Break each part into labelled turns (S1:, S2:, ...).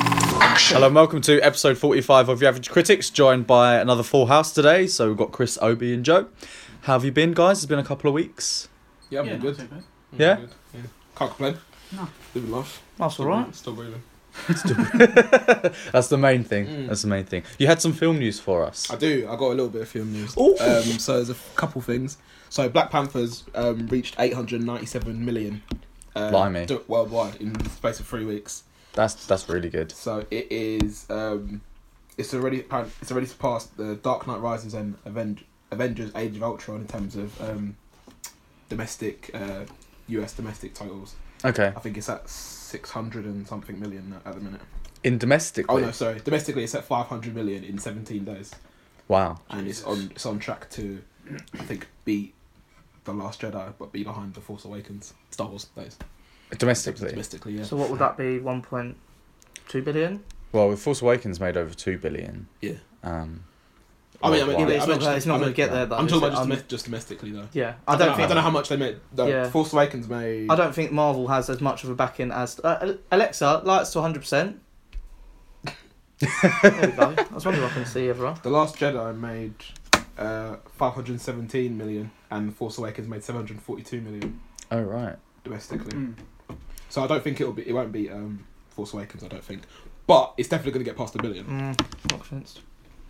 S1: passion.
S2: Hello and welcome to episode 45 of Your Average Critics, joined by another full house today. So we've got Chris, Obi, and Joe. How have you been, guys? It's been a couple of weeks.
S3: Yeah, I'm
S1: Yeah,
S3: good.
S1: not too bad.
S2: Yeah?
S3: Good. yeah. Can't complain.
S1: No.
S3: Living life.
S1: That's all
S3: Still
S1: right.
S3: breathing, Still breathing.
S2: That's the main thing.
S3: Mm.
S2: That's the main thing. You had some film news for us.
S3: I do. I got a little bit of film news.
S2: Ooh.
S3: Um, so there's a couple things. So Black Panther's um, reached 897 million. Um,
S2: Blimey.
S3: do- Worldwide in the space of three weeks.
S2: That's that's really good.
S3: So it is. Um, it's already apparent- it's already surpassed the Dark Knight Rises and Aven- Avengers: Age of Ultron in terms of um, domestic uh, U.S. domestic titles.
S2: Okay.
S3: I think it's at 600 and something million at the minute.
S2: In domestic.
S3: Oh no, sorry. Domestically, it's at 500 million in 17 days,
S2: Wow.
S3: and it's on it's on track to, I think, beat the Last Jedi, but be behind the Force Awakens, Star Wars days.
S2: Domestically.
S3: Domestically, yeah.
S1: So what would that be? One point two billion.
S2: Well, with Force Awakens made over 2 billion.
S3: Yeah.
S2: Um,
S3: I mean, I mean,
S2: worldwide.
S3: yeah,
S1: Yeah, but it's not.
S3: mentioned-
S1: gonna- It's not
S3: I
S1: going to
S3: meant-
S1: get there.
S2: yeah.
S1: Though.
S3: I'm talking about just,
S1: Um,
S3: domes- just domestically though.
S1: Yeah,
S3: I don't, know, I
S1: think.
S3: don't know how much they made. No,
S1: Yeah.
S3: Force Awakens made.
S1: I don't think Marvel has as much of a backing as uh, Alexa. Lights to 100. percent There we go. I was wondering if I can see everyone.
S3: The Last Jedi made uh, 517 million, and The Force Awakens made 742 million
S2: Oh, right.
S3: domestically.
S1: Mm.
S3: So I don't think it'll be. It won't be um, Force Awakens. I don't think. But it's definitely going to get past a billion.
S1: not convinced.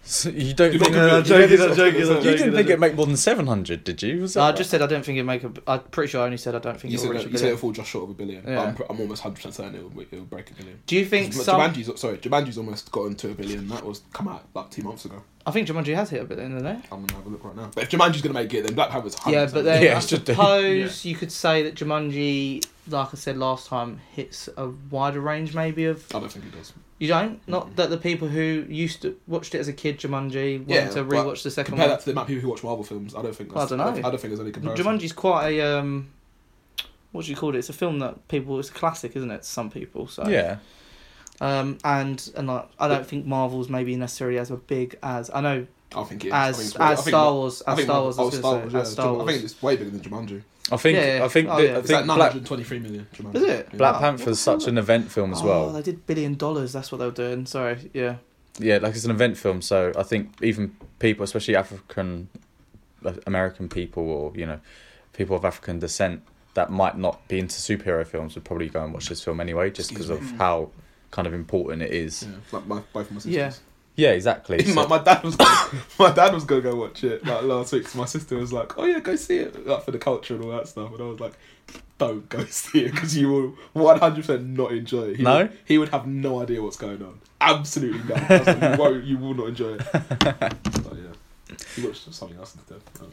S2: So you don't
S3: You
S2: think.
S3: don't-
S2: you
S3: I'm joking,
S2: didn't-
S3: I'm joking, I'm
S2: You
S3: joking,
S2: didn't
S3: I'm
S2: think it made more than 700, did you? Was that
S1: No, I
S2: right?
S1: just said I don't think it make a. I'm pretty sure I only said I don't think
S3: You
S1: it
S3: said,
S1: will reach
S3: it,
S1: a
S3: you said it'll
S1: billion.
S3: fall just short of a billion. but
S1: Yeah.
S3: I'm, pr- I'm almost 100% certain it'll, it'll break a billion.
S1: Do you think
S3: Jum-
S1: some?
S3: Jumanji's, oh, sorry, Jumanji's almost gotten to a billion. That was come out like two months ago.
S1: I think Jumanji has hit a billion, didn't it?
S3: I'm going to have a look right now. But if Jumanji's going to make it, then Black Panther's 100%.
S1: Yeah, but then
S2: Yeah,
S1: I
S2: it should do.
S1: suppose you could say that Jumanji, like I said last time, hits a wider range maybe of.
S3: I don't think it does.
S1: You don't? Not that the people who used to watched it as a kid, Jumanji, wanted
S3: Yeah,
S1: to
S3: but
S1: rewatch the second
S3: Compare
S1: one.
S3: that to the amount of people who watch Marvel films. I don't think
S1: Well, I
S3: that's,
S1: dunno.
S3: I, don't, I don't think there's any comparison.
S1: Jumanji's quite a um, what do you call it? It's a film that people. It's a classic, isn't it? To some people. So
S2: Yeah.
S1: Um, and and like, I don't think Marvel's maybe necessarily as big as I know
S3: I think it is. I
S1: as
S3: think it's- I
S1: as
S3: think-
S1: Star Wars
S3: I
S1: as
S3: think
S1: Star Wars. I
S3: oh,
S1: was
S3: Star
S1: gonna
S3: Wars,
S1: say,
S3: yeah.
S1: as Star
S3: Jum- I
S1: Wars.
S3: think it's way bigger than Jumanji.
S2: I think
S1: Yeah, yeah.
S2: I think
S1: Oh,
S2: that,
S1: yeah.
S2: I
S3: It's like
S2: think Black,
S3: 923 million. Jumanji.
S1: Is it?
S3: Yeah.
S2: Black
S1: Oh,
S2: Panther's
S1: what
S2: such an event film as well.
S1: Oh, they did billion dollars. That's what they were doing. Sorry, yeah.
S2: yeah, like it's an event film, so I think even people, especially African uh, American people or you know people of African descent that might not be into superhero films would probably go and watch this film anyway, just because
S3: Excuse
S2: of
S3: Mm.
S1: me.
S2: how kind of important it is.
S3: Yeah, like my, both my sisters.
S1: Yeah.
S2: Yeah, exactly.
S3: Even my,
S2: So,
S3: my dad was gonna, my dad was gonna go watch it like last week. 'cause My sister was like, "Oh yeah, go see it like for the culture and all that stuff," and I was like, "Don't go see it because you will one hundred percent not enjoy it." He
S2: No?
S3: would, he would have no idea what's going on. Absolutely no. I was like, you, won't, you will not enjoy it. But yeah, he watched something else instead. Um,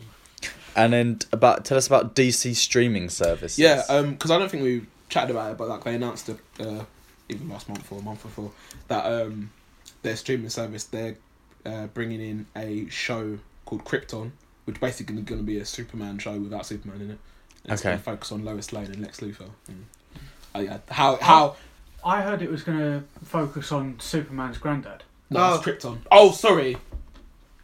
S2: and then about tell us about DC streaming services.
S3: yeah, um, because I don't think we chatted about it, but like they announced it, uh, even last month or a month before that um, their streaming service they're uh, bringing in a show called Krypton, which basically going to be a Superman show without Superman in it. And It's
S2: Okay.
S3: going to focus on Lois Lane and Lex Luthor. Mm. Oh, yeah. How how
S4: I heard it was going to focus on Superman's granddad.
S3: no,
S1: Oh.
S3: it's Krypton. Oh, sorry.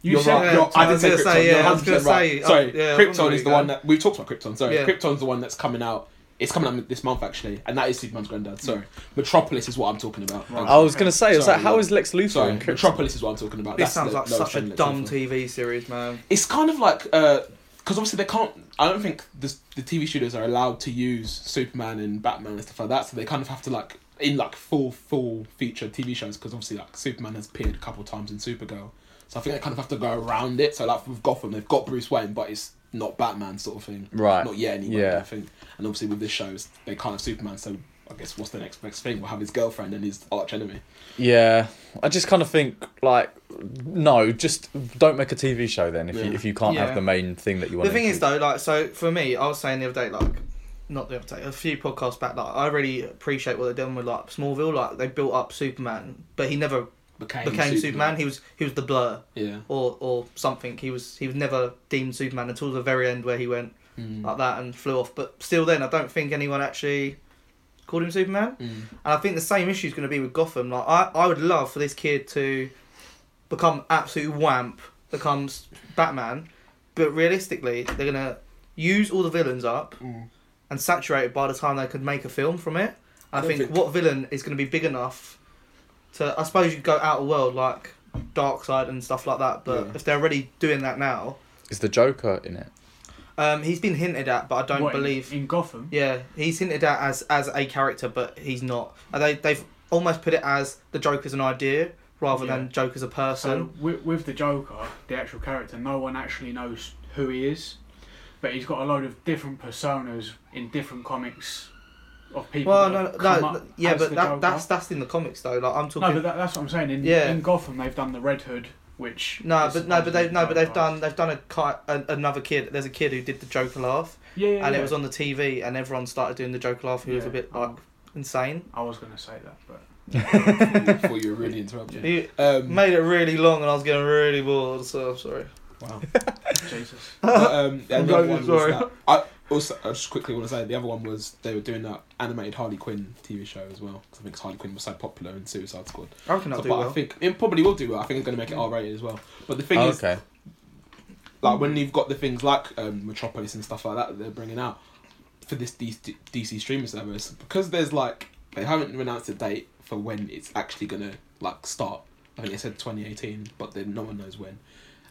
S4: You
S3: You are
S4: said
S3: right. You're,
S1: so
S3: I
S1: I
S3: did
S1: was
S3: say
S1: gonna
S3: Krypton.
S1: say,
S3: you're
S1: yeah, I was
S3: 100%
S1: gonna
S3: right.
S1: say,
S3: Sorry,
S1: I- yeah, I wonder
S3: Krypton
S1: where
S3: is
S1: you
S3: the
S1: go.
S3: one that we've talked about. Krypton. Sorry,
S1: Yeah.
S3: Krypton's the one that's coming out. It's coming out this month actually, and that is Superman's granddad. Sorry,
S1: Mm.
S3: Metropolis is what I'm talking about.
S4: Right.
S2: I was gonna say, I was
S3: Sorry,
S2: like, how
S3: yeah.
S2: is Lex Luthor?
S3: Sorry,
S2: in Krypton?
S3: Metropolis is what I'm talking about. That's
S1: This sounds
S3: the
S1: like
S3: lowest
S1: such a
S3: friend that's
S1: dumb
S3: left.
S1: TV series, man.
S3: It's kind of like because obviously they can't. I don't think the the TV studios are allowed to use Superman and Batman and stuff like that. So they kind of have to like in like full full feature TV shows because obviously like Superman has appeared a couple times in Supergirl. So I think they kind of have to go around it. So like with Gotham, they've got Bruce Wayne, but it's not Batman sort of thing.
S2: Right.
S3: Not yet anyway.
S2: Yeah.
S3: I think. And obviously with this show, it's- they can't have Superman. So I guess what's the next next thing? We'll have his girlfriend and his arch enemy.
S2: Yeah, I just kind of think like no, just don't make a TV show then if you
S3: Yeah.
S2: if you can't
S1: Yeah.
S2: have the main thing that you want.
S1: The thing is, though, like, so for me, I was saying the other day, like, not the other day, a few podcasts back, like, I really appreciate what they're doing with like Smallville. Like, they built up Superman, but he never
S3: Became,
S1: became Superman. He was he was the Blur
S3: Yeah.
S1: or or something. He was he was never deemed Superman until the very end where he went
S3: Mm.
S1: like that and flew off. But still, then I don't think anyone actually called him Superman.
S3: Mm.
S1: And I think the same issue is going to be with Gotham. Like, I I would love for this kid to become absolute wamp, becomes Batman, but realistically, they're gonna use all the villains up
S3: Mm.
S1: and saturate it by the time they could make a film from it. I,
S3: I don't
S1: think,
S3: think-
S1: what villain is going to be big enough to I suppose you go out of world like Dark Side and stuff like that. But
S3: Yeah.
S1: if they're already doing that now,
S2: Is the Joker in it?
S1: um, he's been hinted at, but I don't
S4: What, in-
S1: believe.
S4: in, Gotham.
S1: Yeah, he's hinted at as as a character, but he's not. And they they've almost put it as the Joker's an idea rather
S4: Yeah.
S1: than Joker's a
S4: So
S1: person.
S4: with, with the Joker, the actual character, no one actually knows who he is, but he's got a load of different personas in different comics of people.
S1: well,
S4: that
S1: no,
S4: have
S1: no,
S4: come up
S1: no, yeah,
S4: as
S1: but
S4: the
S1: that,
S4: Joker.
S1: that's that's in the comics though. Like I'm
S4: no,
S1: talking.
S4: but that, that's what I'm saying. In,
S1: Yeah.
S4: in Gotham, they've done the Red Hood, which
S1: no,
S4: is
S1: but no, but they no, but they've
S4: Joker.
S1: done they've done a, ki- a another kid. There's a kid who did the Joker laugh,
S4: Yeah, yeah,
S1: and it
S4: yeah.
S1: was on the TV, and everyone started doing the Joker laugh, who was a
S4: Yeah.
S1: bit like insane.
S4: I was gonna say that, but
S3: Before you were really interrupted.
S1: You
S3: Um,
S1: made it really long, and I was getting really bored. So I'm sorry.
S3: wow.
S4: Jesus.
S3: But, um,
S1: I'm
S3: and the other
S1: going,
S3: one was
S1: sorry.
S3: that. I also I just quickly want to say the other one was they were doing that animated Harley Quinn TV show as well. 'cause I think Harley Quinn was so popular in Suicide Squad.
S1: I reckon I'll
S3: So,
S1: do
S3: but
S1: well.
S3: I think it probably will do well. I think it's going to make it R rated as well. But the thing
S2: Oh,
S3: is,
S2: okay.
S3: like when you've got the things like um, Metropolis and stuff like that, that they're bringing out for this DC, DC streaming service because there's like they haven't announced a date for when it's actually gonna like start. I think they said 2018, but then no one knows when.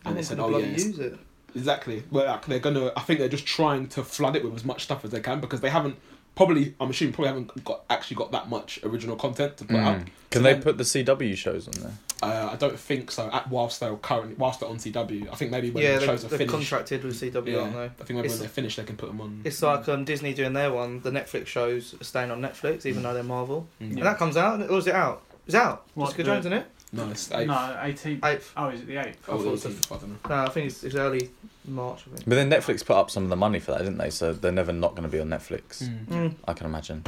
S3: And they
S1: I'm
S3: said,
S1: gonna
S3: "Oh yeah,
S1: bloody
S3: it's-
S1: use it.
S3: exactly." Well, like, they're gonna. I think they're just trying to flood it with as much stuff as they can because they haven't probably. I'm assuming probably haven't got actually got that much original content to put out.
S2: Mm. Can
S3: So
S2: they
S3: then-
S2: put the CW shows on there?
S3: Uh, I don't think so. At whilst they're currently whilst they're on CW, I think maybe when
S1: Yeah,
S3: the
S1: they,
S3: shows are
S1: they're
S3: finished,
S1: contracted with CW,
S3: yeah,
S1: aren't they?
S3: I think maybe
S1: It's-
S3: when they're finished, they can put them on.
S1: It's like um, Disney doing their one. The Netflix shows are staying on Netflix, even though they're Marvel.
S3: Mm.
S1: And that comes out, or is it out? It's out.
S4: What,
S1: Jessica
S4: the-
S1: Jones, isn't it?
S3: No, it's eight.
S4: No, 18th.
S1: Eighth.
S4: Oh, is it the 8th?
S3: Oh,
S1: I
S3: I,
S1: thought it was
S3: I don't know.
S1: No, I think it's, it's early March. I think.
S2: But then Netflix put up some of the money for that, didn't they? So they're never not going to be on Netflix.
S1: Mm.
S2: I can imagine.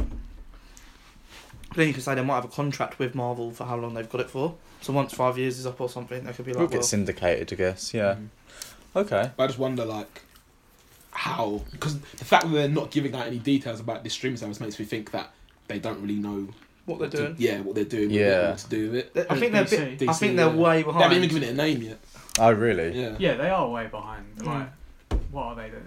S1: Then you can say they might have a contract with Marvel for how long they've got it for. So once five years is up or something, they could be
S2: We'll
S1: like, well,
S2: get syndicated, I guess. Yeah.
S3: Mm.
S2: Okay.
S3: But I just wonder like how because the fact that they're not giving out any details about this stream service makes me think that they don't really know
S1: what they're
S3: to-
S1: doing.
S3: yeah, what they're doing.
S2: Yeah.
S3: Yeah, what to do with it.
S1: They- I
S4: Who,
S1: think they're. a
S4: DC?
S1: Bit, I
S3: DC,
S1: think they're
S3: yeah.
S1: way
S3: They haven't
S1: behind.
S3: even given it a name yet.
S2: Oh, really?
S3: Yeah.
S4: Yeah, they are way behind.
S1: Mm.
S4: Like, what are they? the-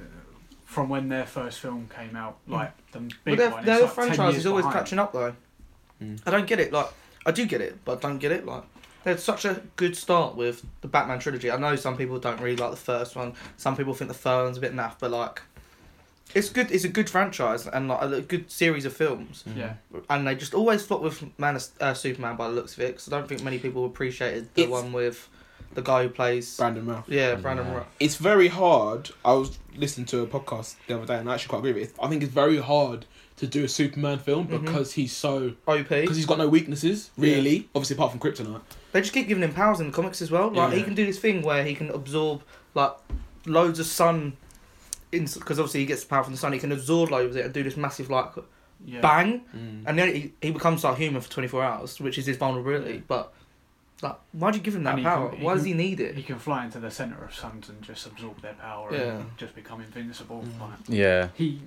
S4: From when their first film came out, like the
S1: but
S4: big
S1: Mm. their,
S4: one.
S1: their
S4: it's like 10
S1: franchise
S4: years
S1: is always
S4: behind.
S1: catching up though.
S3: Mm.
S1: I don't get it. Like I do get it, but I don't get it. Like they had such a good start with the Batman trilogy. I know some people don't really like the first one. Some people think the third one's a bit naff, but like it's good. It's a good franchise and like a good series of films.
S4: Yeah,
S1: And they just always flop with Man of, uh, Superman by the looks of it. Because I don't think many people appreciated the
S3: It's-
S1: one with the guy who plays.
S3: Brandon Ralph.
S1: yeah, Brandon.
S2: Yeah.
S1: Ro-
S3: It's very hard. I was listening to a podcast the other day, and I actually quite agree with it. I think it's very hard to do a Superman film
S1: Mhm.
S3: because he's so
S1: OP.
S3: because he's got no weaknesses really. Obviously, apart from Kryptonite.
S1: They just keep giving him powers in the comics as well. Like he
S3: Yeah.
S1: can do this thing where he can absorb like loads of sun, because obviously he gets the power from the sun. He can absorb loads of it and do this massive like
S4: yeah. Mm-hmm.
S1: bang,
S3: Mm.
S1: and then he, he becomes like human for twenty four hours, which is his vulnerability. But like, why do you give him that
S4: And he
S1: power?
S4: can- he
S1: why does he
S4: can-
S1: need
S4: He
S1: it?
S4: can fly into the center of suns and just absorb their power
S1: Yeah.
S4: and just become invincible.
S3: Mm.
S4: Like,
S2: Yeah.
S4: he,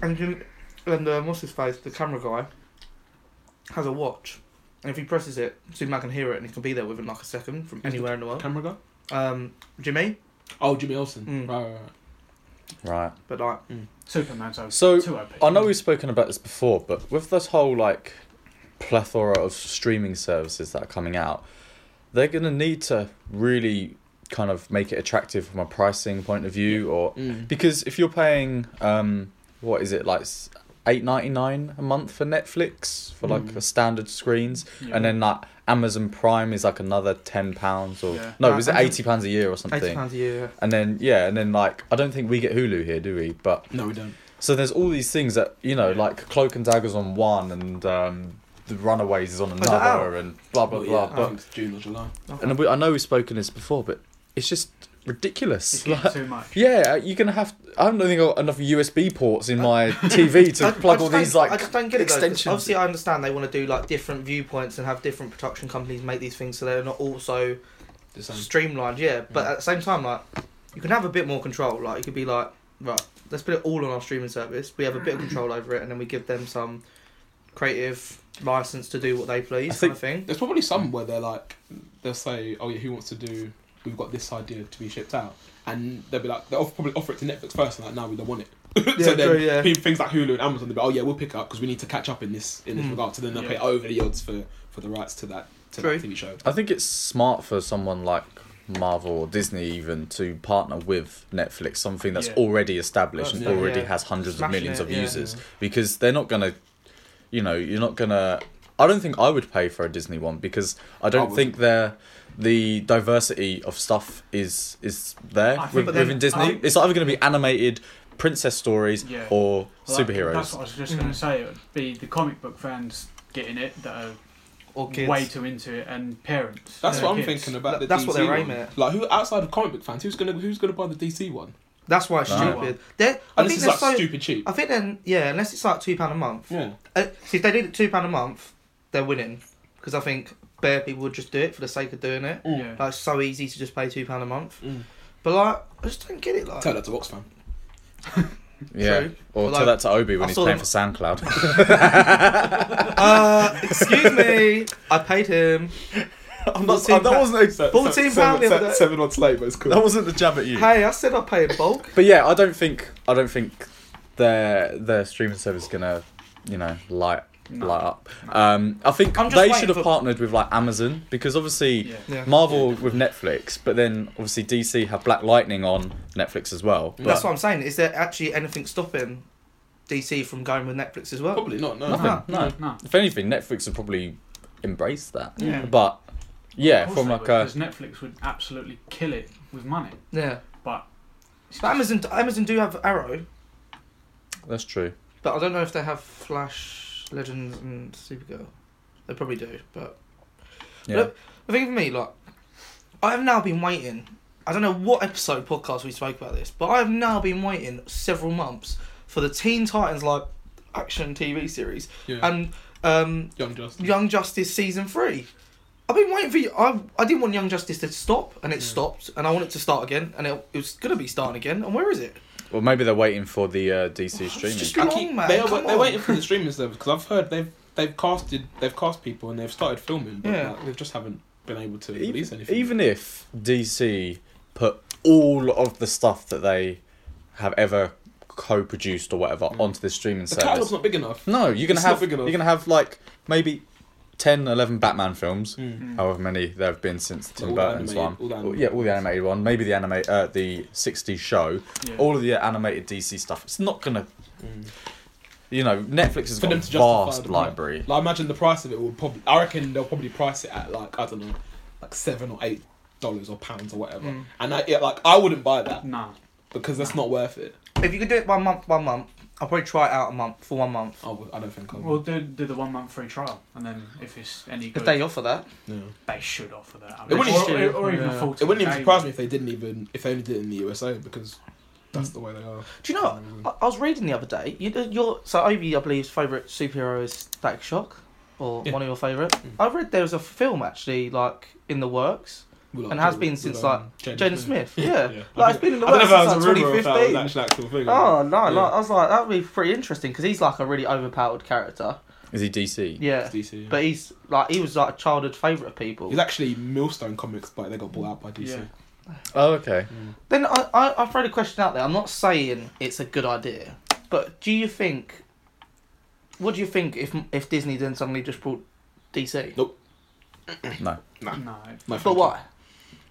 S1: And you can, and um, what's his face? The camera guy has a watch, and if he presses it, Superman can hear it, and he can be there within like a second from
S3: the
S1: anywhere in the world.
S3: Camera guy.
S1: Um, Jimmy,
S3: Oh, Jimmy Olsen.
S1: Mm.
S3: Right, right, right.
S2: Right.
S1: but like
S4: Superman's over.
S2: So,
S4: too OP.
S2: I know we've spoken about this before, but with this whole like plethora of streaming services that are coming out, they're gonna need to really kind of make it attractive from a pricing point of view, or
S3: Mm.
S2: because if you're paying um, what is it like eight ninety nine a month for Netflix for like
S1: Hmm.
S3: Mm.
S2: a standard screens,
S4: Yeah.
S2: and then like Amazon Prime is like another ten pounds or
S4: Yeah.
S2: no,
S1: Uh,
S2: was it
S1: Amazon-
S2: eighty pounds a year or
S1: eighty
S2: something?
S1: pounds a year.
S2: And then yeah, and then like I don't think we get Hulu here, do we? But
S3: No, we don't.
S2: so there's all these things that you know,
S4: Yeah.
S2: like Cloak and Dagger's on one, and um, the Runaways is on
S1: that
S2: another, and blah blah
S3: Well,
S2: blah.
S3: yeah, I
S2: But
S3: think it's June or July.
S2: and we, I know we've spoken this before, but it's just
S4: It's
S2: ridiculous.
S4: getting
S2: Like,
S4: too much.
S2: yeah, you're gonna have. I don't think I've got enough USB ports in my TV to plug all
S1: just
S2: these
S1: don't-
S2: like
S1: I just don't get it, though, 'cause
S2: extensions.
S1: obviously, I understand they want to do like different viewpoints and have different production companies make these things so they're not also
S3: The same.
S1: streamlined. Yeah, but
S3: Yeah.
S1: at the same time, like you can have a bit more control. Like you could be like, right, let's put it all on our streaming service. We have a bit of control over it, and then we give them some creative license to do what they please,
S2: I think-
S1: kind of thing.
S3: There's probably some where they're like, they'll say, oh yeah, who wants to do, we've got this idea to be shipped out. And they'll be like, they'll off- probably offer it to Netflix first, and like, no, we don't want it. so
S1: Yeah,
S3: then
S1: true, yeah.
S3: pe- things like Hulu and Amazon, they'll be, oh yeah, we'll pick it up because we need to catch up in this in this
S4: Mm.
S3: regard. So then they'll
S4: Yeah.
S3: pay over the odds for, for the rights to that to
S1: True.
S3: that TV show.
S2: I think it's smart for someone like Marvel or Disney even to partner with Netflix, something that's
S4: Yeah.
S2: already established and
S3: Yeah.
S2: already
S1: Yeah.
S2: has hundreds
S1: Smashing
S2: of millions
S1: it,
S2: of
S1: yeah.
S2: users because they're not gonna, you know, you're not gonna. I don't think I would pay for a Disney one because I don't
S3: wouldn't.
S2: think they're. The diversity of stuff is is there
S4: I
S2: with-
S4: think-
S1: but then- um,
S2: within Disney.
S4: I think-
S2: it's either going to be animated princess stories
S4: Yeah.
S2: or
S4: Well, that- That's
S2: superheroes.
S4: what I was just going
S1: Mm.
S4: to say. It would be the comic book fans getting it that are
S1: or kids.
S4: way too into it, and parents. uh,
S3: That's
S1: Yeah,
S3: what I'm
S4: kids.
S3: thinking about. The
S1: That's
S3: DC
S1: what they're
S3: one.
S1: aiming at.
S3: Like who outside of comic book fans, who's gonna who's gonna buy the DC one?
S1: That's why it's
S2: No.
S1: stupid. They're, I
S3: And
S1: think
S3: this is
S1: they're
S3: like
S1: so. Uh,
S3: stupid cheap.
S1: I think then yeah, unless it's like two pound a month.
S3: Yeah.
S1: Uh, see, if they did it two pound a month, they're winning because I think bare people would just do it for the sake of doing it.
S4: Yeah.
S1: Like it's so easy to just pay two pound a month.
S3: Mm.
S1: But like, I just don't get it. Like,
S3: Tell that to Oxfam.
S2: Yeah,
S1: True.
S2: or
S1: Although-
S2: tell that to Obi
S1: I
S2: when he's
S1: saw
S2: playing
S1: them-
S2: for SoundCloud.
S1: uh, excuse me, I paid him.
S2: I'm
S1: not- that wasn't
S2: a,
S1: Fourteen pound the other day.
S3: seven months late, but it's cool.
S2: wasn't the jab at you.
S1: Hey, I said I pay in bulk.
S2: But yeah, I don't think I don't think their their streaming service is gonna, you know, light
S4: No.
S2: light up. Um, I think
S1: I'm just
S2: they
S1: waiting
S2: should have
S1: for-
S2: partnered with like Amazon because obviously
S4: Yeah.
S1: Yeah.
S2: Marvel with Netflix, but then obviously DC have Black Lightning on Netflix as well. But
S1: That's what I'm saying. Is there actually anything stopping DC from going with Netflix as well?
S3: Probably not. No.
S2: nothing.
S1: No,
S2: No.
S4: No.
S2: If anything, Netflix would probably embrace that.
S1: Yeah.
S2: But yeah,
S4: Of course
S2: from
S4: they
S2: like
S4: would,
S2: a
S4: 'cause Netflix would absolutely kill it with money,
S1: Yeah.
S4: but
S1: But Amazon, Amazon do have Arrow,
S2: that's true.
S1: but I don't know if they have Flash, Legends, and Supergirl. They probably do, but
S2: Yeah.
S1: Look, The thing for me, like, I have now been waiting. I don't know what episode podcast we spoke about this, but I have now been waiting several months for the Teen Titans like action TV series
S3: Yeah.
S1: and um,
S3: Young Justice.
S1: Young Justice season three. I've been waiting for you. I I didn't want Young Justice to stop, and it stopped, and I want it to start again, and it, it was gonna be starting again. And where is it?
S2: Well, maybe they're waiting for the uh, DC streaming.
S1: just-
S3: I
S1: Long,
S3: keep,
S1: man,
S3: they are,
S1: come
S3: they're
S1: on.
S3: waiting for the streaming service because I've heard they've they've casted they've cast people and they've started filming, but
S1: Yeah.
S3: like, they just haven't been able to release
S2: even,
S3: anything.
S2: even if DC put all of the stuff that they have ever co-produced or whatever
S3: Mm.
S2: onto this streaming
S3: the
S2: service,
S3: catalog's not big enough.
S2: no, you're gonna
S3: It's not
S2: have
S3: big enough.
S2: you're gonna have like maybe 10, 11 Batman films,
S3: Mm.
S2: however many there have been since Tim
S3: All the
S2: Burton's
S3: animated- all
S2: one.
S3: the
S2: Well, yeah, all the animated one. Maybe the animate uh, the '60s show.
S4: yeah.
S2: All of the animated DC stuff. It's not gonna.
S3: Mm.
S2: You know, Netflix has
S3: For
S2: got a
S3: them to justify
S2: vast
S3: the-
S2: library.
S3: Like, imagine the price of it will probably. I reckon they'll probably price it at like I don't know, like seven or eight dollars or pounds or whatever.
S1: Mm.
S3: And I, yeah, like I wouldn't buy that
S4: Nah.
S3: because that's not worth it.
S1: If you could do it by month by month, I'll probably try it out a month for one month.
S3: I, would, I don't think I would.
S4: We'll do, do the one month free trial, and then if it's any good,
S1: If they offer that,
S3: no.
S4: they should offer that. I
S3: It
S4: mean,
S3: wouldn't
S4: or,
S3: even-
S4: or, or even
S3: yeah.
S4: a full.
S3: It wouldn't even surprise me if they didn't even if they only did it in the USA because that's the way they are.
S1: do you know? What? I I was reading the other day. You, uh, your so Obi, I believe's favorite superhero is Static Shock, or
S3: Yeah.
S1: one of your favorite.
S3: Mm.
S1: I read there was a film actually like in the works.
S3: Well, like,
S1: And has
S3: Jaden-
S1: been since,
S3: well, um,
S1: Jaden Smith,
S3: I
S1: yeah. Like
S3: think-
S1: it's been in the
S3: I don't know if
S1: works since
S3: that
S1: like
S3: was a rumor or if that was
S1: 2015.
S3: actually an actual thing.
S1: Oh no!
S3: Yeah.
S1: Like, I was like, that would be pretty interesting because he's like a really overpowered character.
S2: Is he DC?
S1: Yeah,
S3: It's DC, yeah.
S1: but he's like he was like a childhood favorite of people.
S3: he's actually Millstone Comics, but they got bought out by DC.
S4: Yeah.
S2: Oh, okay.
S1: Then I, I I throw the question out there. I'm not saying it's a good idea, but do you think? What do you think if if Disney then suddenly just brought DC?
S3: No,
S2: No.
S4: No.
S3: No,
S1: But why?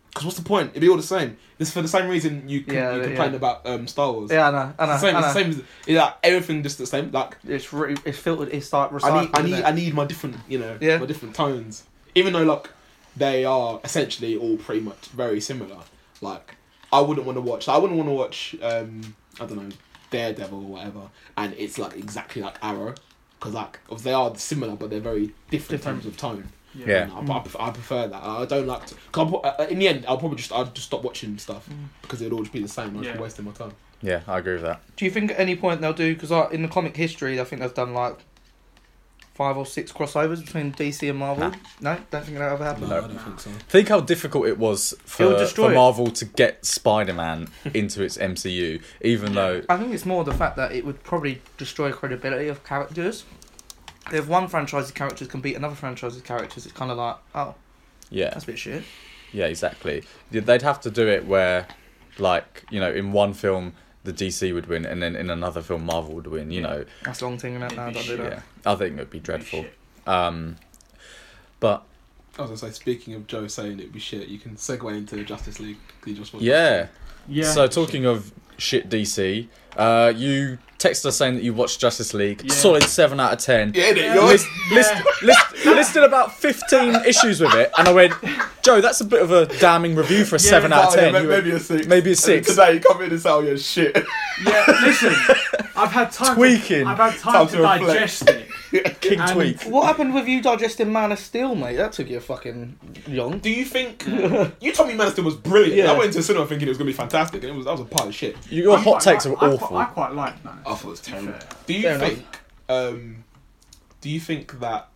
S3: Because what's the point? It'd be all the same. It's for the same reason you, can,
S1: Yeah,
S3: you
S1: yeah.
S3: complained about um, Star Wars.
S1: Yeah, I know. I know.
S3: It's the same.
S1: I
S3: It's the
S1: know.
S3: same. as- It's like everything just the same. Like
S1: It's re- it's filtered. It's like
S3: I
S1: recycled.
S3: need, I need,
S1: innit?
S3: I need my different, you know,
S1: Yeah.
S3: my different tones. Even though like they are essentially all pretty much very similar. Like I wouldn't want to watch. I wouldn't want to watch. Um, I don't know, Daredevil or whatever, and it's like exactly like Arrow, because like obviously they are similar, but they're very different, in
S1: Different.
S3: terms of tone.
S2: Yeah.
S3: And I, I, prefer, I prefer that. I don't like. To, cause I'll, pro- uh, in the end, I'll probably just I'll just stop watching stuff because it'd all just be the same. I'd
S4: Yeah.
S3: be wasting my time.
S2: Yeah, I agree with that.
S1: Do you think at any point they'll do? Because like, in the comic history, I think they've done like five or six crossovers between DC and Marvel. No, don't think that ever happened.
S3: No, I don't think so.
S2: Think how difficult it was
S1: It would
S2: for,
S1: destroy
S2: for
S1: it.
S2: Marvel to get Spider Man into its MCU, even though.
S1: I think it's more the fact that it would probably destroy credibility of characters. If one franchise's characters can beat another franchise's characters, it's kind of like, oh,
S2: Yeah,
S1: that's a bit shit.
S2: yeah, exactly. They'd have to do it where, like, you know, in one film, the DC would win, and then in another film, Marvel would win, you know.
S1: That's a long thing, and that
S4: It'd
S1: now
S4: be
S1: don't do
S4: shit.
S1: that.
S2: Yeah. I think it would be dreadful.
S4: Shit.
S2: Um, but
S3: I was gonna say, speaking of Joe saying it'd be shit, you can segue into Justice League. You just watched-
S2: Yeah.
S4: Yeah.
S2: So talking of shit DC, uh, you texted us saying that you watched Justice League.
S4: Yeah.
S2: Solid seven out of ten.
S3: yeah, innit? you always
S2: List, list, list, listed about 15 issues with it, and I went, Joe, that's a bit of a damning review for a 7 out of
S3: Oh, yeah,
S2: 10.
S3: ma-
S2: You went,
S3: maybe a six.
S2: maybe a
S3: And then
S2: six.
S3: Today you come in and say, "Oh yeah, shit."
S4: yeah, listen, I've had time.
S2: Tweaking.
S4: To, I've had time,
S3: Time
S4: to,
S3: to reflect.
S4: digest it.
S2: King
S4: and-
S2: tweak.
S1: What happened with you digesting Man of Steel, mate? That took you a fucking long.
S3: Do you think you told me Maniston was brilliant?
S1: Yeah.
S3: I went into cinema thinking it was gonna be fantastic, and it was that was a pile of shit.
S2: Your
S4: I
S2: hot
S4: quite
S2: takes
S4: like-
S2: were
S4: I quite-
S2: awful.
S4: I quite like that.
S3: I thought it was terrible.
S4: Fair.
S3: Do you
S1: Fair enough.
S3: think? Um, do you think that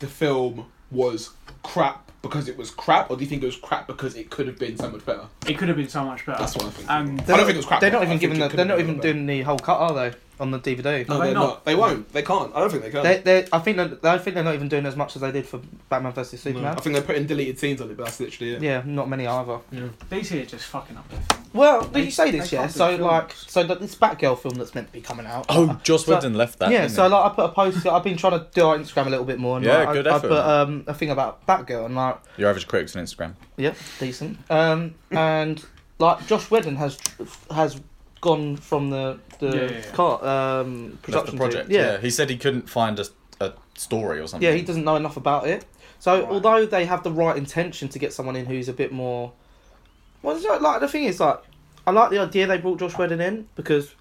S3: the film was crap because it was crap, or do you think it was crap because it could have been so much better?
S4: It could have been so much better.
S3: That's what I think.
S4: Um,
S3: I don't think it was crap.
S1: They're not
S3: I
S1: even
S3: think
S1: giving.
S3: it
S1: The,
S3: could
S1: they're
S3: have
S1: not
S3: been
S1: even
S3: better.
S1: doing the whole cut, are they? On the DVD.
S3: No,
S4: Are they
S3: they're
S4: not?
S3: not. They won't. They can't. I don't think they can.
S2: Um,
S1: They, they, I think that I think they're not even doing as much as they did for Batman vs
S3: No,
S1: Superman.
S3: I think they're putting deleted scenes on it, but that's literally it.
S1: yeah, not many either.
S4: DC are just fucking up their thing.
S1: Well,
S4: They-
S1: you say
S4: they
S1: this, yeah.
S4: can't do
S1: So
S4: films.
S1: like, so that this Batgirl film that's meant to be coming out.
S2: Oh, Joss
S1: So-
S2: Whedon left that.
S1: yeah,
S2: didn't
S1: so
S2: he?
S1: like I put a post. I've been trying to do our Instagram a little bit more. And,
S2: Yeah,
S1: like,
S2: good
S1: I,
S2: effort,
S1: I put
S2: man.
S1: um, a thing about Batgirl and like,
S2: Your average critics on Instagram.
S1: yeah, decent. Um, and like Josh Whedon has has gone from the the
S4: Yeah, yeah, yeah.
S1: car um,
S2: Left the
S1: production
S2: project.
S1: team.
S2: Yeah. he said he couldn't find a, a story or something.
S1: Yeah, he doesn't know enough about it. So
S4: Right.
S1: although they have the right intention to get someone in who's a bit more, well, it's like, like the thing is like, I like the idea they brought Josh Whedon in because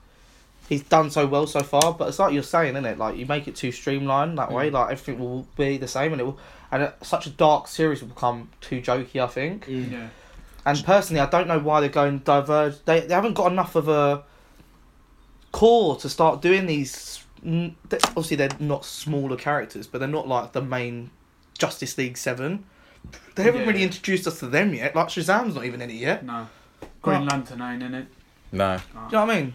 S1: he's done so well so far. But it's like you're saying, isn't it? Like you make it too streamlined that way, like everything will be the same, and it will, and it, such a dark series will become too jokey. I think.
S3: Mm.
S4: Yeah.
S1: And personally, I don't know why they're going diverge. They they haven't got enough of a core to start doing these. n- th- Obviously, they're not smaller characters, but they're not like the main Justice League Seven. They haven't
S4: Yeah,
S1: really
S4: yeah.
S1: introduced us to them yet. Like Shazam's not even in it yet.
S4: No. Green Lantern ain't in it.
S2: No.
S4: No.
S1: Do you know what I mean?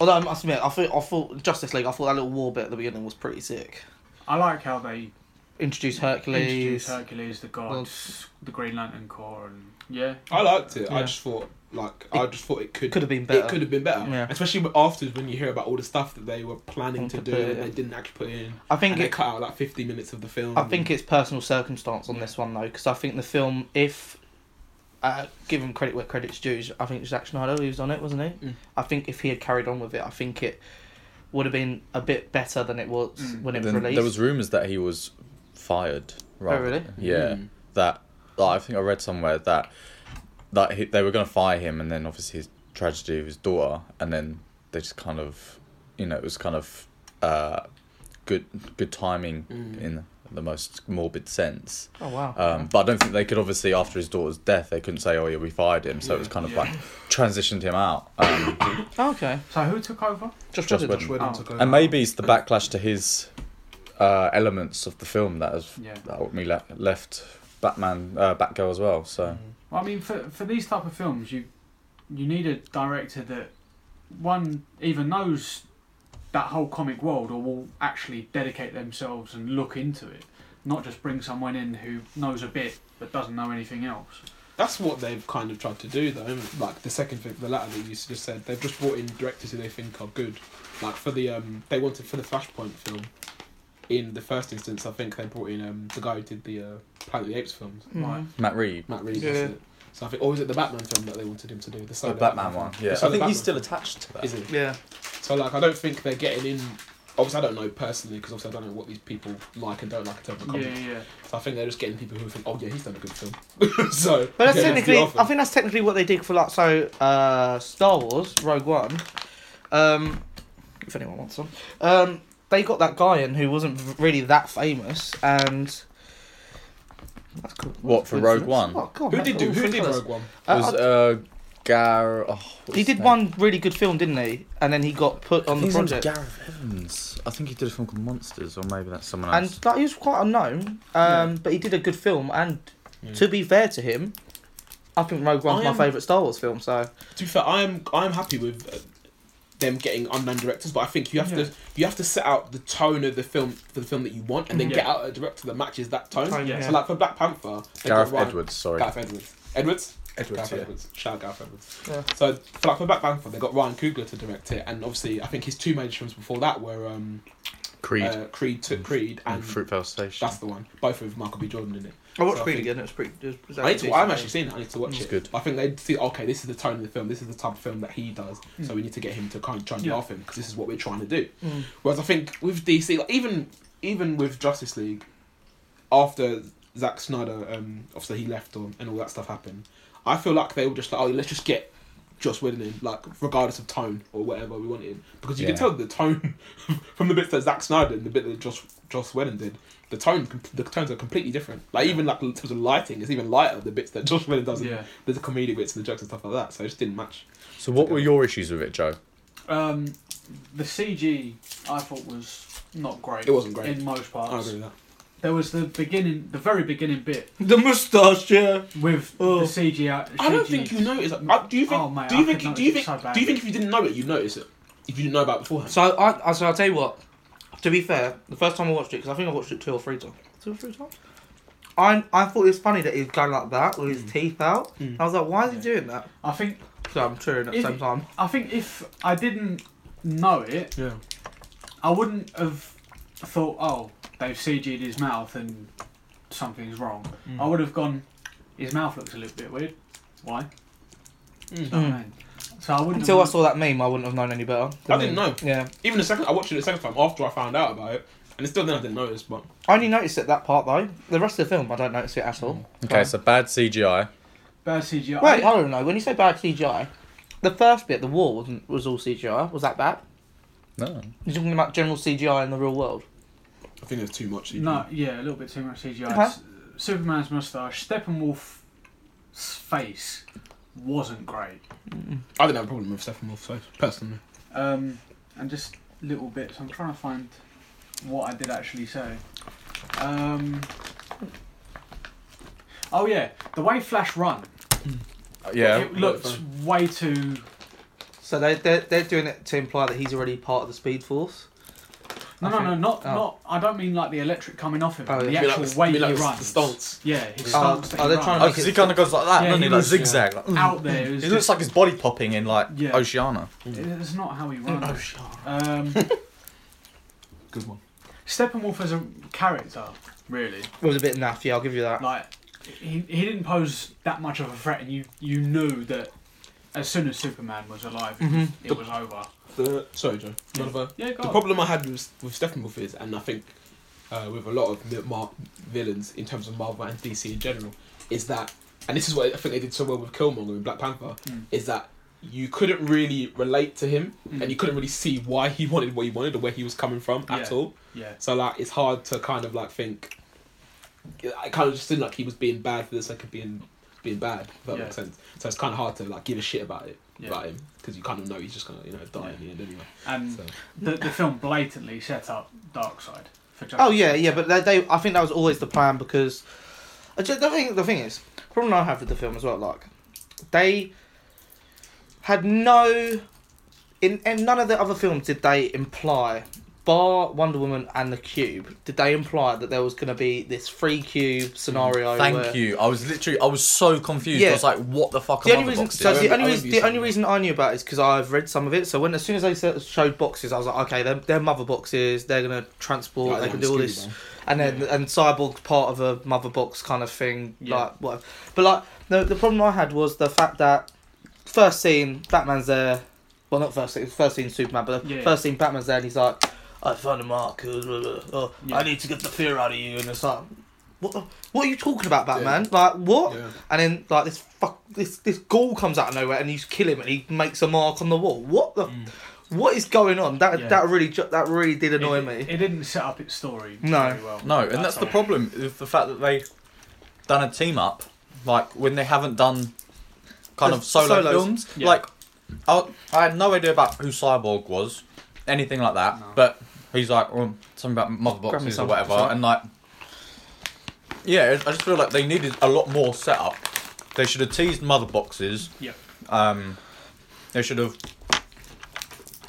S1: Although I must admit, I thought I thought Justice League. I thought that little war bit at the beginning was pretty sick.
S4: I like how they
S1: Introduce Hercules.
S4: introduce Hercules, the gods, the Green Lantern Corps, and yeah.
S3: I liked it. I
S1: Yeah.
S3: just thought, like, I just thought it could
S1: Could have been better.
S3: It could have been better,
S1: Yeah.
S3: especially w- afterwards when you hear about all the stuff that they were planning to
S1: Mm,
S3: do
S1: yeah.
S3: and they didn't actually put in.
S1: I
S3: And
S1: think
S3: they
S1: it
S3: cut out like fifty minutes of the film.
S1: I think it's personal circumstance on this one though, because I think the film, if uh, give him credit where credit's due, I think Zack Snyder who was on it, wasn't he?
S3: Mm.
S1: I think if he had carried on with it, I think it would have been a bit better than it was
S4: Mm.
S1: when it
S2: Then
S1: released. Oh,
S2: there was rumours that he was fired. rather-
S1: really? Hmm.
S2: Yeah.
S3: Mm.
S2: That like, I think I read somewhere that that he, they were going to fire him, and then obviously his tragedy of his daughter, and then they just kind of, you know, it was kind of uh, good good timing
S1: Hmm.
S3: Mm.
S2: in the most morbid sense.
S1: oh wow.
S2: Um, but I don't think they could obviously after his daughter's death they couldn't say oh yeah we fired him so it was kind of
S4: Yeah.
S2: like transitioned him out um,
S1: okay,
S4: So who took over?
S1: just,
S2: Joss
S1: Whedon.
S2: Whedon.
S3: Whedon
S4: Oh.
S3: took over.
S2: and maybe it's the backlash to his uh, elements of the film that has
S4: Yeah.
S2: that ultimately le- left Batman uh, Batgirl as well so
S3: Mm.
S4: Well, I mean, for for these type of films, you you need a director that one even knows that whole comic world, or will actually dedicate themselves and look into it, not just bring someone in who knows a bit but doesn't know anything else.
S3: That's what they've kind of tried to do, though. haven't they? Like the second thing, the latter that you just said, they've just brought in directors who they think are good. Like for the um, they wanted for the Flashpoint film. In the first instance, I think they brought in um the guy who did the uh, Planet of the Apes films,
S1: Mm.
S4: Right.
S2: Matt Reeves
S3: Matt Reeves.
S1: Yeah.
S3: that's it. So I think, or was it the Batman film that they wanted him to do? The
S2: the
S3: solo
S2: Batman one
S3: film.
S2: yeah
S3: The
S2: I
S3: solo
S2: think he's still
S3: Batman
S2: attached to that
S3: film. Is he?
S1: Yeah,
S3: So like, I don't think they're getting in. Obviously, I don't know personally because obviously I don't know what these people like and don't like in terms of
S4: Yeah,
S3: content.
S4: yeah, yeah.
S3: So I think they're just getting people who think, oh yeah, he's done a good film. so,
S1: but that's
S3: yeah,
S1: technically.
S3: the offer.
S1: I think that's technically what they did for like so uh, Star Wars Rogue One. Um, if anyone wants one, um, they got that guy in who wasn't really that famous and. That's cool.
S2: What, for Rogue One?
S1: Oh, God,
S3: who
S1: that's
S3: did do?
S1: all
S3: Who
S1: three
S3: did
S1: colours.
S3: Rogue One?
S2: It
S1: Uh,
S2: was
S1: I-
S2: uh, Gar oh, what was
S1: he
S2: his
S1: did
S2: name?
S1: one really good film, didn't he? And then he got put on the
S2: His name's
S1: project.
S2: Gareth Evans I think he did a film called Monsters or maybe that's someone else
S1: And like, he was quite unknown, um, but he did a good film. And
S3: Yeah.
S1: to be fair to him, I think Rogue One's
S3: Hmm. I
S1: my
S3: am-
S1: favourite Star Wars film. So
S3: To be fair, I'm I'm happy with uh, them getting unknown directors, but I think you have
S4: Yeah.
S3: to you have to set out the tone of the film for the film that you want, and then
S4: Mhm.
S3: get out a director that matches that tone.
S1: Tone,
S4: yeah.
S3: So like for Black Panther, they
S2: Gareth
S3: got Ryan-
S2: Edwards sorry
S3: Gareth Edwards. Edwards.
S2: Edwards,
S3: Gareth
S2: yeah.
S3: Edwards. Shout out Gareth Edwards.
S1: Yeah.
S3: So for like for Black Panther, they got Ryan Coogler to direct it, and obviously I think his two major films before that were um,
S2: Creed Mm.
S3: uh, Creed took Creed,
S2: and
S3: and
S2: Fruitvale Station.
S3: that's the one. Both with Michael B. Jordan in it.
S1: I watched
S3: So I
S1: Creed
S3: think-
S1: again. It was pretty. It was, it was
S3: I need to,
S1: decent.
S3: I'm actually seen it. I need to watch
S2: It's
S3: it.
S2: good.
S3: I think they see. Okay, this is the tone of the film. This is the type of film that he does. So we need to get him to kind of try and
S4: Yeah.
S3: laugh him because this is what we're trying to do.
S1: Mm.
S3: Whereas I think with DC, like, even even with Justice League, after Zack Snyder, um, obviously he left on and all that stuff happened, I feel like they were just like, oh, let's just get Joss Whedon in, like regardless of tone or whatever we wanted, because you
S2: Yeah.
S3: can tell the tone from the bits that Zack Snyder and the bit that Joss Joss Whedon did. The tone, the tones are completely different. Like even like in terms of lighting, it's even lighter. The bits that Joss Whedon does,
S4: Yeah.
S3: there's the comedic bits and the jokes and stuff like that. So it just didn't match.
S2: So what were your issues with it, Joe?
S4: Um, the CG I thought was not great.
S3: It wasn't great.
S4: in most
S3: I
S4: parts.
S3: agree with that.
S4: There was the beginning, the very beginning bit
S1: The mustache, yeah.
S4: with
S1: Oh.
S4: the CG. out-
S3: I don't
S4: CG
S3: think you notice. Like, I- do you think?
S4: Oh, mate,
S3: do you
S4: I
S3: think?
S4: could
S3: Do you think?
S4: notice it so bad.
S3: do you think if you didn't know it, you'd notice it? If you didn't know about it beforehand.
S1: So I, I so I'll tell you what. To be fair, the first time I watched it, because I think I watched it two or three times. Two or three times. I I thought it was funny that he was going like that with his teeth out.
S3: Mm.
S1: I was like, why is he
S4: Yeah.
S1: doing that?
S4: I think
S1: So I'm cheering at the
S4: Is
S1: same
S4: it-
S1: time.
S4: I think if I didn't know it,
S3: Yeah.
S4: I wouldn't have thought, oh, they've CG'd his mouth and something's wrong.
S1: Mm.
S4: I would have gone, his mouth looks a little bit weird. Why?
S3: Mm.
S4: You know what I mean? So I wouldn't.
S1: Until I
S4: have,
S1: saw that meme, I wouldn't have known any better. The
S3: I didn't
S1: meme.
S3: know.
S1: Yeah,
S3: Even the second, I watched it the second time after I found out about it, and it's still then I didn't notice. But
S1: I only noticed it that part though. The rest of the film, I don't notice it at all.
S2: Okay, so bad CGI.
S4: bad CGI.
S1: Wait, I don't know. When you say bad CGI, the first bit, the war wasn't was all CGI. Was that bad?
S2: No.
S1: You're talking about general CGI in the real world.
S3: I think there's too much.
S4: No, yeah, a little bit too much CGI.
S1: Okay.
S4: S- uh, Superman's mustache, Steppenwolf's face wasn't great,
S3: I didn't have a problem with Stephen Wolf's face personally.
S4: um, and just little bits. I'm trying to find what I did actually say. Um, oh yeah, the way Flash run,
S2: Yeah.
S4: it looks way too.
S1: So they they're, they're doing it to imply that he's already part of the Speed Force.
S4: No,
S1: I
S4: no, no,
S1: think-
S4: not
S1: oh.
S4: not. I don't mean like the electric coming off of him.
S1: Oh,
S4: the
S1: yeah.
S4: actual way he runs.
S3: the stance.
S4: Yeah, his
S1: Oh,
S4: stance. that
S1: oh,
S4: he
S1: they're
S4: runs.
S1: trying to
S2: Oh, because he kind of goes like that,
S4: Yeah,
S2: doesn't he?
S4: he
S2: Like
S4: was-
S2: zigzag. Like, mm.
S4: out there. It
S2: He
S4: was
S2: looks
S4: just-
S2: like his body popping in like
S4: Yeah.
S2: Oceana.
S4: It's not how
S1: Oh,
S4: he
S2: Oh,
S4: runs.
S1: sure.
S4: Um,
S3: Good one.
S4: Steppenwolf as a character, really,
S1: It was a bit naff. Yeah, I'll give you that.
S4: like he, he didn't pose that much of a threat, and you you knew that as soon as Superman was alive, it, was, it was over.
S3: The sorry, Joe.
S4: Yeah.
S3: Another-
S4: Yeah, go
S3: Mm-hmm. The
S4: on.
S3: problem I had with with Stephen Wolf is, and I think uh, with a lot of mi- mar- villains in terms of Marvel and DC in general, is that, and this is what I think they did so well with Killmonger in Black Panther,
S4: Mm.
S3: is that you couldn't really relate to him,
S4: Hmm.
S3: and you couldn't really see why he wanted what he wanted or where he was coming from at
S4: Yeah.
S3: all.
S4: yeah,
S3: So like, it's hard to kind of like think. I kind of just seemed like he was being bad for the sake of being being bad. If that
S4: Yeah.
S3: makes sense. So it's kind of hard to like give a shit about it
S4: Yeah.
S3: about him because you kind of know he's just gonna you know die
S4: Yeah.
S3: in the end anyway.
S4: and
S3: So
S4: the, the film blatantly set up Darkseid for Justice.
S1: Oh yeah, yeah, but they, they I think that was always the plan because I ju- the thing the thing is the problem I have with the film as well. Like they had no in and none of the other films did they imply, bar Wonder Woman and the Cube, did they imply that there was going to be this free cube scenario? where-
S2: Thank you. I was literally, I was so confused.
S1: Yeah.
S2: I was like, what the fuck
S1: The
S2: are
S1: only reason,
S2: boxes?
S1: so
S3: I
S1: the only
S3: remember
S1: reason,
S3: you
S1: the
S3: saying
S1: only
S3: that.
S1: reason I knew about it is because I've read some of it. So when as soon as they said- showed boxes, I was like, okay, they're, they're mother boxes. They're gonna transport.
S3: Like
S1: they
S3: that on
S1: can do all
S3: Scooby
S1: this,
S3: Doo.
S1: and then and Cyborg's part of a mother box kind of thing,
S4: Yeah.
S1: like whatever. But like the the problem I had was the fact that first scene Batman's there. Well, not first scene. First scene Superman, but the
S4: Yeah.
S1: first scene Batman's there, and he's like, I found a mark. uh, uh, uh, uh,
S4: Yeah.
S1: I need to get the fear out of you, and it's like. What, the- what are you talking about, Batman? Like what?
S3: Yeah.
S1: And then like this fuck this this ghoul comes out of nowhere and you kill him and he makes a mark on the wall. What the what is going on? That
S4: Mm. Yeah.
S1: that really ju- that really did
S4: It-
S1: annoy
S4: it,
S1: me.
S4: It didn't set up its story.
S1: No.
S4: very well.
S2: No, and that's the
S4: all.
S2: problem with the fact that they done a team up, like when they haven't done kind of
S1: The
S2: solo
S1: solos.
S2: films.
S4: Yeah.
S2: Like, I, I had no idea about who Cyborg was, anything like that.
S4: No.
S2: But he's like, well, something about mother
S1: Grab me
S2: boxes or
S1: some-
S2: whatever,
S1: some-
S2: and like, yeah, I just feel like they needed a lot more setup. They should have teased mother boxes.
S4: Yeah.
S2: Um, they should have.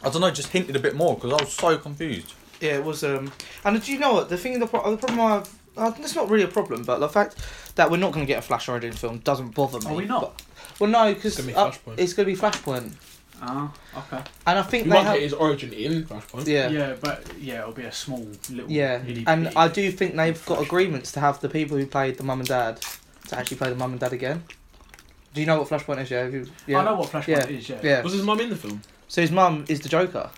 S2: I don't know, just hinted a bit more because I was so confused.
S1: Yeah, it was. Um, and do you know what the thing? The, pro- the problem I've uh, it's not really a problem, but the fact that we're not going to get a Flash Origin film doesn't bother me.
S4: Are we not?
S1: But- well, no, uh, because
S3: It's gonna be Flashpoint.
S1: it's going to be Flashpoint.
S4: Ah, okay.
S1: And I think
S3: You
S1: they
S3: might
S1: have.
S3: get his origin in Flashpoint.
S1: Yeah. yeah.
S4: Yeah, but yeah, it'll be a small little. itty
S1: and
S4: bitty.
S1: I do think they've got agreements to have the people who played the mum and dad to actually play the mum and dad again. Do you know what Flashpoint is? Yeah, Have you- yeah,
S4: I know what Flashpoint
S1: Yeah.
S4: is. Yeah.
S1: yeah.
S3: Was his mum in the film?
S1: So his mum is the Joker.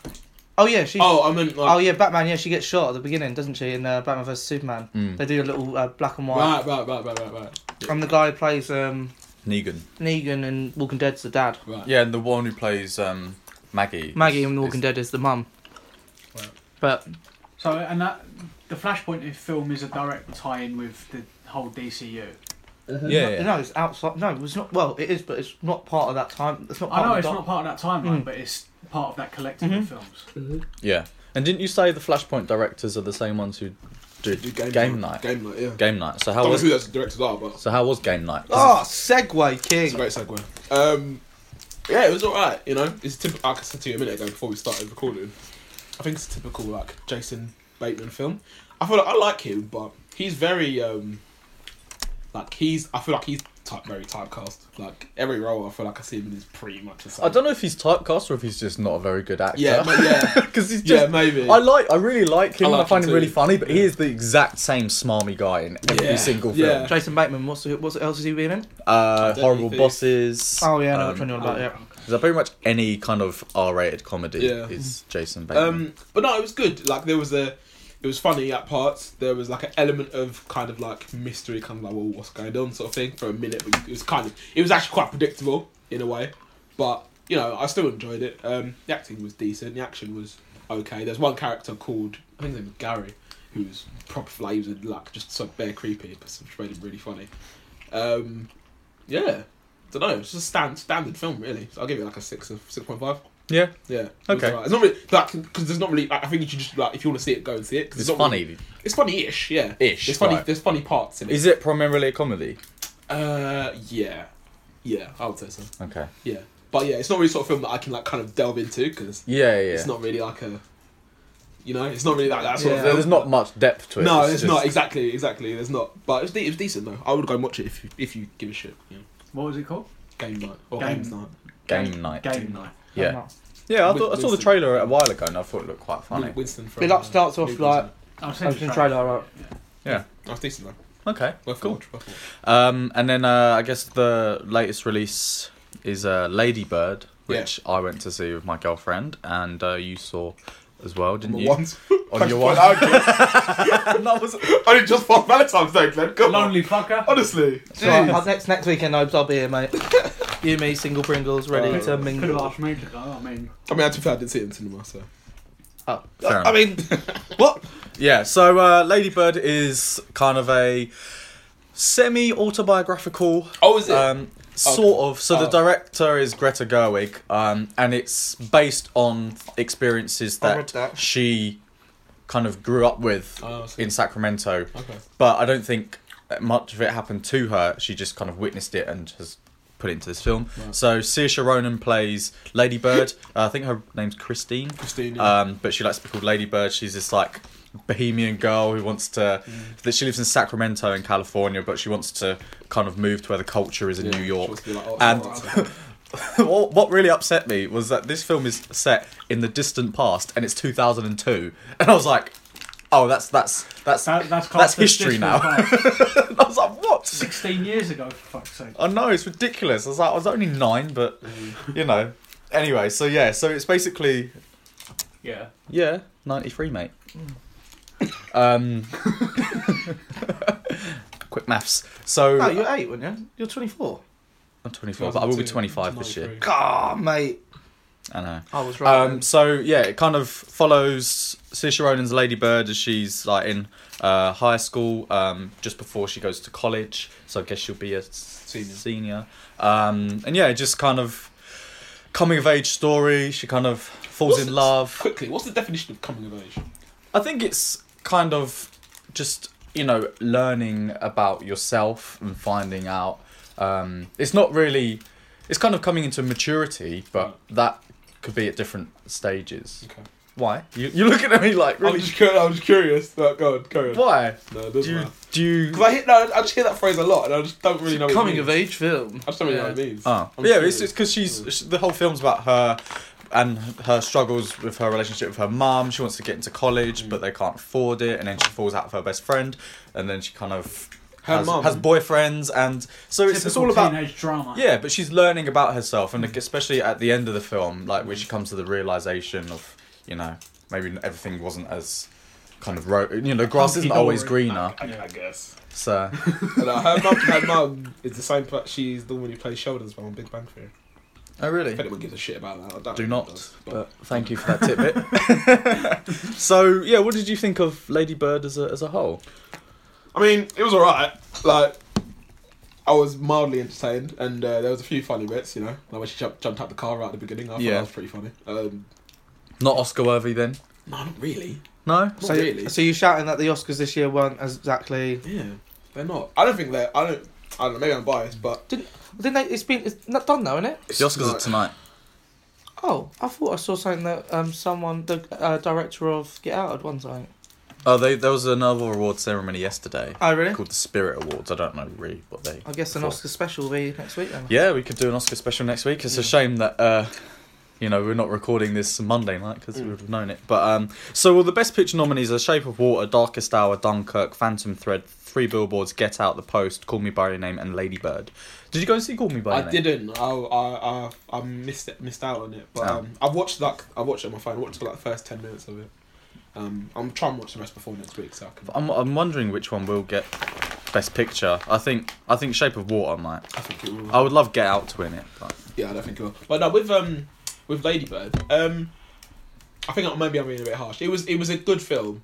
S1: Oh yeah, she's.
S3: Oh, I meant
S1: Oh
S3: like.
S1: yeah, Batman. Yeah, she gets shot at the beginning, doesn't she? In uh, Batman vs Superman,
S2: Mm.
S1: they do a little uh, black and
S3: right,
S1: white.
S3: right, right, right, right, right,
S1: I'm the guy who plays um,
S2: Negan.
S1: Negan and Walking Dead's the dad.
S3: right.
S2: Yeah, and the one who plays um, Maggie.
S1: Maggie
S2: is-
S1: in
S2: is-
S1: Walking Dead is the mum.
S3: Right.
S1: But
S4: So and that the Flashpoint film is a direct tie-in with the whole DCU.
S2: Yeah, yeah.
S1: no, it's outside. No, it's not. Well, it is, but it's not part of that time. It's not. Part
S4: I know
S1: of
S4: it's
S1: the
S4: not part of that timeline,
S1: Mm.
S4: but it's part of that collective
S1: Mhm.
S4: of films.
S2: Yeah. And didn't you say the Flashpoint directors are the same ones who do
S3: Do
S2: game, night? Game,
S3: Game night, yeah.
S2: night. So how
S3: Don't know
S2: was
S3: who Ah! those directors are, but
S2: so how was game night? 'Cause
S1: Oh, Segway
S3: It's a
S1: King.
S3: great segue. Um, yeah, it was alright, you know. It's typical, like I said to you a minute ago before we started recording. I think it's a typical, like, Jason Bateman film. I feel like I like him, but he's very, um, like, he's, I feel like he's type, very typecast. Like, every role I feel like I see him is pretty much the
S2: it's-
S3: same.
S2: I don't know if he's typecast or if he's just not a very good actor.
S3: Yeah, but yeah.
S2: because he's
S3: yeah,
S2: just.
S3: maybe.
S2: I like, I really like him.
S3: I
S2: and
S3: like
S2: I find
S3: him
S2: him really
S3: too.
S2: funny, but he is the exact same smarmy guy in every
S3: Yeah.
S2: single film.
S3: Yeah.
S1: Jason Bateman. What's the, what else has he been in?
S2: Uh,
S3: Identity
S2: horrible
S3: Thief.
S2: bosses.
S1: Oh yeah, I know
S2: um,
S1: which one you're on about. Yeah.
S2: So pretty much any kind of R-rated comedy
S3: Yeah.
S1: Mm-hmm.
S2: is Jason Bateman.
S3: Um, but no, it was good. Like there was a, it was funny at parts. There was like an element of kind of like mystery, kind of like well, what's going on, sort of thing for a minute. But it was kind of, it was actually quite predictable in a way. But you know, I still enjoyed it. Um, the acting was decent. The action was okay. There's one character called I think his name was Gary, who was proper flames and like just so bare creepy, but which made him really funny. Um, yeah. Don't know. It's just a stand, standard film, really. So I'll give it like a six, a six point five.
S2: yeah,
S3: Yeah. it was
S2: Okay.
S3: alright. It's not really like because there's not really. Like, I think you should just like if you want to see it, go and see it. 'cause
S2: it's
S3: not
S2: funny.
S3: really- it's funny-ish. Yeah.
S2: Ish,
S3: It's funny.
S2: right.
S3: There's funny parts in it.
S2: Is it primarily a comedy?
S3: Uh, yeah. Yeah, I would say so.
S2: Okay.
S3: Yeah, but yeah, it's not really the sort of film that I can like kind of delve into because
S2: Yeah, yeah. yeah.
S3: it's not really like a, you know, it's not really like that sort
S1: Yeah.
S3: of.
S2: There-
S3: Film.
S2: There's not much depth to it.
S3: No, it's,
S2: just-
S3: not exactly. Exactly, there's not. But it's de- it's decent though. I would go and watch it if you, if you give a shit. You know,
S4: What was it called?
S3: game night or
S4: Game-
S3: games night.
S2: game night.
S4: Game night.
S2: Yeah. Yeah, I,
S3: Win-
S2: thought, I saw the
S3: Winston.
S2: trailer a while ago and I thought it looked quite funny.
S3: Win- Winston from. uh,
S1: It like starts off
S3: Newcastle.
S1: like-
S4: I've
S1: I
S4: seen
S1: was
S4: the
S1: gonna
S4: trailer.
S1: try that out.
S4: Yeah.
S3: That's decent though.
S2: Okay,
S3: Worth a
S2: cool.
S3: watch, worth a watch.
S2: Um, and then uh, I guess the latest release is uh, Lady Bird, which I went to see with my girlfriend, and uh, you saw as well, didn't
S3: Number
S2: you?
S3: one.
S2: On your
S3: Well,
S2: one.
S3: I would- that was only just for Valentine's Day, Glenn. Come on.
S4: Lonely fucker.
S3: Honestly.
S1: So I- I'll- next next weekend, I'll I'll be here, mate. you, me, single Pringles, ready
S3: Oh.
S1: to
S4: Could have
S1: mingle.
S4: asked me to go. I mean,
S3: I mean, I too I didn't see it in cinema, so.
S1: Oh.
S2: Fair
S1: I mean, what?
S2: Yeah, so uh, Lady Bird is kind of a semi autobiographical
S3: Oh, is
S2: um, sort of. So the
S3: Oh.
S2: director is Greta Gerwig, um, and it's based on experiences
S1: I read
S2: that,
S1: that.
S2: she kind of grew up with
S3: Oh, I see.
S2: in Sacramento.
S3: okay.
S2: But I don't think much of it happened to her. She just kind of witnessed it and has put it into this film.
S3: Right.
S2: So Saoirse Ronan plays Lady Bird. uh, I think her name's Christine.
S3: Christine. yeah.
S2: Um, but she likes to be called Lady Bird. She's this like bohemian girl who wants to
S3: Mm.
S2: that she lives in Sacramento in California, but she wants to kind of move to where the culture is in
S3: Yeah,
S2: New
S3: she
S2: York.
S3: wants to be like, oh,
S2: and-
S3: oh, okay.
S2: what what really upset me was that this film is set in the distant past and it's 2002, and I was like, oh, that's that's that's
S4: that,
S2: that's
S4: that's classed as
S2: history
S4: distant
S2: now.
S4: past.
S2: And I was like, what?
S4: Sixteen years ago, for fuck's sake.
S2: I know it's ridiculous. I was like, I was only nine, but
S3: Mm.
S2: you know. Anyway, so yeah, so it's basically
S4: Yeah.
S2: Yeah, ninety three, mate. Um, quick maths. So
S1: No, Oh, you're eight, weren't you? You're 24.
S2: I'm twenty four, but I will be twenty five this year.
S3: 93.
S1: God, mate.
S2: I know.
S1: I was right.
S2: Um, so yeah, it kind of follows Saoirse Ronan's Lady Bird as she's like in uh, high school, um, just before she goes to college. So I guess she'll be a s-
S3: Senior.
S2: Senior. Um, and yeah, just kind of coming of age story. She kind of falls
S3: What's
S2: in
S3: it-
S2: love.
S3: Quickly, what's the definition of coming of age?
S2: I think it's kind of just you know learning about yourself and finding out. Um, it's not really. It's kind of coming into maturity, but that could be at different stages.
S3: Okay.
S2: Why? You, you look at me like
S3: I'm
S2: really.
S3: just curious. I'm just curious. No, go on, carry on.
S2: Why?
S3: No, it
S2: Do
S3: doesn't
S2: you
S3: matter.
S2: do you?
S3: Because I hit. No, I just hear that phrase a lot, and I just don't really know. what it
S1: Coming
S3: means.
S1: of age film.
S3: I just don't really know
S1: Yeah.
S3: what it means.
S2: Ah.
S3: I'm
S2: yeah,
S3: curious.
S2: it's because she's sh the whole film's about her and her struggles with her relationship with her mum. She wants to get into
S3: Mm.
S2: college, but they can't afford it, and then she falls out with her best friend, and then she kind of
S3: Her
S2: has,
S3: mum.
S2: has boyfriends, and so it's, it's all about
S4: teenage drama.
S2: yeah. But she's learning about herself,
S3: Mm.
S2: and especially at the end of the film, like when she comes to the realization of you know maybe everything wasn't as kind of ro- you know grass isn't always
S4: Hunky-dory.
S2: greener.
S3: I, I guess.
S2: So
S3: And, uh, her mum, her mum is the same. But she's the woman who plays Sheldon's mum on Big Bang Theory.
S2: oh
S3: If
S2: really?
S3: anyone gives a shit about that, I don't
S2: Do
S3: know
S2: not.
S3: if it does,
S2: But thank you for that tidbit. so yeah, what did you think of Lady Bird as a as a whole?
S3: I mean, it was alright. Like, I was mildly entertained, and uh, there was a few funny bits. You know, like when she jumped, jumped out the car right at the beginning. I thought
S2: Yeah.
S3: that was pretty funny. Um,
S2: Not Oscar worthy then?
S3: no, not really.
S2: No.
S3: Not really.
S1: So you're shouting that the Oscars this year weren't as exactly.
S3: Yeah, they're not. I don't think they're. I don't. I don't know. Maybe I'm biased, but
S1: Didn't they? It's been it's not done though, isn't it?
S2: The Oscars are
S3: Right.
S2: tonight.
S1: Oh, I thought I saw something that um someone the uh, director of Get Out had won something.
S2: Oh, they, there was another award ceremony yesterday
S1: Oh really?
S2: called the Spirit Awards. I don't know really what they.
S1: I guess an
S2: Cool.
S1: Oscar special will be next week then.
S2: Yeah, we could do an Oscar special next week. It's a shame that uh, you know we're not recording this Monday night because we would have known it. But um, so well, the best picture nominees are Shape of Water, Darkest Hour, Dunkirk, Phantom Thread, Three Billboards, Get Out, The Post, Call Me by Your Name, and Lady Bird. Did you go and see Call Me by Your
S3: I
S2: Name?
S3: didn't. I I I, I missed it, missed out on it. But
S2: Oh.
S3: um, I've watched like I watched it on my phone. I watched like the first ten minutes of it. Um, I'm trying to watch the rest before next week, so I can.
S2: I'm, I'm wondering which one will get best picture. I think I think Shape of Water might.
S3: I think it will.
S2: I would love Get Out to win it. But.
S3: Yeah, I don't think it will. But no, with um, with Ladybird, um, I think I- maybe I'm being a bit harsh. It was it was a good film,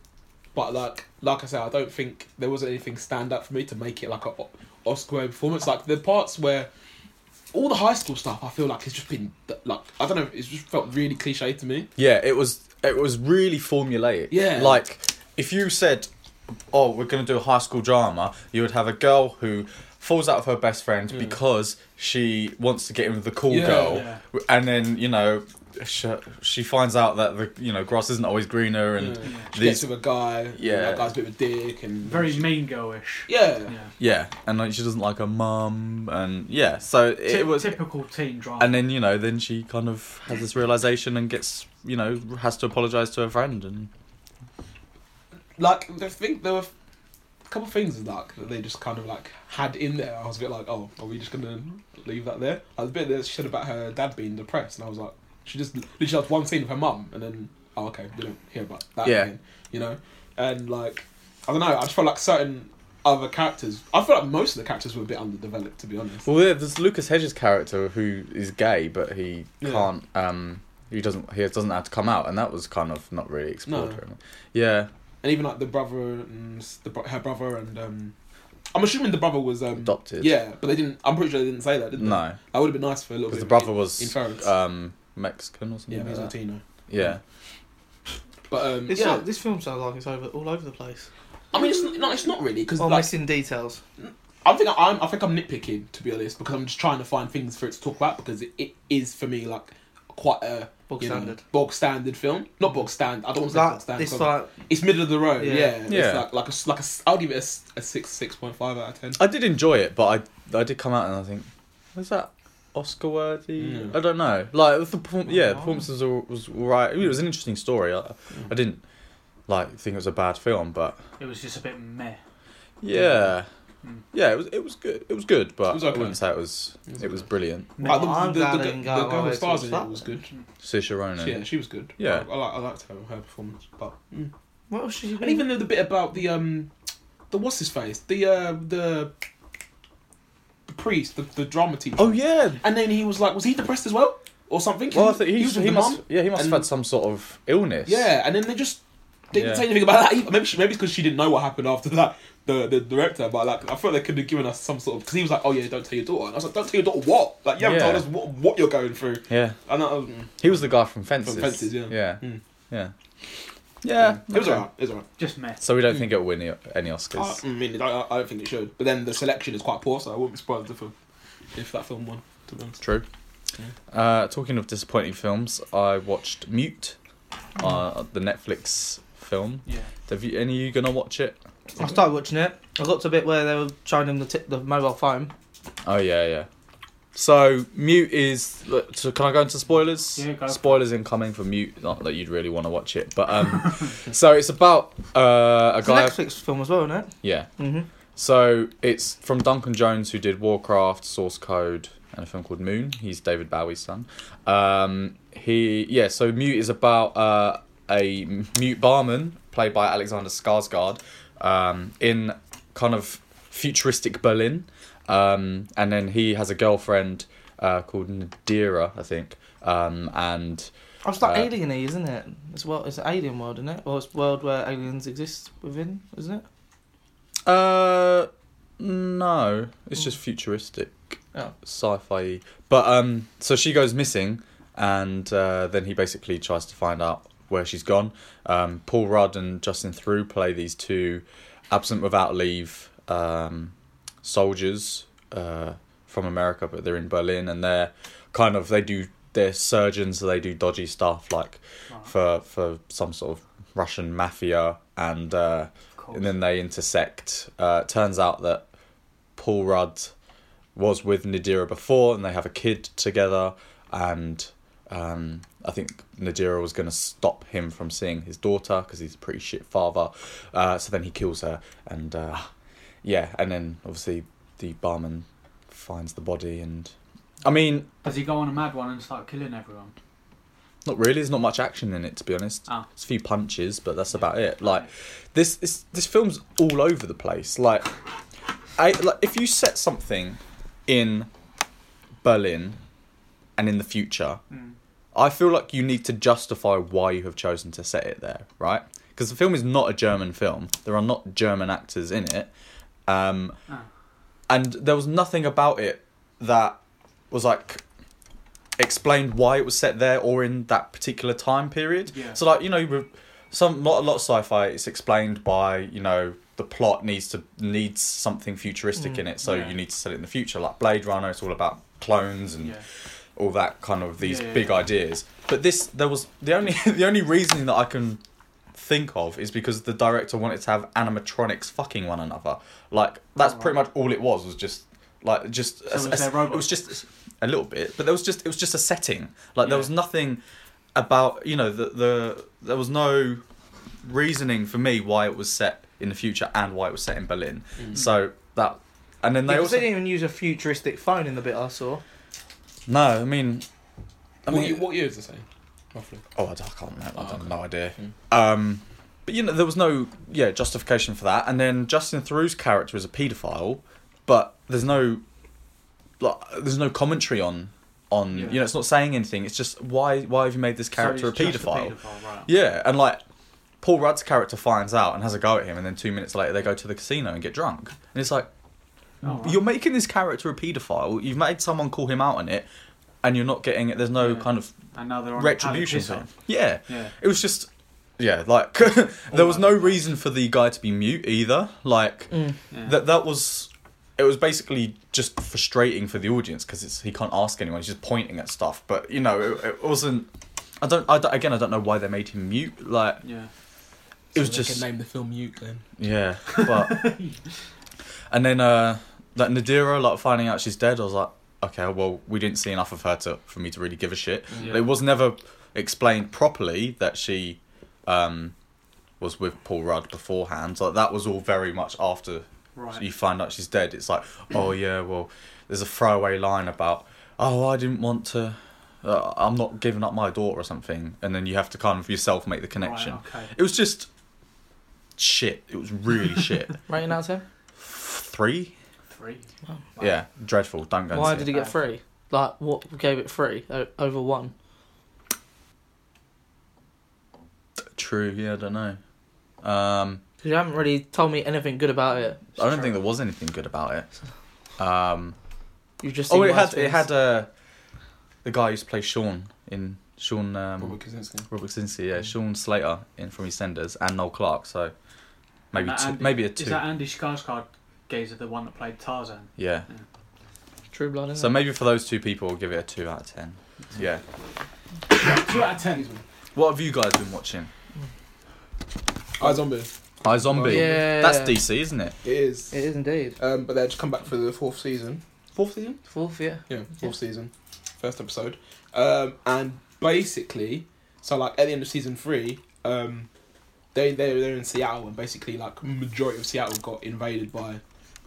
S3: but like like I said, I don't think there wasn't anything stand out for me to make it like a O- Oscar performance. Like the parts where all the high school stuff, I feel like it's just been like I don't know. It's just felt really cliche to me.
S2: Yeah, it was it was really formulaic.
S3: Yeah.
S2: Like if you said, "Oh, we're going to do a high school drama," you would have a girl who falls out of her best friend because she wants to get in with the cool
S3: Yeah.
S2: girl,
S4: Yeah.
S2: and then you know. She, she finds out that the you know grass isn't always greener and
S3: Yeah. She gets
S2: these
S3: with a guy.
S2: Yeah.
S3: Yeah, that guy's a bit of a dick and
S4: Very mean girlish.
S3: Yeah,
S4: Yeah.
S2: yeah and like she doesn't like her mum and yeah so it,
S4: Ty-
S2: was
S4: typical teen drama.
S2: and then you know then she kind of has this realization and gets you know has to apologize to her friend and
S3: like I think there were a couple of things like that they just kind of like had in there. I was a bit like, oh, are we just gonna leave that there? Like the bit that she said about her dad being depressed, and I was like, she just literally had one scene with her mum, and then oh, okay, we don't hear about that.
S2: Yeah.
S3: again, you know, and like I don't know, I just felt like certain other characters. I feel like most of the characters were a bit underdeveloped, to be honest.
S2: Well, yeah, there's Lucas Hedges' character who is gay, but he
S3: Yeah.
S2: can't. Um, he doesn't. He doesn't have to come out, and that was kind of not really explored.
S3: No.
S2: very much. Yeah,
S3: And even like the brother and s- the bro- her brother and um, I'm assuming the brother was um,
S2: adopted.
S3: Yeah, but they didn't. I'm pretty sure they didn't say that, did they?
S2: no,
S3: That would have been nice for a little bit.
S2: because the
S3: of uh,
S2: brother
S3: in-
S2: was
S3: inference.
S2: um, Mexican or something.
S3: yeah,
S2: like
S3: he's
S2: that.
S3: Latino.
S2: yeah.
S3: But um,
S1: It's
S3: yeah,
S1: like- this film sounds like it's over all over the place.
S3: I mean, it's not, no, it's not really because
S1: Or
S3: like,
S1: missing details.
S3: I think I'm, I think I'm nitpicking to be honest because I'm just trying to find things for it to talk about because it, it is for me like quite a
S1: Bog
S3: you know,
S1: standard.
S3: bog standard film. Not bog stand. I don't want to say bog
S1: Like,
S3: standard.
S1: it's
S3: 'cause
S1: like
S3: it's middle of the road.
S1: Yeah.
S3: Yeah,
S2: Yeah.
S3: It's like like a s- like a. s- I'll give it a, s- a six six point five out of ten.
S2: I did enjoy it, but I I did come out and I think, was that Oscar worthy?
S3: Mm.
S2: I don't know. Like the perform- yeah, the
S1: Oh.
S2: performance was all, was all right. I mean, it was an interesting story.
S3: Mm.
S2: I, I didn't like think it was a bad film, but
S4: it was just a bit meh.
S2: yeah.
S4: Mm.
S2: Yeah, it was it was good. It was good, but
S3: Hmm. It was okay.
S2: I wouldn't say it was
S3: It was
S2: it was
S3: okay.
S2: brilliant.
S3: Like,
S1: Well,
S3: the,
S1: I'm glad
S3: the,
S1: I
S3: the,
S1: didn't
S3: the
S1: go out of my
S3: girl
S1: way
S3: who
S1: to
S3: stars
S1: watch
S3: in
S1: that.
S3: it was good.
S2: Saoirse Ronan.
S3: Yeah, she was good.
S2: Yeah.
S3: I, I, like- I liked her, her performance. But
S1: what else should you?
S3: and even the, the bit about the um, the what's his face, the uh, the, the priest, the, the drama teacher.
S2: Oh yeah.
S3: And then he was like, was he depressed as well, or something?
S2: Well, I think
S3: he
S2: he,
S3: was
S2: he,
S3: with the
S2: must.
S3: mum.
S2: Yeah, he must
S3: and-
S2: have had some sort of illness.
S3: Yeah, and then they just they didn't
S2: Yeah.
S3: say anything about that. Either. Maybe she, maybe because she didn't know what happened after that. The the director, but like I felt they could have given us some sort of because he was like, oh yeah, don't tell your daughter. And I was like, don't tell your daughter what? Like you haven't
S2: Yeah.
S3: told us what, what you're going through.
S2: Yeah.
S3: And that was, mm,
S2: He was the guy from Fences.
S3: Fences, yeah.
S2: Yeah.
S3: Mm.
S2: Yeah. Yeah.
S3: it was
S2: okay.
S3: alright. It was alright.
S4: Just meh.
S2: So we don't think it'll win any- any Oscars.
S3: Uh, I, I mean, I, I don't think it should. But then the selection is quite poor, so I wouldn't be surprised if, um, if that film won. To be honest.
S2: True. Uh, talking of disappointing films, I watched Mute uh, the Netflix film.
S4: Yeah.
S2: Have you any of you gonna watch it?
S1: I started watching it. I got to a bit where they were showing him the, t- the mobile phone.
S2: Oh yeah, yeah. So mute is. look, So can I go into spoilers?
S4: Yeah, go.
S2: Spoilers incoming for mute. Not that you'd really want to watch it, but um. so it's about uh, a
S1: It's a
S2: guy.
S1: Netflix film as well, isn't it?
S2: Yeah.
S1: Mm-hmm.
S2: So it's from Duncan Jones, who did Warcraft, Source Code, and a film called Moon. He's David Bowie's son. Um, he yeah. So Mute is about uh, a mute barman played by Alexander Skarsgård um, in kind of futuristic Berlin, um, and then he has a girlfriend uh, called Nadira, I think, um, and
S1: Oh, it's like
S2: Uh,
S1: alien y, isn't it? It's well, it's an alien world, isn't it? Or it's a world where aliens exist within, isn't it?
S2: Uh, no, it's just futuristic,
S1: Oh.
S2: sci-fi. But um, so she goes missing, and uh, then he basically tries to find out where she's gone. Um, Paul Rudd and Justin Theroux play these two absent without leave um, soldiers uh, from America, but they're in Berlin, and they're kind of they do they're surgeons, so they do dodgy stuff like
S4: Right,
S2: for for some sort of Russian mafia and. Uh,
S4: cool.
S2: and then they intersect. Uh, it turns out that Paul Rudd was with Nadira before, and they have a kid together. And um, I think Nadira was going to stop him from seeing his daughter because he's a pretty shit father. Uh, so then he kills her, and uh, yeah, and then obviously the barman finds the body, and I mean,
S4: Does he go on a mad one and start killing everyone?
S2: not really. There's not much action in it, to be honest.
S4: Ah.
S2: It's a few punches, but that's about it. Like. this this this film's all over the place. Like, I like if you set something in Berlin and in the future,
S4: Mm.
S2: I feel like you need to justify why you have chosen to set it there, right? Because the film is not a German film. There are not German actors in it, um,
S4: Ah.
S2: and there was nothing about it that was like explained why it was set there or in that particular time period.
S4: Yeah.
S2: So like you know, with some not a lot of sci-fi. It's explained by you know the plot needs to needs something futuristic in it, so
S4: Mm. Yeah.
S2: you need to set it in the future. Like Blade Runner, it's all about clones and
S4: Yeah.
S2: all that kind of these
S4: Yeah, yeah,
S2: big
S4: yeah.
S2: ideas. But this there was the only the only reasoning that I can think of is because the director wanted to have animatronics fucking one another. Like that's pretty much all it was was just like just
S4: Oh, So was there
S2: it was
S4: robots?
S2: just a little bit, but there was just it was just a setting. Like there
S4: Yeah.
S2: was nothing about you know the the there was no reasoning for me why it was set in the future and why it was set in Berlin.
S4: Mm.
S3: Mm.
S2: So that and then
S1: And
S2: they
S1: they,
S2: also
S1: didn't even use a futuristic phone in the bit I saw.
S2: no I mean I
S3: what,
S2: mean-
S3: year, what year is the same? Roughly.
S2: Oh, I, d- I can't remember. I
S3: Oh,
S2: have
S3: okay.
S2: no idea.
S4: Hmm.
S2: Um, but you know, there was no yeah justification for that. And then Justin Theroux's character is a paedophile, but there's no like there's no commentary on on
S4: Yeah.
S2: you know it's not saying anything. It's just why why have you made this character
S4: So
S2: a
S4: he's just
S2: paedophile?
S4: paedophile, right.
S2: Yeah, and like Paul Rudd's character finds out and has a go at him, and then two minutes later they go to the casino and get drunk, and it's like
S4: Oh, right.
S2: you're making this character a paedophile. You've made someone call him out on it, and you're not getting it. There's no
S4: Yeah.
S2: kind of
S4: And now they're on a
S2: retribution for
S4: pallet
S2: him.
S4: piss
S2: Yeah.
S4: off. Yeah.
S2: It was just, yeah, like there was no reason for the guy to be mute either. Like
S1: Mm.
S4: yeah.
S2: that that was, it was basically just frustrating for the audience because it's he can't ask anyone. He's just pointing at stuff. But you know, it, it wasn't. I don't, I don't- Again, I don't know why they made him mute. Like
S4: yeah.
S2: it was
S3: they
S2: just.
S3: could name the film Mute then.
S2: Yeah, but and then uh like Nadira, like finding out she's dead, I was like, okay, well, we didn't see enough of her to for me to really give a shit.
S4: Yeah.
S2: It was never explained properly that she um was with Paul Rudd beforehand. Like that was all very much after
S4: Right.
S2: you find out she's dead. It's like, oh yeah, well, there's a throwaway line about, oh, I didn't want to. Uh, I'm not giving up my daughter or something, and then you have to kind of yourself make the connection.
S4: Right, okay.
S2: It was just shit. It was really shit.
S1: Rating out of ten.
S2: Three?
S4: Three. Wow.
S2: Yeah, dreadful. Don't go. and
S1: Why
S2: see
S1: did
S2: it.
S1: he get three? Like, what gave it three o- over one?
S2: True. Yeah, I don't know. Um,
S1: Because you haven't really told me anything good about it.
S2: I don't think there was anything good about it. Um,
S1: You just
S2: oh,
S1: seen
S2: it
S1: worse
S2: had it
S1: things.
S2: had uh, the guy who used to play Sean in Sean um, Robert,
S3: Robert Kaczynski.
S2: Krasinski, yeah, Sean Slater in from EastEnders and Noel Clark. So maybe
S4: And that
S2: two,
S4: Andy-
S2: maybe a
S4: Is
S2: two.
S4: that Andy Skarsgård gazer the one that played Tarzan?
S2: Yeah. uh,
S1: True Blood.
S2: So
S1: Isn't
S2: maybe for those two people, we'll give it a two out of ten. Yeah.
S4: Two out of ten.
S2: What have you guys been watching?
S3: I Zombie.
S2: I Zombie.
S1: Yeah.
S2: That's DC, isn't it?
S3: It is.
S1: It is indeed.
S2: Uh,
S3: Um, but they just come back for the fourth season. Fourth season?
S1: Fourth, yeah.
S3: Yeah, fourth season. First episode. Um, and basically, so like at the end of season three, um, they they they're in Seattle, and basically like majority of Seattle got invaded by,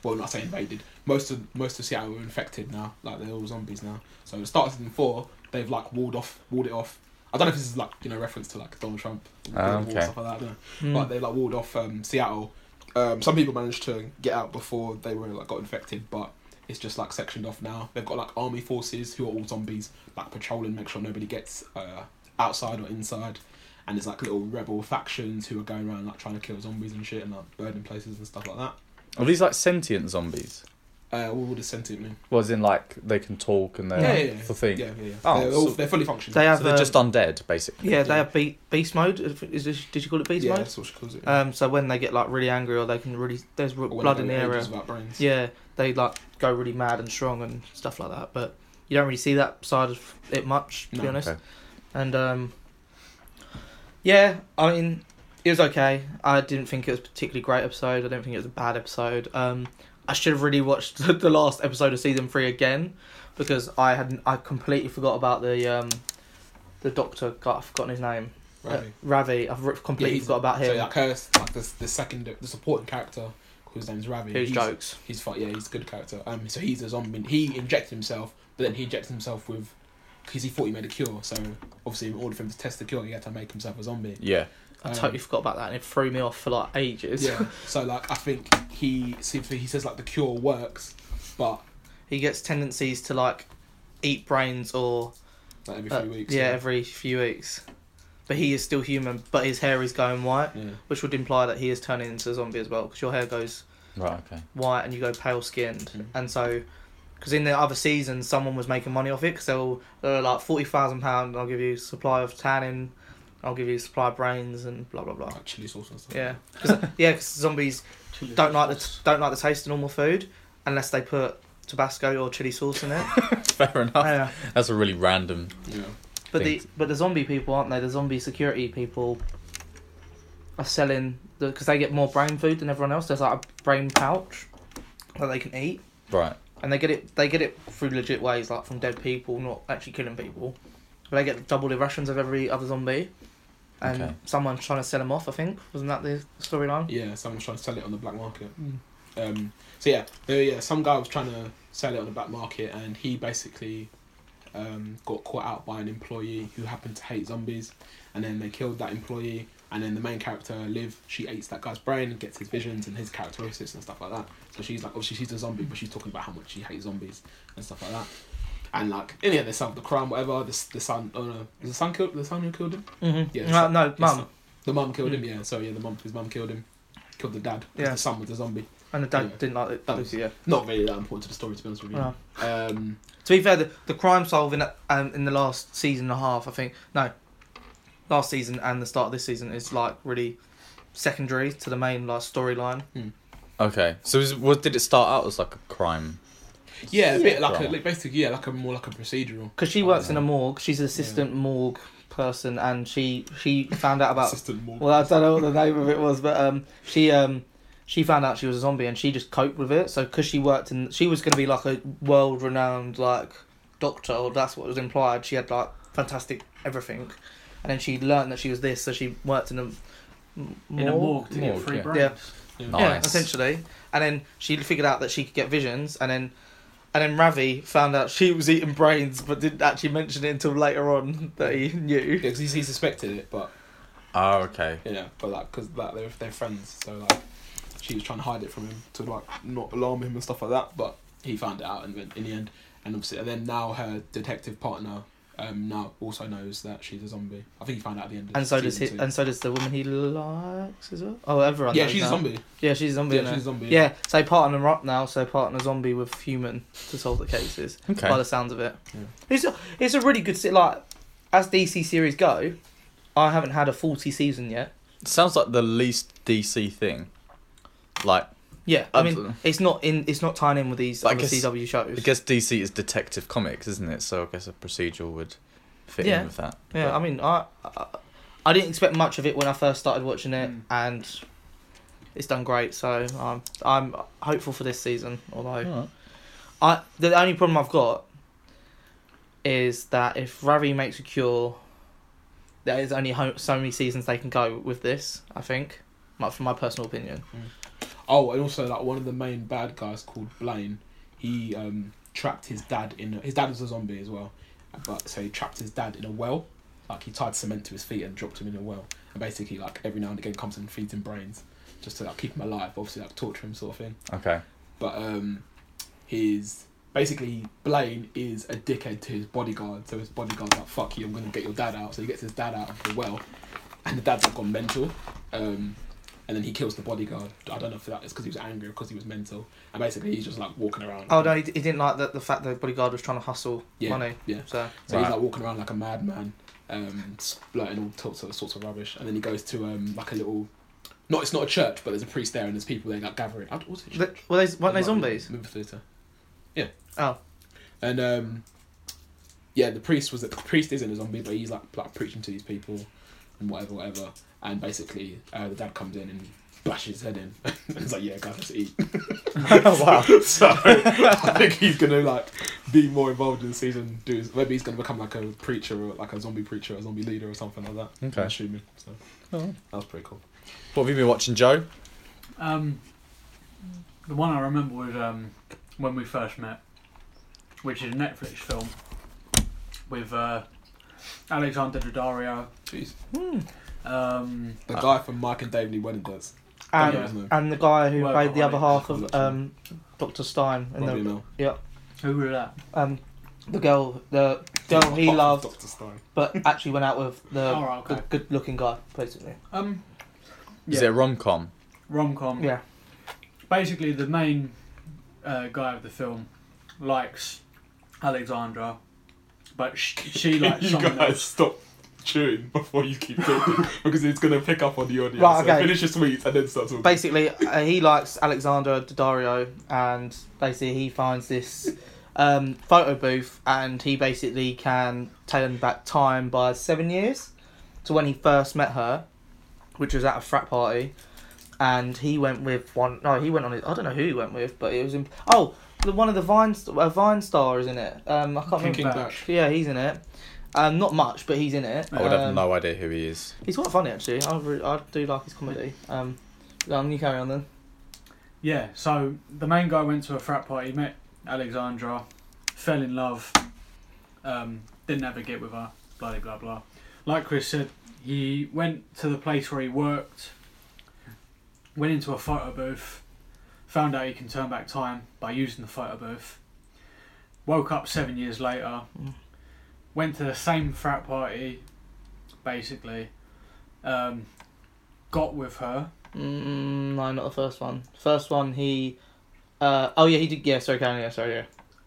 S3: well, not say invaded. Most of most of Seattle are infected now. Like they're all zombies now. So at the start of season four, they've like walled off, walled it off. I don't know if this is like you know reference to like Donald Trump,
S2: Ah,
S3: Build a wall,
S2: okay.
S3: stuff like that. I don't know.
S1: Mm.
S3: Like they like walled off um, Seattle. Um, some people managed to get out before they were like got infected, but it's just like sectioned off now. They've got like army forces who are all zombies, like patrolling, make sure nobody gets uh, outside or inside. And there's like little rebel factions who are going around like trying to kill zombies and shit and like burning places and stuff like that.
S2: Are these like sentient zombies?
S3: Uh, what would a sentient mean?
S2: Well, as in like they can talk and they're
S3: Yeah, yeah, yeah.
S2: the Uh, thing.
S3: Yeah, yeah, yeah.
S2: Oh,
S3: they're, all,
S2: so-
S3: they're fully functioning.
S1: They have
S2: So they're
S1: um,
S2: just undead, basically.
S1: Yeah, they have be- beast mode. Is this, did you call it beast
S3: yeah,
S1: mode?
S3: that's what she calls it.
S1: Um, so when they get like really angry or they can really there's r-
S3: Or when
S1: blood
S3: they
S1: in the
S3: go
S1: area.
S3: ages without brains.
S1: Yeah, they like go really mad and strong and stuff like that. But you don't really see that side of it much, to be
S3: No.
S1: honest.
S2: Okay.
S1: And um, yeah, I mean, it was okay. I didn't think it was a particularly great episode. I don't think it was a bad episode. Um, I should have really watched the last episode of season three again because I had I completely forgot about the um, the doctor. God, I've forgotten his name.
S3: Right.
S1: Uh, Ravi. I've re- completely
S3: he's-
S1: forgot about him.
S3: So like her, like the, the second, the supporting character, whose name's Ravi.
S1: Who's
S3: he's,
S1: jokes?
S3: He's fine. Yeah, he's a good character. Um, so he's a zombie. He injected himself, but then he injected himself with, because he thought he made a cure. So obviously, in order for him to test the cure, he had to make himself a zombie.
S2: Yeah.
S1: I
S3: um,
S1: totally forgot about that, and it threw me off for like ages.
S3: Yeah. so like, I think he seems he says like the cure works, but
S1: he gets tendencies to like eat brains or
S3: like every
S1: uh,
S3: few weeks.
S1: yeah
S3: so-
S1: every few weeks. But he is still human, but his hair is going white,
S3: yeah.
S1: which would imply that he is turning into a zombie as well, because your hair goes
S2: Right. Okay.
S1: white and you go pale skinned,
S3: Mm.
S1: and so. Because in the other season, someone was making money off it. Because they were, they were like forty thousand pound. I'll give you supply of tannin, I'll give you supply of brains, and blah blah blah.
S3: Like chili sauce and stuff.
S1: Yeah, because yeah, 'cause zombies
S4: Chili
S1: don't like the
S4: sauce.
S1: don't like the taste of normal food unless they put Tabasco or chili sauce in it.
S2: Fair enough.
S1: Yeah.
S2: That's a really random.
S3: Yeah.
S1: But the but the zombie people aren't they? The zombie security people are selling because they get more brain food than everyone else. There's like a brain pouch that they can eat,
S2: Right.
S1: and they get it they get it through legit ways, like from dead people, not actually killing people. But they get double the rations of every other zombie. And
S2: Okay.
S1: someone's trying to sell them off, I think. Wasn't that the storyline?
S3: Yeah, someone's trying to sell it on the black market.
S1: Mm.
S3: Um, so yeah, there, yeah, some guy was trying to sell it on the black market, and he basically um, got caught out by an employee who happened to hate zombies, and then they killed that employee. And then the main character, Liv, she eats that guy's brain, gets his visions and his characteristics and stuff like that. So she's like, obviously she's a zombie, but she's talking about how much she hates zombies and stuff like that. And like, in the end, they solved the crime, whatever. The, s- the son, oh no, was the son killed? The son who killed him?
S1: Mm-hmm.
S3: Yeah,
S1: no,
S3: so-
S1: no,
S3: Yes,
S1: mum.
S3: sir. The mum killed him.
S1: Mm.
S3: Yeah. So yeah, the mum. His mum killed him. Killed the dad. 'cause
S1: Yeah.
S3: The son was a zombie.
S1: And the dad
S3: Yeah.
S1: didn't like it.
S3: That was-
S1: yeah.
S3: Not really that important to the story, to be honest with you.
S1: No.
S3: Um,
S1: To be fair, the, the crime solving um, in the last season and a half, I think, no, last season and the start of this season is like really secondary to the main like storyline.
S2: Okay. So is, was, did it start out as like a crime?
S3: yeah, a bit like a,
S2: Drama.
S3: like basically yeah, like a more like a procedural.
S1: Because she works in a morgue, she's an assistant morgue person, and she she found out about.
S3: Assistant Morgan.
S1: Well, I don't know what the name of it was, but um, she um, she found out she was a zombie, and she just coped with it. So, because she worked in, she was going to be like a world renowned like doctor, or that's what was implied. She had like fantastic everything, and then she learned that she was this, so she worked in a m-
S4: in a morgue to
S2: Morgue,
S4: get free
S2: yeah.
S4: brains.
S1: Yeah.
S2: Nice.
S1: Yeah, essentially. And then she figured out that she could get visions, and then and then Ravi found out she was eating brains, but didn't actually mention it until later on that he knew.
S3: because he, he suspected it, but
S2: Oh, okay.
S3: you know, but like because like they're they're friends, so like she was trying to hide it from him to like not alarm him and stuff like that. But he found it out in, the- in the end, and obviously, and then now her detective partner um now also knows that she's a zombie. I think he found out at the end. Of
S1: And so does he,
S3: season two.
S1: and so does the woman he likes as well. Oh, everyone.
S3: yeah,
S1: knows
S3: she's a
S1: now.
S3: zombie.
S1: Yeah, she's a zombie.
S3: Yeah,
S1: isn't
S3: she's a
S1: it?
S3: zombie.
S1: Yeah, so they partner up now. So they partner zombie with human to solve the cases.
S2: Okay.
S1: By the sounds of it,
S3: Yeah.
S1: it's a, it's a really good se- like as DC series go. I haven't had a forty season yet.
S2: Sounds like the least DC thing. Like,
S1: Yeah, I mean
S2: Absolutely.
S1: it's not in it's not tying in with these
S2: But I
S1: other
S2: guess-
S1: CW shows.
S2: I guess DC is detective comics, isn't it? So I guess a procedural would fit
S1: Yeah.
S2: in with that.
S1: Yeah, I mean, I, I I didn't expect much of it when I first started watching it,
S4: Mm.
S1: and it's done great. So I'm I'm hopeful for this season. Although
S2: Alright.
S1: I the only problem I've got is that if Ravi makes a cure, there is only ho- so many seasons they can go with this. I think, my- from my personal opinion.
S3: Oh, and also like one of the main bad guys called Blaine, he um, trapped his dad in. A, his dad was a zombie as well, but so he trapped his dad in a well. Like he tied cement to his feet and dropped him in a well, and basically like every now and again comes and feeds him brains, just to like keep him alive. Obviously like torture him sort of thing.
S2: Okay.
S3: But um, his basically Blaine is a dickhead to his bodyguard. So his bodyguard's like, "Fuck you, I'm gonna get your dad out." So he gets his dad out of the well, and the dad's like gone mental. Um, and then he kills the bodyguard. I don't know if that is because he was angry or because he was mental. And basically, he's just like walking around.
S1: Oh no, he, he didn't like that the fact that the bodyguard was trying to hustle
S3: Yeah,
S1: money.
S3: yeah.
S1: So
S3: So he's
S2: Right.
S3: like walking around like a madman, um, splurting all sorts of sorts of rubbish. And then he goes to um like a little, not it's not a church, but there's a priest there and there's people there like gathering. I, was it a
S1: Th-
S3: church?
S1: were they weren't they
S3: It might be
S1: zombies?
S3: a Movie theater. Yeah.
S1: Oh.
S3: And um, yeah, the priest was the priest isn't a zombie, but he's like, like preaching to these people and whatever, whatever. And basically, uh, the dad comes in and bashes his head in. and he's like, "Yeah, guys, let's eat."
S2: wow.
S3: so I think he's gonna like be more involved in the season. Do his- maybe he's gonna become like a preacher or like a zombie preacher, a zombie leader or something like that.
S2: Okay.
S3: I'm assuming. So
S1: Oh.
S2: Alright.
S3: that was pretty cool.
S2: What have you been watching, Joe?
S4: Um, the one I remember was um, when we first met, which is a Netflix film with uh, Alexander Daddario,
S3: Jeez.
S4: um,
S3: The guy from Mike and David Lee Wedding Dance.
S1: Uh, And
S3: Yeah, isn't it?
S1: and the guy who
S4: Well,
S1: played the
S4: I-
S1: other half
S3: I've
S1: of
S3: got
S1: um, Doctor Stein and
S3: Robbie
S1: the
S3: Mel.
S4: who was that?
S1: um, the girl the girl he
S3: Apart from
S1: loved,
S3: Dr. Stein.
S1: but actually went out with the
S4: All Oh, right, okay.
S1: good looking guy basically.
S4: Um,
S2: Is
S4: Yeah.
S2: it a rom com?
S4: rom com.
S1: Yeah,
S4: Basically, the main uh, guy of the film likes Alexandra, but sh- she likes
S3: you
S4: someone
S3: guys
S4: else.
S3: stop chewing before you keep talking because it's gonna pick up on the audience.
S1: Right,
S3: So
S1: okay.
S3: finish your sweets and then start talking.
S1: basically uh, he likes Alexander Daddario, and basically he finds this um, photo booth, and he basically can tell him back time by seven years to when he first met her, which was at a frat party, and he went with one. No, he went on. His, I don't know who he went with, but it was in. Oh, the one of the Vine st- a Vine star is in it. Um, I can't remember.
S3: Thinking
S4: back.
S3: back.
S1: Yeah, he's in it. Um, not much, but he's in it.
S2: I would have
S1: Um,
S2: no idea who he is.
S1: He's quite funny actually. I, re- I do like his comedy. Um, um, you carry on then.
S4: Yeah, so the main guy went to a frat party, met Alexandra, fell in love, um, didn't ever get with her, blah, blah, blah, blah. Like Chris said, he went to the place where he worked, went into a photo booth, found out he can turn back time by using the photo booth, woke up seven years later,
S1: Mm.
S4: went to the same frat party, basically, um, got with her.
S1: Mm, no, not the first one. First one, he. Uh, oh yeah, he did. Yeah, sorry, Karen. Yeah, sorry. Yeah.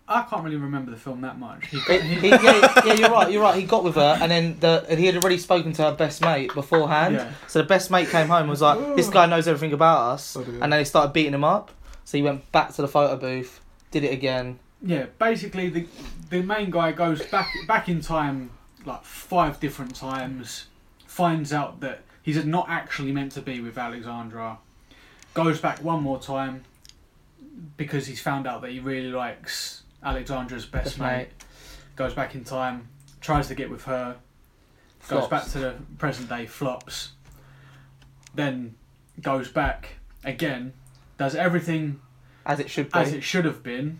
S4: I can't really remember the film that much. He,
S1: He, he- yeah, yeah, you're right. You're right. He got with her, and then the and he had already spoken to her best mate beforehand.
S4: yeah.
S1: So the best mate came home and was like, "This guy knows everything about us,"
S3: Oh, dear.
S1: and then they started beating him up. So he went back to the photo booth, did it again.
S4: yeah, basically the the main guy goes back back in time like five different times, finds out that he's not actually meant to be with Alexandra, goes back one more time because he's found out that he really likes Alexandra's best,
S1: Best
S4: mate.
S1: mate.
S4: Goes back in time, tries to get with her, goes
S1: Flops.
S4: back to the present day, flops, then goes back again, does everything
S1: as it should be.
S4: as it should have been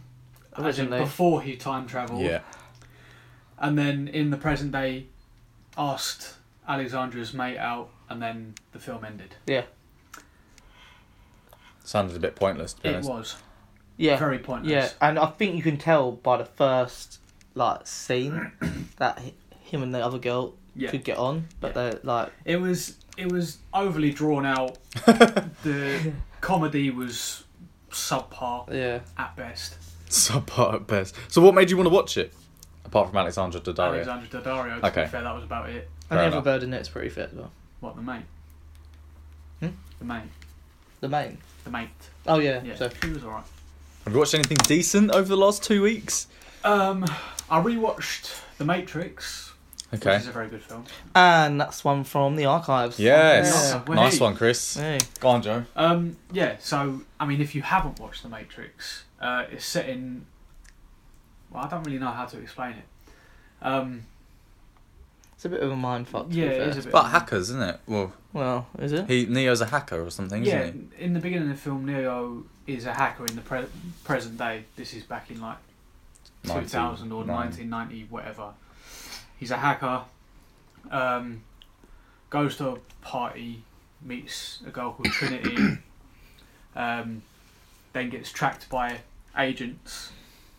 S4: as in
S1: Originally.
S4: before he time travelled
S2: Yeah.
S4: and then in the present day asked Alexandra's mate out and then the film ended
S2: Sounded a bit pointless, to be
S4: it
S2: honest.
S4: was
S1: yeah.
S4: very pointless
S1: Yeah, and I think you can tell by the first like scene that hi- him and the other girl
S4: Yeah.
S1: could get on, but they're like,
S4: it was it was overly drawn out the comedy was subpar
S1: yeah,
S4: at best
S2: Subpar at best. So, what made you want to watch it? Apart from Alexandra Daddario.
S4: Alexandra Daddario to
S2: Okay.
S4: be fair that was about it
S1: and
S2: Fair
S1: the other
S2: enough.
S1: bird in it's pretty fit as well.
S4: what the mate
S1: Hmm?
S4: the mate
S1: The main.
S4: the mate
S1: Oh yeah.
S4: yeah
S1: So
S4: she was alright
S2: Have you watched anything decent over the last two weeks?
S4: um I rewatched The Matrix
S2: Okay.
S4: which is a very good film.
S1: And that's one from the archives.
S2: Yes.
S4: Yeah.
S2: Nice one, Chris.
S1: Hey.
S2: Go on, Joe.
S4: Um, yeah, so I mean, if you haven't watched The Matrix, uh, it's set in. Well, I don't really know how to explain it. Um,
S1: It's a bit of a mind fuck. to be
S4: Yeah, it
S1: fair.
S4: is a bit.
S2: But hackers, isn't it? Well,
S1: Well, is it?
S2: he Neo's a hacker or something,
S4: yeah,
S2: isn't
S4: in the beginning of the film, Neo is a hacker in the pre- present day. This is back in like
S2: he?
S4: 2000 or
S2: 19.
S4: 1990, whatever. He's a hacker. Um, goes to a party, meets a girl called Trinity. um, then gets tracked by agents,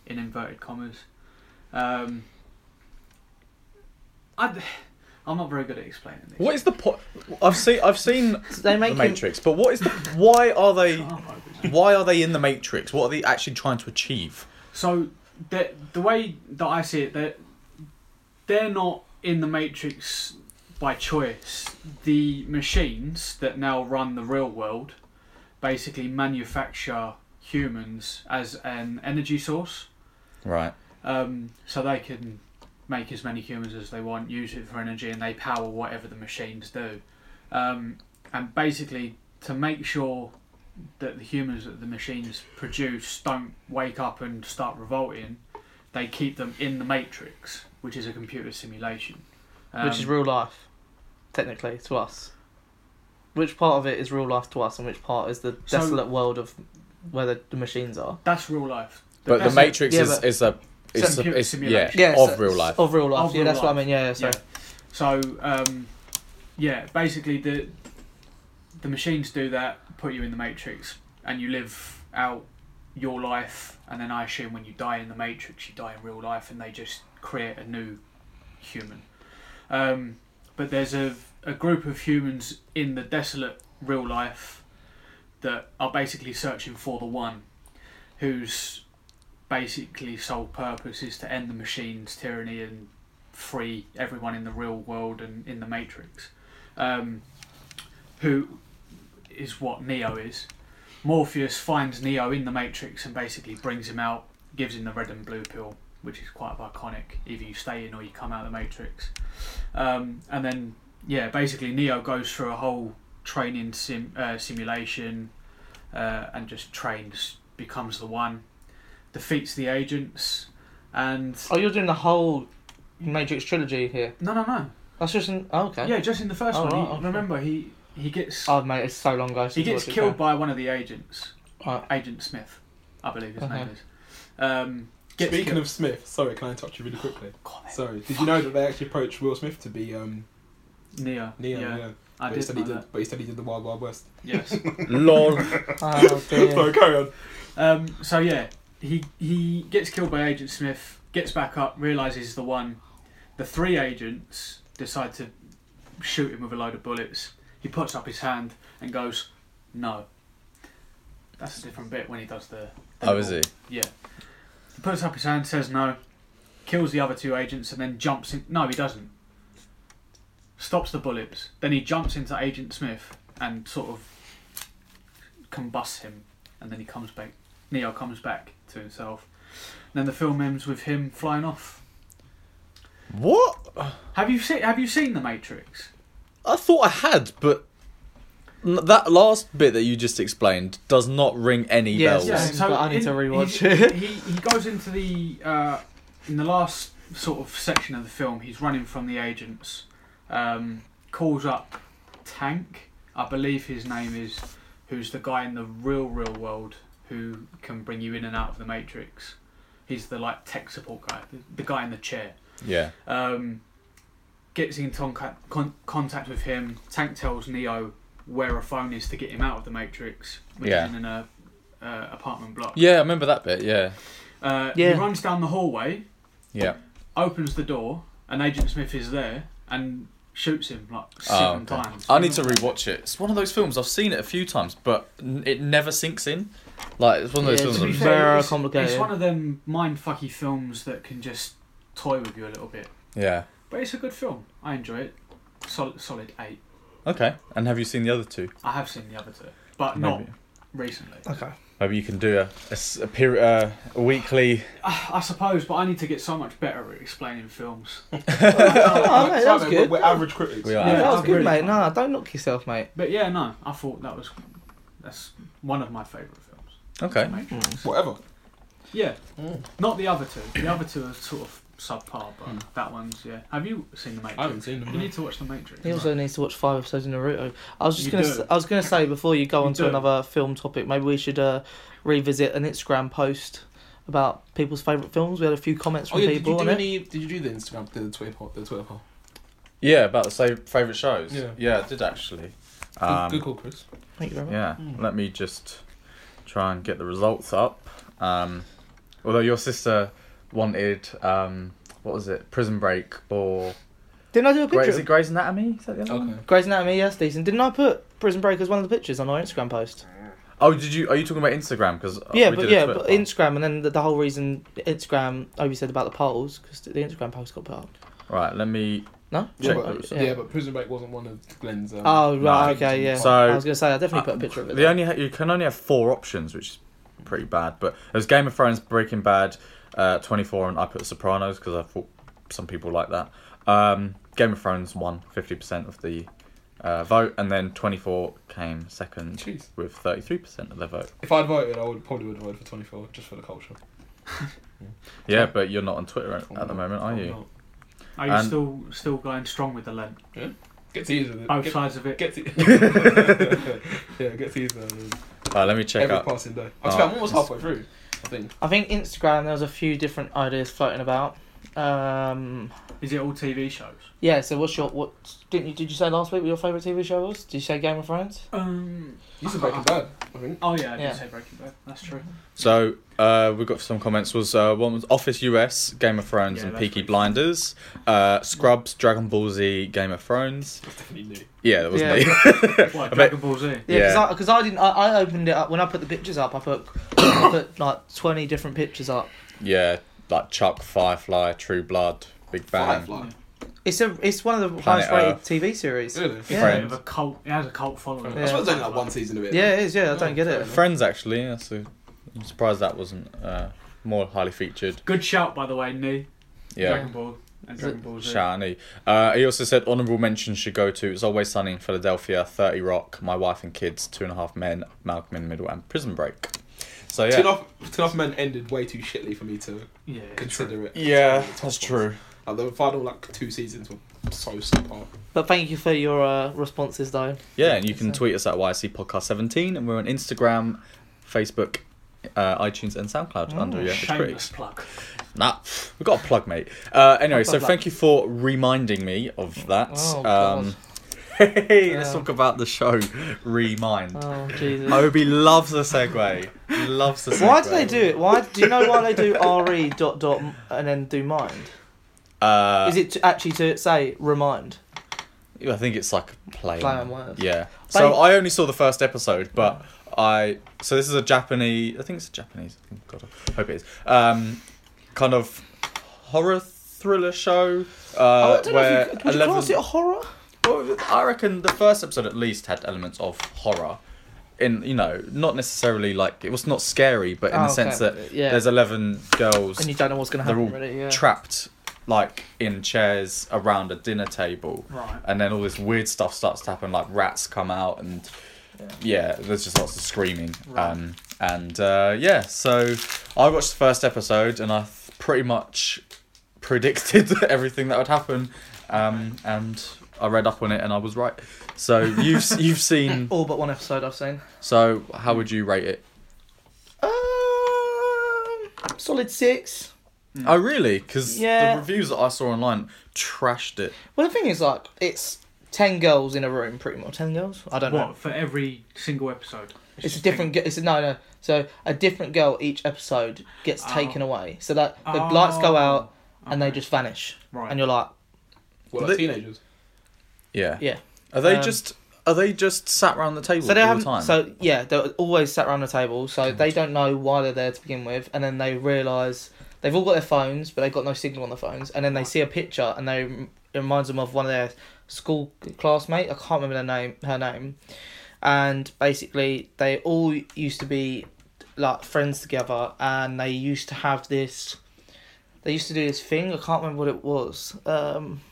S4: in inverted commas. Um, I, I'm not very good at explaining this.
S2: What is the point? I've seen I've seen
S1: So they
S2: the
S1: make him.
S2: Matrix, but what is the why are they
S4: Oh,
S2: why are they in the Matrix? What are they actually trying to achieve?
S4: So the the way that I see it, that they're not in the Matrix by choice. The machines that now run the real world basically manufacture humans as an energy source,
S2: Right.
S4: um, so they can make as many humans as they want, use it for energy, and they power whatever the machines do. Um, and basically, to make sure that the humans that the machines produce don't wake up and start revolting, they keep them in the Matrix, which is a computer simulation. Um,
S1: which is real life, technically, to us. Which part of it is real life to us, and which part is the
S4: So-
S1: desolate world of where the, the machines are?
S4: that's real life.
S2: But the
S4: that's
S2: Matrix
S1: yeah,
S2: is,
S1: but-
S2: is a it's,
S4: Some
S2: a,
S4: computer
S2: it's yeah,
S4: simulation.
S1: Yeah,
S2: of
S1: so-
S2: real life.
S1: Of real life.
S4: Of
S1: yeah,
S4: real
S1: that's what I
S4: life.
S1: mean. Yeah, yeah. Sorry.
S4: So um, yeah, basically the the machines do that, put you in the matrix, and you live out your life. And then I assume when you die in the matrix, you die in real life, and they just create a new human. Um, but there's a a group of humans in the desolate real life that are basically searching for the one, whose basically sole purpose is to end the machine's tyranny and free everyone in the real world and in the Matrix, um, who is what Neo is. Morpheus finds Neo in the Matrix and basically brings him out, gives him the red and blue pill, which is quite iconic. Either you stay in or you come out of the Matrix. Um, and then, yeah, basically Neo goes through a whole training sim uh, simulation uh, and just trains, becomes the one, defeats the agents, and
S1: Oh, you're doing the whole Matrix trilogy here.
S4: no, no, no.
S1: That's just an. Oh, okay.
S4: Yeah, just in the first
S1: Oh,
S4: one.
S1: right,
S4: he,
S1: okay.
S4: Remember, he he gets
S1: Oh mate, it's so long ago.
S4: he gets killed by one of the agents,
S1: Right.
S4: Agent Smith, I believe his name
S1: Okay.
S4: is. Um, gets
S3: Speaking
S4: killed.
S3: of Smith, sorry, can I interrupt you really quickly?
S4: God, that-
S3: Sorry, did you know that they actually approached Will Smith to be um,
S4: Neo,
S3: Neo?
S4: yeah,
S3: Yeah,
S4: I
S3: but he
S4: did
S3: said
S4: know
S3: he did,
S4: that.
S3: but he said he did the Wild Wild West.
S4: Yes.
S2: Lol.
S1: Oh,
S3: sorry,
S1: dear.
S3: carry on.
S4: um, so yeah, he he gets killed by Agent Smith. Gets back up, realizes he's the one. The three agents decide to shoot him with a load of bullets. He puts up his hand and goes, "No." That's a different bit when he does the. the
S2: Oh, is he?
S4: Yeah. He puts up his hand, says no, kills the other two agents, and then jumps in. No, he doesn't. Stops the bullets. Then he jumps into Agent Smith and sort of combusts him. And then he comes back. Neo comes back to himself. then the film ends with him flying off.
S2: What?
S4: Have you seen? Have you seen The Matrix?
S2: I thought I had, but n- that last bit that you just explained does not ring any
S1: Yes,
S2: bells.
S1: yes. But I need to rewatch
S4: he,
S1: it.
S4: He, he goes into the uh, in the last sort of section of the film. He's running from the agents. Um, calls up Tank, I believe his name is, who's the guy in the real real world who can bring you in and out of the Matrix. He's the like tech support guy, the, the guy in the chair
S2: Yeah.
S4: um, gets in tonca- con- contact with him. Tank tells Neo where a phone is to get him out of the Matrix, which
S2: Yeah.
S4: is in an uh, uh, apartment block.
S2: Yeah, I remember that bit. Yeah.
S4: Uh,
S1: Yeah.
S4: He runs down the hallway,
S2: Yeah.
S4: opens the door, and Agent Smith is there and shoots him like seven
S2: Oh, okay.
S4: times.
S2: I need to rewatch it. It's one of those films I've seen it a few times, but n- it never sinks in. Like it's one of those
S1: Yeah, it's
S4: To be
S2: films.
S1: very
S4: fair, it's,
S1: complicated.
S4: it's one of them mind fucky films that can just toy with you a little bit.
S2: I'm- yeah.
S4: But it's a good film. I enjoy it. Solid, solid eight.
S2: Okay. And have you seen the other two?
S4: I have seen the other two, but not
S2: Maybe.
S4: recently.
S1: Okay.
S2: Maybe you can do a a, s- a peri- uh, a weekly.
S4: I, I suppose, but I need to get so much better at explaining films.
S1: Oh, mate, that was
S3: We're,
S1: good.
S3: we're average critics.
S2: We
S4: Yeah,
S2: are
S1: that was
S4: I've
S1: good,
S4: really
S1: mate.
S4: fun.
S1: No, don't knock yourself, mate.
S4: But yeah, no, I thought that was that's one of my favourite films.
S2: okay.
S4: Matrix.
S3: Whatever.
S4: Yeah,
S1: Mm.
S4: not the other two. The other two are sort of subpar, but that one's yeah. Have you seen the Matrix?
S3: Hmm. I haven't seen them.
S4: You
S3: no.
S4: need to watch the Matrix.
S1: He also needs to watch five episodes of Naruto. I was just
S4: You
S1: gonna,
S4: do.
S1: s- I was gonna say before you go
S4: You
S1: on to
S4: do.
S1: another film topic, maybe we should uh, revisit an Instagram post about people's favourite films. We had a few comments
S3: Oh
S1: from
S3: yeah, did
S1: people
S3: you do
S1: on it.
S3: any? Did you do the Instagram, the Twitter, poll- the Twitter poll?
S2: Yeah, about the same favorite shows.
S3: Yeah.
S2: I did actually.
S3: Good,
S2: Um,
S3: good call, Chris.
S1: Thank you very much.
S2: Yeah,
S4: Hmm.
S3: Mm.
S2: let me just try and get the results up. Um, although your sister wanted, um, what was it, Prison Break or
S1: Didn't I do a
S2: Grey,
S1: picture?
S2: is it Grey's Anatomy? Is that the other
S3: Okay.
S2: one?
S1: Grey's Anatomy, yes, decent. Didn't I put Prison Break as one of the pictures on our Instagram post?
S2: Oh, did you? Are you talking about Instagram? uh, Because
S1: yeah, but yeah, but Instagram, and then the, the whole reason Instagram, oh, you said about the polls, because the Instagram post got put up.
S2: right. Let me.
S1: No?
S3: Yeah,
S2: Check
S3: but,
S2: those.
S1: Yeah.
S3: yeah. but um, Prison Break wasn't one of Glenn's. Um,
S1: Oh, right,
S2: No.
S1: okay, yeah.
S2: So-
S1: I was going to say, I definitely put a picture of it.
S2: They only ha- you can only have four options, which is pretty bad. But there's Game of Thrones, Breaking Bad, uh, 24, and I put Sopranos because I thought some people like that. Um, Game of Thrones won 50% of the uh, vote, and then 24 came second
S3: Jeez.
S2: with 33% of the vote.
S3: If I'd voted, I would probably would have voted for 24, just for the culture.
S2: Yeah, but you're not on Twitter at,
S1: Oh,
S2: at the moment, are you?
S4: Are you
S2: And-
S4: still still going strong with the lent?
S3: Get to use it.
S4: Both
S3: Get,
S4: sides of it.
S3: get to. yeah, get to use it.
S2: Uh, let me check
S3: Every
S2: up.
S3: passing day. I
S2: Oh.
S3: spent almost halfway through. I think.
S1: I think Instagram, there was a few different ideas floating about. Um,
S4: Is it all TV shows?
S1: yeah, so what's your, what, didn't you, did you say last week what your favourite TV show was? Did you say Game of Thrones?
S4: Um.
S3: You said Breaking Bad. I think.
S4: Oh yeah, I did
S1: Yeah.
S4: say Breaking Bad. That's true.
S2: So uh, we got some comments. Was uh, one was Office US, Game of Thrones,
S4: Yeah,
S2: and
S4: that's
S2: Peaky
S4: right.
S2: Blinders. Uh, Scrubs, Dragon Ball Z, Game of Thrones.
S3: That's definitely new.
S2: Yeah, that was
S1: Yeah.
S2: me.
S4: What Dragon Ball Z?
S1: Yeah,
S2: Yeah.
S1: because I, didn't. I, I opened it up when I put the pictures up. I put, I put like twenty different pictures up.
S2: Yeah, like Chuck, Firefly, True Blood, Big Bang.
S3: Firefly.
S1: It's a. It's one of the
S2: Planet
S1: highest rated TV series.
S3: Really?
S4: It's
S1: Yeah.
S4: a bit of a cult. It has a cult following.
S1: Yeah.
S3: I suppose there's only like one season of it.
S1: Yeah, it is. Yeah, I don't get it.
S2: Friends, actually. yeah, so I'm surprised that wasn't uh, more highly featured.
S4: Good shout, by the way, Nee.
S2: Yeah.
S4: Dragon Ball and
S1: Is
S4: Dragon Ball Z.
S2: Shiny. Uh, he also said honourable mentions should go to It's Always Sunny in Philadelphia, 30 Rock, My Wife and Kids, Two and a Half Men, Malcolm in the Middle, and Prison Break. So,
S3: Two and
S2: yeah.
S3: a half, two and a half men ended way too shitly for me to
S4: Yeah.
S3: consider it.
S2: Yeah,
S3: Top
S2: that's
S3: ones.
S2: true.
S3: Like, the final like two seasons were so subpar.
S1: But thank you for your uh, responses, though.
S2: Yeah, and you can
S1: So-
S2: tweet us at YC Podcast 17, and we're on Instagram, Facebook, uh, iTunes, and SoundCloud
S1: Oh,
S2: under Yeah, It's Critics.
S4: Shameless plug.
S2: Nah, we've got a plug, mate. Uh, anyway,
S1: I'll
S2: so
S1: plug that.
S2: thank you for reminding me of that.
S1: Oh,
S2: um, hey, let's
S1: Yeah.
S2: talk about the show Remind.
S1: Oh Jesus.
S2: Obi loves the segue. loves the segue.
S1: Why do they do it? Why do you know why they do re dot dot m- and then do mind?
S2: Uh,
S1: Is it to actually to say remind?
S2: I think it's like a play.
S1: Play on words.
S2: Yeah.
S1: But-
S2: so I only saw the first episode, but I. So this is a Japanese. I think it's a Japanese. Oh God, I hope it is. Um, kind of horror thriller show.
S1: Oh,
S2: Uh,
S1: I don't know
S2: where
S1: if you, would you
S2: 11
S1: class it a horror?
S2: Well, I reckon the first episode at least had elements of horror. In you know, not necessarily like it was not scary, but in
S1: Oh,
S2: the sense
S1: okay.
S2: that
S1: Yeah.
S2: there's eleven girls
S1: And you don't know what's going to
S2: They're
S1: happen.
S2: all
S1: really, yeah.
S2: trapped like in chairs around a dinner table,
S4: Right.
S2: and then all this weird stuff starts to happen. Like rats come out, and yeah, there's just lots of screaming.
S4: Right.
S2: Um, and uh, yeah, so I watched the first episode, and I th- pretty much predicted everything that would happen, um, and I read up on it, and I was right. So you've s- you've seen.
S1: All but one episode I've seen.
S2: So how would you rate it?
S1: Um, solid six.
S2: Oh really? Because
S1: Yeah.
S2: the reviews that I saw online trashed it.
S1: Well, the thing is, like, it's ten girls in a room, pretty much. Ten girls. I don't know.
S4: What for every single episode?
S1: It's a
S4: just
S1: different. G- it's a, no, no. So a different girl each episode gets
S4: Oh.
S1: taken away. So that the
S4: Oh,
S1: lights go out and they
S4: okay.
S1: just vanish,
S4: Right.
S1: and you're like,
S3: Well,
S2: They-
S3: like teenagers.
S2: Yeah.
S1: yeah.
S2: Are they
S1: Um,
S2: just are they just sat around the table
S1: So they
S2: all
S1: haven't.
S2: the time?
S1: So yeah, they're always sat around the table. So they don't know why they're there to begin with, and then they realise they've all got their phones, but they've got no signal on the phones, and then they see a picture, and they it reminds them of one of their school classmate. I can't remember their name. Her name. and basically they all used to be like friends together, and they used to have this. They used to do this thing. I can't remember what it was. Um,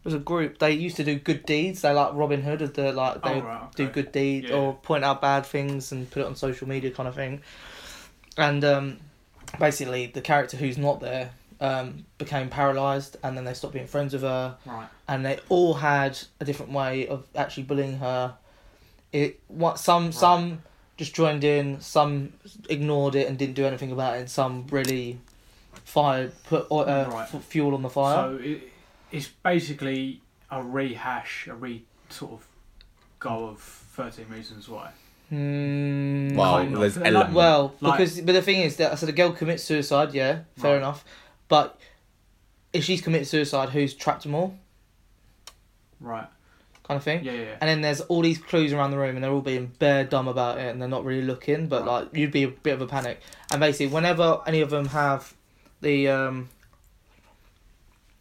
S1: it was a group. They used to do good deeds. They like Robin Hood of the like they
S4: Oh,
S1: would
S4: right, okay.
S1: do good deeds
S4: Yeah.
S1: or point out bad things and put it on social media kind of thing. And um, basically, the character who's not there um, became paralyzed, and then they stopped being friends with her
S4: Right.
S1: and they all had a different way of actually bullying her. It what some some just joined in, some ignored it and didn't do anything about it, and some really fired put oil- uh,
S4: Right.
S1: f- fuel on the fire.
S4: So it, it's basically a rehash, a re sort of go of Thirteen Reasons Why.
S1: Hmm.
S2: Well,
S4: Kind of.
S2: there's
S4: Like-
S2: elements.
S1: Well,
S4: Like-
S1: because but the thing is that so the girl commits suicide. Yeah, fair
S4: Right.
S1: enough, but if she's committed suicide, who's trapped them all?
S4: Right.
S1: Kind of thing.
S4: Yeah, yeah. yeah.
S1: And then there's all these clues around the room, and they're all being bare dumb about it, and they're not really looking. But
S4: Right.
S1: like, you'd be a bit of a panic. And basically, whenever any of them have the um,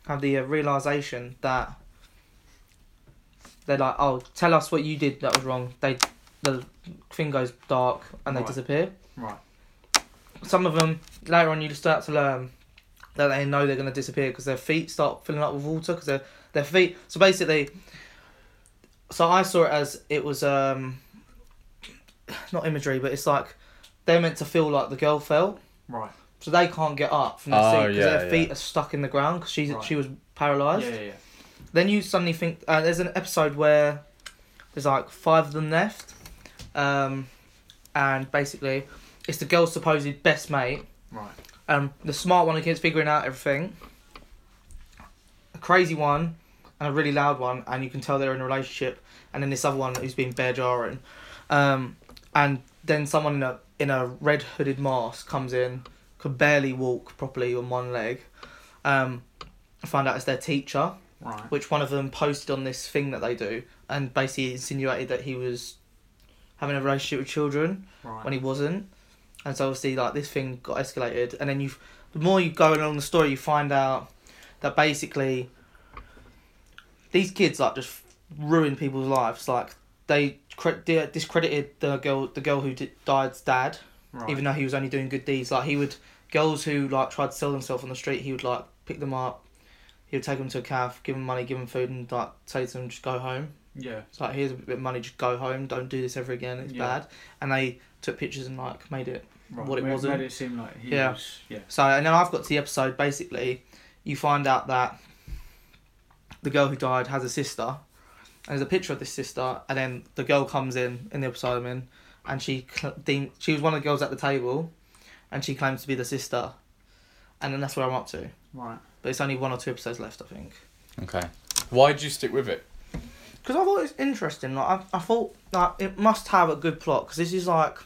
S1: have the uh, realization that they're like, "Oh, tell us what you did that was wrong," they the thing goes dark and they
S4: Right.
S1: disappear.
S4: Right.
S1: Some of them later on, you start to learn that they know they're going to disappear because their feet start filling up with water because their their feet. So basically, so I saw it as it was um, not imagery, but it's like they're meant to feel like the girl felt,
S4: Right.
S1: so they can't get up from their
S2: Oh,
S1: seat because
S2: yeah,
S1: their feet
S2: yeah.
S1: are stuck in the ground because she's
S4: Right.
S1: she was
S4: Yeah,
S1: paralyzed.
S4: yeah, yeah.
S1: Then you suddenly think uh, there's an episode where there's like five of them left, um, and basically it's the girl's supposed best mate.
S4: Right.
S1: Um, the smart one who keeps figuring out everything. A crazy one, and a really loud one, and you can tell they're in a relationship. And then this other one who's been bear jarring, um, and then someone in a in a red hooded mask comes in, could barely walk properly on one leg. Um, find out it's their teacher,
S4: Right.
S1: which one of them posted on this thing that they do, and basically insinuated that he was having a relationship with children
S4: Right.
S1: when he wasn't. And so obviously, like this thing got escalated, and then you, the more you go along the story, you find out that basically these kids like just ruined people's lives. Like they cre- di- discredited the girl, the girl who did, died's dad,
S4: right.
S1: even though he was only doing good deeds. Like he would girls who like tried to sell themselves on the street, he would like pick them up, he would take them to a cafe, give them money, give them food, and like say to them just go home.
S4: yeah.
S1: It's like here's a bit of money, just go home. Don't do this ever again. It's
S4: Yeah.
S1: bad. And they took pictures and like made it.
S4: Right.
S1: what it
S4: made,
S1: wasn't.
S4: Made it seem like he
S1: Yeah.
S4: was. Yeah.
S1: So and then I've got to the episode. Basically, you find out that the girl who died has a sister. And there's a picture of this sister, and then the girl comes in in the episode I'm in, and she cl- deem- she was one of the girls at the table, and she claims to be the sister, and then that's where I'm up to.
S4: Right.
S1: But it's only one or two episodes left, I think.
S2: Okay. Why did you stick with it?
S1: because I thought it was interesting. Like I, I thought like it must have a good plot because this is like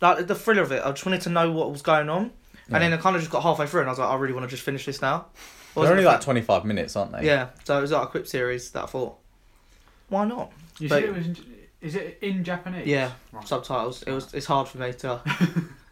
S1: like the thrill of it. I just wanted to know what was going on,
S2: Yeah.
S1: and then I kind of just got halfway through, and I was like, I really want to just finish this now. It
S2: They're
S1: wasn't
S2: only
S1: the
S2: like
S1: fact-
S2: 25 minutes, aren't they?
S1: yeah. So it was like a quick series that I thought, why not?
S4: You
S1: But-
S4: said it was. In, is it in Japanese?
S1: Yeah,
S4: Right.
S1: subtitles. It was it's hard for me to.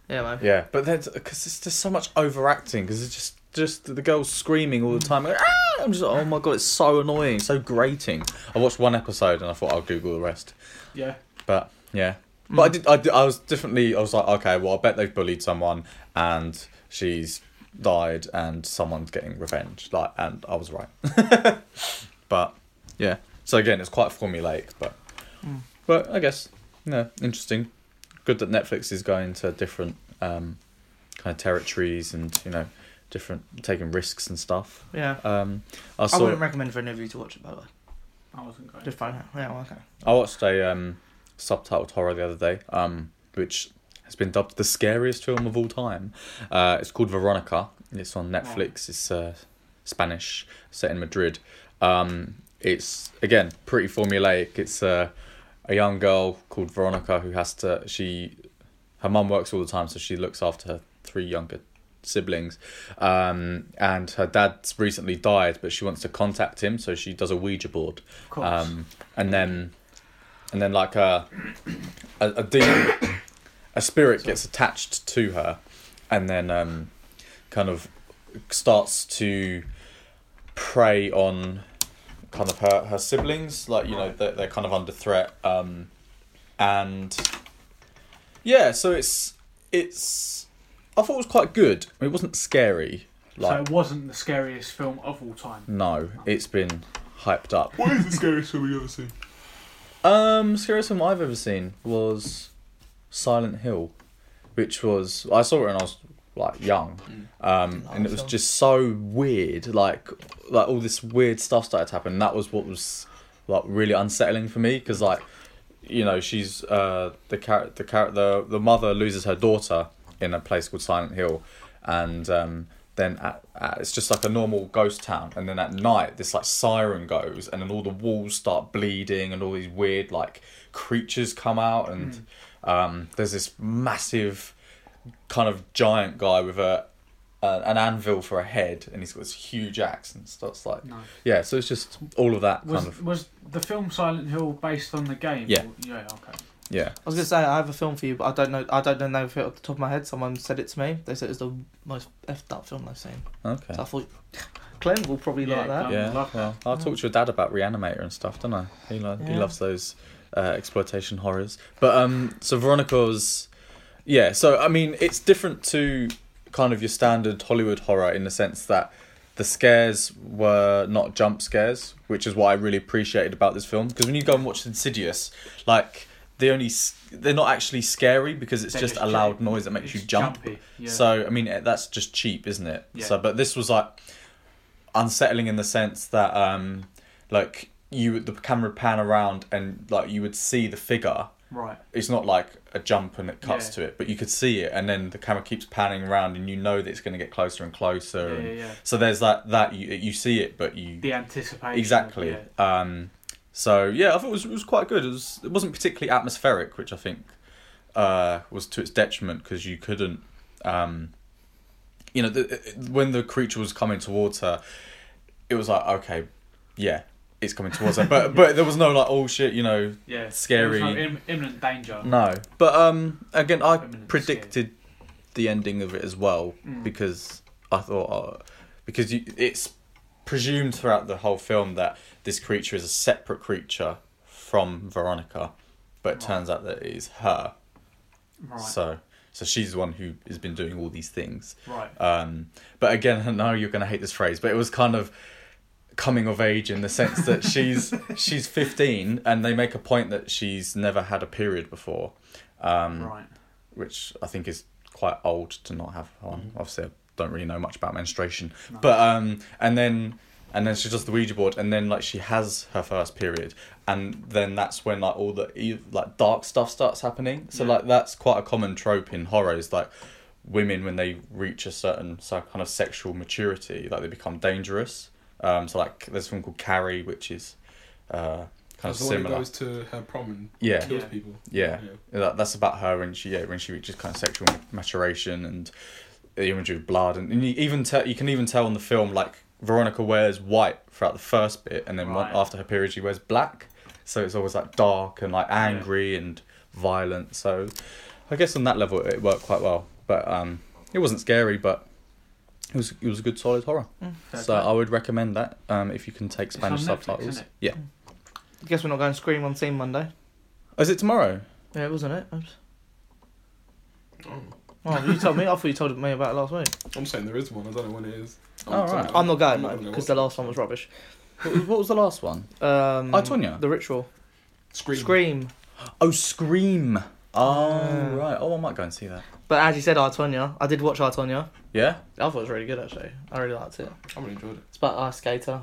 S1: yeah, man.
S2: Yeah, but there's because there's just so much overacting because it's just just the girls screaming all the time. like, "Ah!" I'm just like, oh my god, it's so annoying, so grating. I watched one episode and I thought I'll Google the rest,
S4: yeah.
S2: but yeah. But I did, I did. I was definitely. I was like, okay, well, I bet they've bullied someone and she's died and someone's getting revenge. Like, and I was right. but yeah. So again, it's quite formulaic, but but I guess no, interesting. Good that Netflix is going to different um, kind of territories and you know different taking risks and stuff.
S1: Yeah.
S2: Um, I
S1: I
S2: saw.
S1: wouldn't recommend for any of you to watch it, by the way.
S4: I wasn't going.
S1: Just find out. Yeah, well, okay.
S2: I watched a um, subtitled horror the other day, um, which has been dubbed the scariest film of all time. Uh, it's called Veronica. and It's on Netflix. It's uh, Spanish, set in Madrid. Um, it's again pretty formulaic. It's uh, a young girl called Veronica who has to. She, her mum works all the time, so she looks after her three younger siblings um and her dad's recently died but she wants to contact him so she does a ouija board
S4: Of course.
S2: um, and then and then like a a, a demon a spirit gets attached to her and then um, kind of starts to prey on kind of her, her siblings like you know
S4: Right.
S2: they're, they're kind of under threat um, and yeah, so it's it's. I thought it was quite good. It wasn't scary.
S4: so
S2: Like
S4: it wasn't the scariest film of all time.
S2: no, it's been hyped up.
S3: What is the scariest film you've ever seen?
S2: Um, scariest film I've ever seen was Silent Hill, which was I saw it when I was like young, um, and it was just so weird. Like, like all this weird stuff started to happen. That was what was like really unsettling for me because like, you know, she's uh the char- the char- the the mother loses her daughter in a place called Silent Hill, and um. Then at, at, it's just like a normal ghost town, and then at night this like siren goes, and then all the walls start bleeding, and all these weird like creatures come out, and um, there's this massive kind of giant guy with a uh, an anvil for a head, and he's got this huge axe and starts like
S4: No.
S2: yeah. So it's just all of that
S4: Was
S2: Mm. kind of
S4: was the film Silent Hill based on the game?
S2: Yeah.
S4: Or- yeah. Okay.
S2: yeah.
S1: I was gonna say I have a film for you, but I don't know. I don't know if it off the top of my head. Someone said it to me. They said it's the most effed up film they've seen.
S2: Okay.
S1: So I thought Clem will probably
S4: Yeah,
S1: like that.
S4: Clem.
S2: Yeah.
S4: love that.
S2: Well, I talked to your dad about Reanimator and stuff, don't I? He lo- he
S1: Yeah.
S2: loves those uh, exploitation horrors. But um, so Veronica's, yeah. So I mean, it's different to kind of your standard Hollywood horror in the sense that the scares were not jump scares, which is what I really appreciated about this film. Because when you go and watch Insidious, like they only s- they're not actually scary because it's
S4: They're
S2: just
S4: just
S2: a loud
S4: jump-
S2: noise that makes
S4: It's
S2: you jump.
S4: Jumpy. Yeah.
S2: So I mean eh, that's just cheap, isn't it?
S4: Yeah.
S2: So but this was like unsettling in the sense that um like you the camera would pan around and like you would see the figure.
S4: right.
S2: It's not like a jump and it cuts
S4: Yeah.
S2: to it, but you could see it and then the camera keeps panning around and you know that it's going to get closer and closer.
S4: Yeah,
S2: and
S4: yeah, yeah.
S2: So there's that that you you see it but you
S4: The anticipation.
S2: exactly.
S4: Yeah.
S2: Um, so yeah, I thought it was, it was quite good. It was it wasn't particularly atmospheric, which I think uh, was to its detriment because you couldn't, um, you know, the, it- when the creature was coming towards her, it was like okay, yeah, it's coming towards her, but but there was no like oh shit, you know,
S4: yeah.
S2: Scary. Mm.
S4: There was no im- imminent danger.
S2: no. But um, again, I
S4: Imminent
S2: predicted the ending of it as well because I thought, uh, because you, it's presumed throughout the whole film that this creature is a separate creature from Veronica, but it turns out that it is her.
S4: Right.
S2: So, so she's the one who has been doing all these things.
S4: right.
S2: Um, but again, I know you're going to hate this phrase, but it was kind of coming of age in the sense that she's she's 15 and they make a point that she's never had a period before um,
S4: right.
S2: which I think is quite old to not have one.
S3: Mm-hmm.
S2: Obviously, I don't really know much about menstruation, but um, and then and then she does the Ouija board, and then like she has her first period, and then that's when like all the e- like dark stuff starts happening. So
S4: Yeah.
S2: like that's quite a common trope in horrors, like women when they reach a certain so kind of sexual maturity, like they become dangerous. Um, so like there's a film called Carrie, which is uh, kind of
S3: That's the one who
S2: similar.
S3: goes to her prom and
S2: Yeah.
S3: kills
S4: Yeah.
S3: people.
S2: Yeah, That, that's about her when she yeah when she reaches kind of sexual maturation and the imagery of blood and, and you even tell you can even tell in the film like Veronica wears white throughout the first bit and then one,
S4: Right.
S2: after her period she wears black so it's always like dark and like angry and violent so I guess on that level it worked quite well but um it wasn't scary but it was it was a good solid horror
S4: Fair
S2: so
S4: play.
S2: I would recommend that um if you can take
S4: It's
S2: Spanish
S4: on Netflix,
S2: subtitles
S4: isn't it?
S2: yeah
S1: I guess we're not going to scream on Scene Monday.
S2: oh, is it tomorrow
S1: Yeah, wasn't it? Oops.
S3: Oh.
S1: Oh, you told me. I thought you told me about it last week.
S3: I'm saying there is one. I don't know when it is.
S2: Oh, right.
S1: I'm not going
S3: gonna
S1: though
S3: go
S1: because
S3: watch
S1: the
S3: it.
S1: last one was rubbish.
S2: what was, what was the last one?
S1: Um,
S2: I, Oh, Tonya?
S1: The Ritual.
S3: Scream.
S1: Scream.
S2: Oh, Scream. Oh,
S1: Yeah.
S2: right. Oh, I might go and see that.
S1: But as you said, I Tonya. I did watch I Tonya.
S2: Yeah?
S1: I thought it was really good actually. I really liked it.
S3: I really enjoyed it.
S1: It's about ice skater.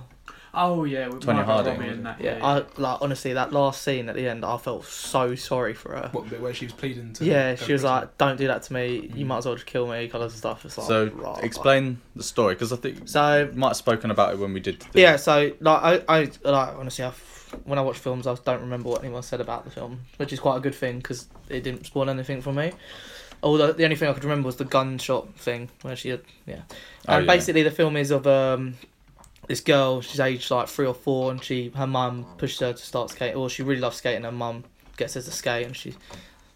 S4: Oh yeah. With
S2: Tonya
S4: Margot
S2: Harding.
S4: Robbie and that.
S1: Yeah,
S4: yeah.
S1: I like honestly that last scene at the end. I felt so sorry for her.
S3: What bit where she was pleading to?
S1: yeah, she was
S3: Everton?
S1: like, "Don't do that to me. You might as well just kill me." Kind of stuff. It's like,
S2: so,
S1: rah.
S2: explain the story, because I think
S1: So
S2: we might have spoken about it when we did the...
S1: yeah, so like I, I like honestly, I f- when I watch films, I don't remember what anyone said about the film, which is quite a good thing because it didn't spoil anything for me. Although the only thing I could remember was the gunshot thing where she had yeah,
S2: Oh,
S1: and
S2: yeah.
S1: basically the film is of um this girl. She's aged like three or four, and she her mum pushed her to start skating. Or she really loves skating. Her mum gets her to skate, and she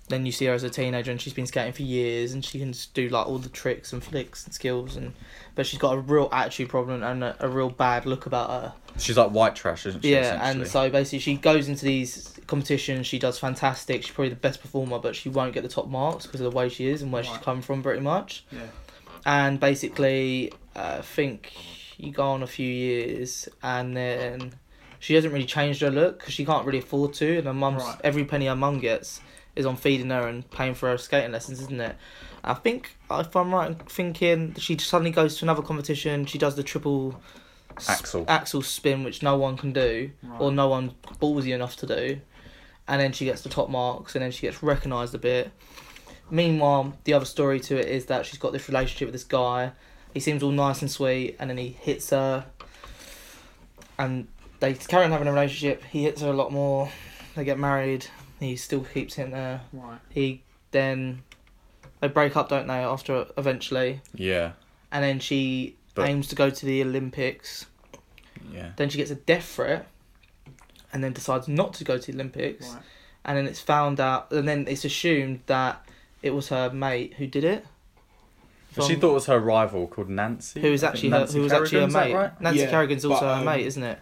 S1: then you see her as a teenager and she's been skating for years and she can just do like all the tricks and flicks and skills and but she's got a real attitude problem and a, a real bad look about her
S2: She's like white trash, isn't she?
S1: yeah and
S2: essentially?
S1: so basically she goes into these competitions she does fantastic she's probably the best performer but she won't get the top marks because of the way she is and where she's
S4: Right.
S1: come from pretty much
S4: Yeah.
S1: and basically uh, I think you go on a few years and then she hasn't really changed her look because she can't really afford to and her mum's
S4: Right.
S1: every penny her mum gets is on feeding her and paying for her skating lessons isn't it I think if I'm right in thinking she suddenly goes to another competition she does the triple s-
S2: Axel.
S1: axel spin which no one can do
S4: Right.
S1: or no one ballsy enough to do. And then she gets the top marks, and then she gets recognised a bit. Meanwhile, the other story to it is that she's got this relationship with this guy. He seems all nice and sweet, and then he hits her. And they carry on having a relationship. He hits her a lot more. They get married. He still keeps hitting her.
S4: Right.
S1: He then they break up, don't they? After eventually,
S2: Yeah,
S1: and then she
S2: But-
S1: aims to go to the Olympics.
S2: yeah.
S1: Then she gets a death threat, and then decides not to go to the Olympics
S4: Right.
S1: and then it's found out, and then it's assumed that it was her mate who did it.
S2: But she
S1: From-
S2: thought it was her rival called Nancy.
S1: who was
S2: I think
S1: actually her,
S2: Nancy
S1: who was
S2: Kerrigan,
S1: actually her
S2: is that
S1: mate.
S2: right?
S1: Nancy
S3: Yeah,
S1: Kerrigan's also
S3: but,
S1: her
S3: um,
S1: mate, isn't it?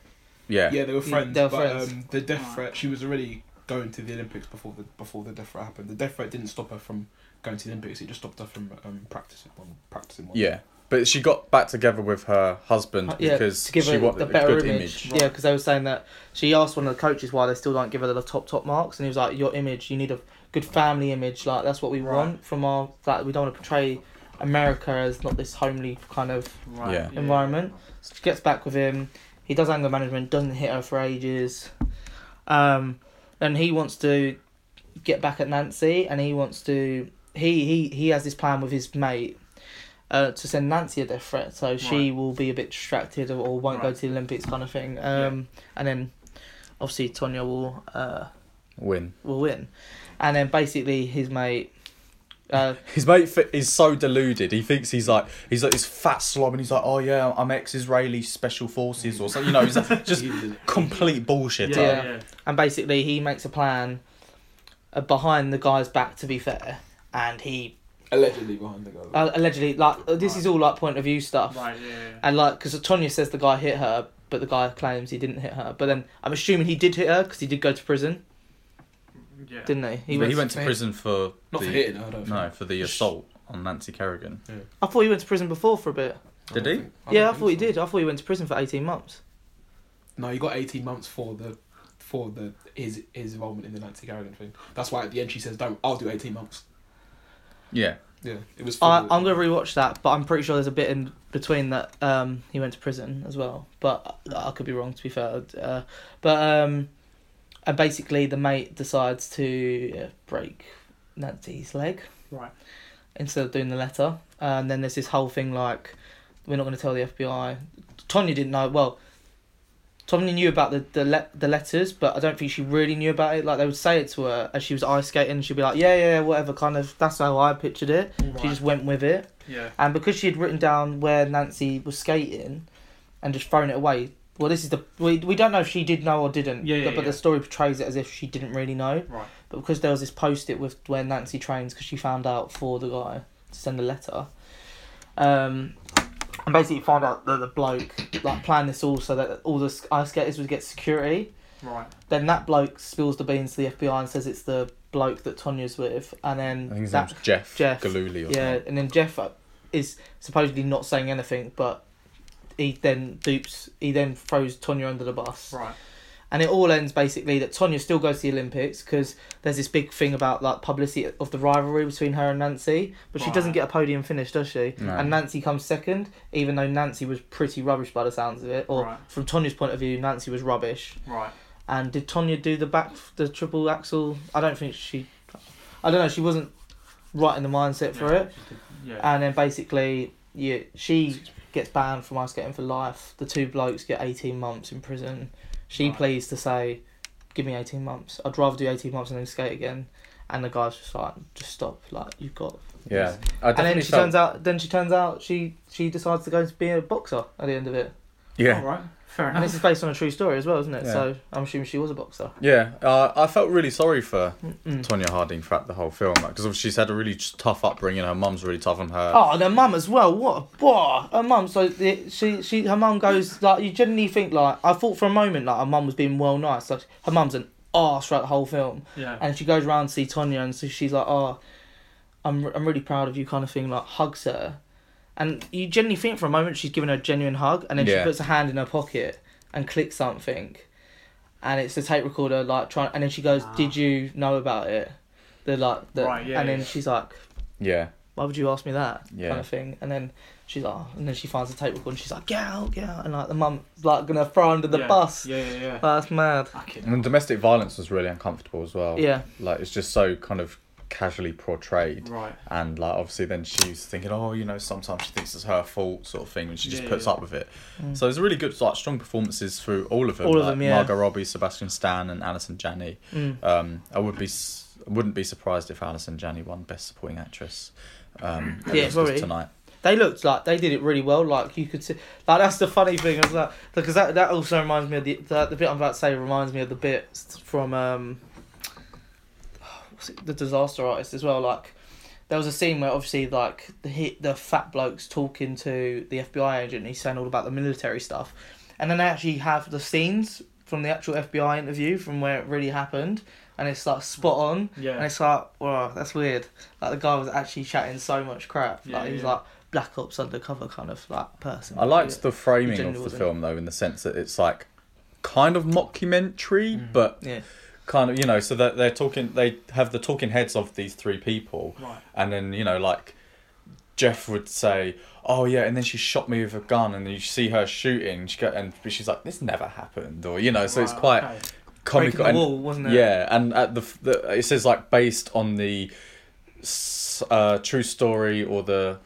S2: Yeah.
S3: Yeah, they were
S1: Yeah,
S3: friends.
S1: they were
S3: but
S1: friends.
S3: Um, the death
S4: Right.
S3: threat. She was already going to the Olympics before the before the death threat happened. The death threat didn't stop her from going to the Olympics. It just stopped her from um, practicing one. Practicing one.
S2: Yeah. But she got back together with her husband
S1: Uh, yeah,
S2: because
S1: to give
S2: she
S1: her
S2: wanted
S1: the
S2: a
S1: better
S2: good
S1: image.
S2: image.
S1: Yeah, because they were saying that she asked one of the coaches why they still don't give her the top top marks, and he was like, "Your image, you need a good family image. Like that's what we
S4: Right.
S1: want from our that we don't want to portray America as not this homely kind of
S4: Right.
S2: Yeah.
S1: environment. So she gets back with him. He does anger management, doesn't hit her for ages. Um, and he wants to get back at Nancy, and he wants to. He he he has this plan with his mate. Uh, to send Nancy a death threat, so she
S4: Right.
S1: will be a bit distracted or, or won't go
S4: Right.
S1: to the Olympics, kind of thing. Um, and then, obviously, Tonya will uh,
S2: Win.
S1: will win, and then basically his mate. Uh,
S2: His mate fi- is so deluded. He thinks he's like he's like this fat slob, and he's like, oh yeah, I'm ex-Israeli special forces or something. You know, he's like, just complete bullshit.
S4: Yeah.
S1: Yeah.
S2: like.
S4: yeah.
S1: and basically he makes a plan uh, behind the guy's back to be fair and he
S3: Allegedly behind the guy.
S1: uh, allegedly like uh, this is all like point of view stuff
S4: Right. Yeah. yeah.
S1: and like because tonya says the guy hit her but the guy claims he didn't hit her but then i'm assuming he did hit her because he did go to prison
S4: yeah.
S1: didn't he
S2: He, went to prison for
S3: Not
S2: the,
S3: for hitting her. I don't
S2: No,
S3: think.
S2: for the assault on Nancy Kerrigan.
S1: i thought he went to prison before for a bit
S3: I don't
S2: Did he?
S3: think- don't
S1: yeah i
S3: think
S1: thought he
S3: so.
S1: did i thought he went to prison for 18 months
S3: No, you got eighteen months for the for the his his involvement in the Nancy Kerrigan thing. That's why at the end she says, "Don't, I'll do eighteen months."
S2: Yeah.
S3: Yeah, it was.
S1: I,
S3: for the-
S1: i'm going to rewatch that but i'm pretty sure there's a bit in between that um he went to prison as well but i, I could be wrong to be fair uh, but um and basically the mate decides to uh, break nancy's leg
S4: Right.
S1: instead of doing the letter. And then there's this whole thing like, we're not going to tell the FBI. Tonya didn't know. Well, Tonya knew about the the, le- the letters, but I don't think she really knew about it. Like they would say it to her as she was ice skating, and she'd be like, yeah, yeah, yeah, whatever. Kind of. That's how I pictured it. She just went with it.
S4: Yeah.
S1: And because she had written down where Nancy was skating, and just thrown it away. Well, this is the we, we don't know if she did know or didn't.
S4: Yeah, yeah,
S1: but, but
S4: yeah.
S1: the story portrays it as if she didn't really know.
S4: Right.
S1: But because there was this post it with where Nancy trains because she found out for the guy to send a letter. Um, and basically found out that the bloke like planned this all so that all the s- ice skaters would get security.
S4: Right.
S1: Then that bloke spills the beans to the FBI and says it's the bloke that Tonya's with, and
S2: I
S1: then
S2: think his
S1: that
S2: name's Jeff,
S1: Jeff.
S2: Galuli or
S1: yeah,
S2: something.
S1: and then Jeff uh, is supposedly not saying anything, but he then dupes. He then throws Tonya under the bus
S4: Right.
S1: and it all ends basically that Tonya still goes to the Olympics because there's this big thing about like publicity of the rivalry between her and Nancy, but she doesn't
S4: Right.
S1: get a podium finish, does she?
S2: No.
S1: And Nancy comes second, even though Nancy was pretty rubbish by the sounds of it. Or
S4: Right.
S1: from Tonya's point of view, Nancy was rubbish.
S4: Right.
S1: And did Tonya do the back the triple axel? I don't think she. I don't know. She wasn't right in the mindset for
S4: yeah.
S1: it.
S4: She did- Yeah.
S1: And then basically, yeah, she gets banned from ice skating for life. The two blokes get 18 months in prison. She
S4: Right.
S1: pleads to say, "Give me 18 months. I'd rather do 18 months and then skate again." And the guy's just like, "Just stop. Like you've got."
S2: Yeah. I
S1: And then
S2: definitely
S1: she
S2: felt-
S1: turns out. Then she turns out she she decides to go to be a boxer at the end of it.
S2: Yeah.
S4: All right. Fair
S1: And this
S4: enough.
S1: is based on a true story as well, isn't it?
S2: Yeah.
S1: So I'm assuming she was a boxer.
S2: Yeah, uh, I felt really sorry for
S1: Mm-mm.
S2: Tonya Harding throughout the whole film because she's had a really t- tough upbringing. Her mum's really tough on her.
S1: Oh, and her mum as well. What? a- What? Her mum. So the, she, she, her mum goes like you generally think like I thought for a moment like her mum was being well nice. Like her mum's an arse throughout the whole film,
S4: yeah.
S1: and she goes around to see Tonya, and so she's like, oh, I'm, I'm really proud of you, kind of thing. Like hugs her, and you generally think for a moment she's giving her a genuine hug, and then
S2: Yeah.
S1: she puts her hand in her pocket and clicks something, and it's the tape recorder like trying, and then she goes,
S4: Ah.
S1: did you know about it? The like the,
S4: Right, yeah,
S1: and then
S4: yeah.
S1: she's like
S2: Yeah,
S1: why would you ask me that
S2: Yeah.
S1: kind of thing and then she's like oh, and then she finds the tape recorder and she's like get out get out and like the mum like gonna throw her under the
S4: yeah.
S1: bus
S4: Yeah, yeah, yeah.
S1: Like, that's mad
S4: Fucking
S2: and domestic violence was really uncomfortable as
S4: Oh.
S2: well.
S1: yeah
S2: like it's just so kind of casually portrayed.
S4: right.
S2: And like obviously, then she's thinking, oh, you know, sometimes she thinks it's her fault, sort of thing, and she just
S4: Yeah,
S2: puts
S4: yeah.
S2: up with it.
S1: Mm.
S2: So it's really good, like strong performances through all of them.
S1: All of
S2: like
S1: them, yeah.
S2: Margot Robbie, Sebastian Stan, and Alison Janney.
S1: mm.
S2: Um, I would be s- wouldn't be surprised if Alison Janney won Best Supporting Actress. Um, at the
S1: Yeah,
S2: Oscars
S1: probably.
S2: tonight.
S1: they looked like they did it really well like you could see like that's the funny thing is that because that, that also reminds me of the, the the bit I'm about to say reminds me of the bit from um what's it, the disaster artist as well like there was a scene where obviously like the hit the fat blokes talking to the FBI agent and he's saying all about the military stuff and then they actually have the scenes from the actual FBI interview from where it really happened and it's like spot on and
S4: Yeah.
S1: it's like, wow, that's weird. Like the guy was actually chatting so much crap. Like
S4: Yeah,
S1: he was
S4: yeah.
S1: like Black Ops undercover kind of like person.
S2: I liked the framing
S1: Generally
S2: of the
S1: wasn't.
S2: film though, in the sense that it's like kind of mockumentary,
S4: Mm.
S2: but
S1: Yeah.
S2: kind of you know, so that they're talking, they have the talking heads of these three people,
S4: Right.
S2: and then you know, like Jeff would say, "Oh yeah," and then she shot me with a gun, and you see her shooting, she go, and but she's like, "This never happened," or you know, so it's
S4: Right,
S2: quite
S4: okay.
S1: Breaking
S2: comical.
S1: the
S2: and-
S1: wall, wasn't it?
S2: Yeah, and at the, f- the it says like based on the s- uh, true story or the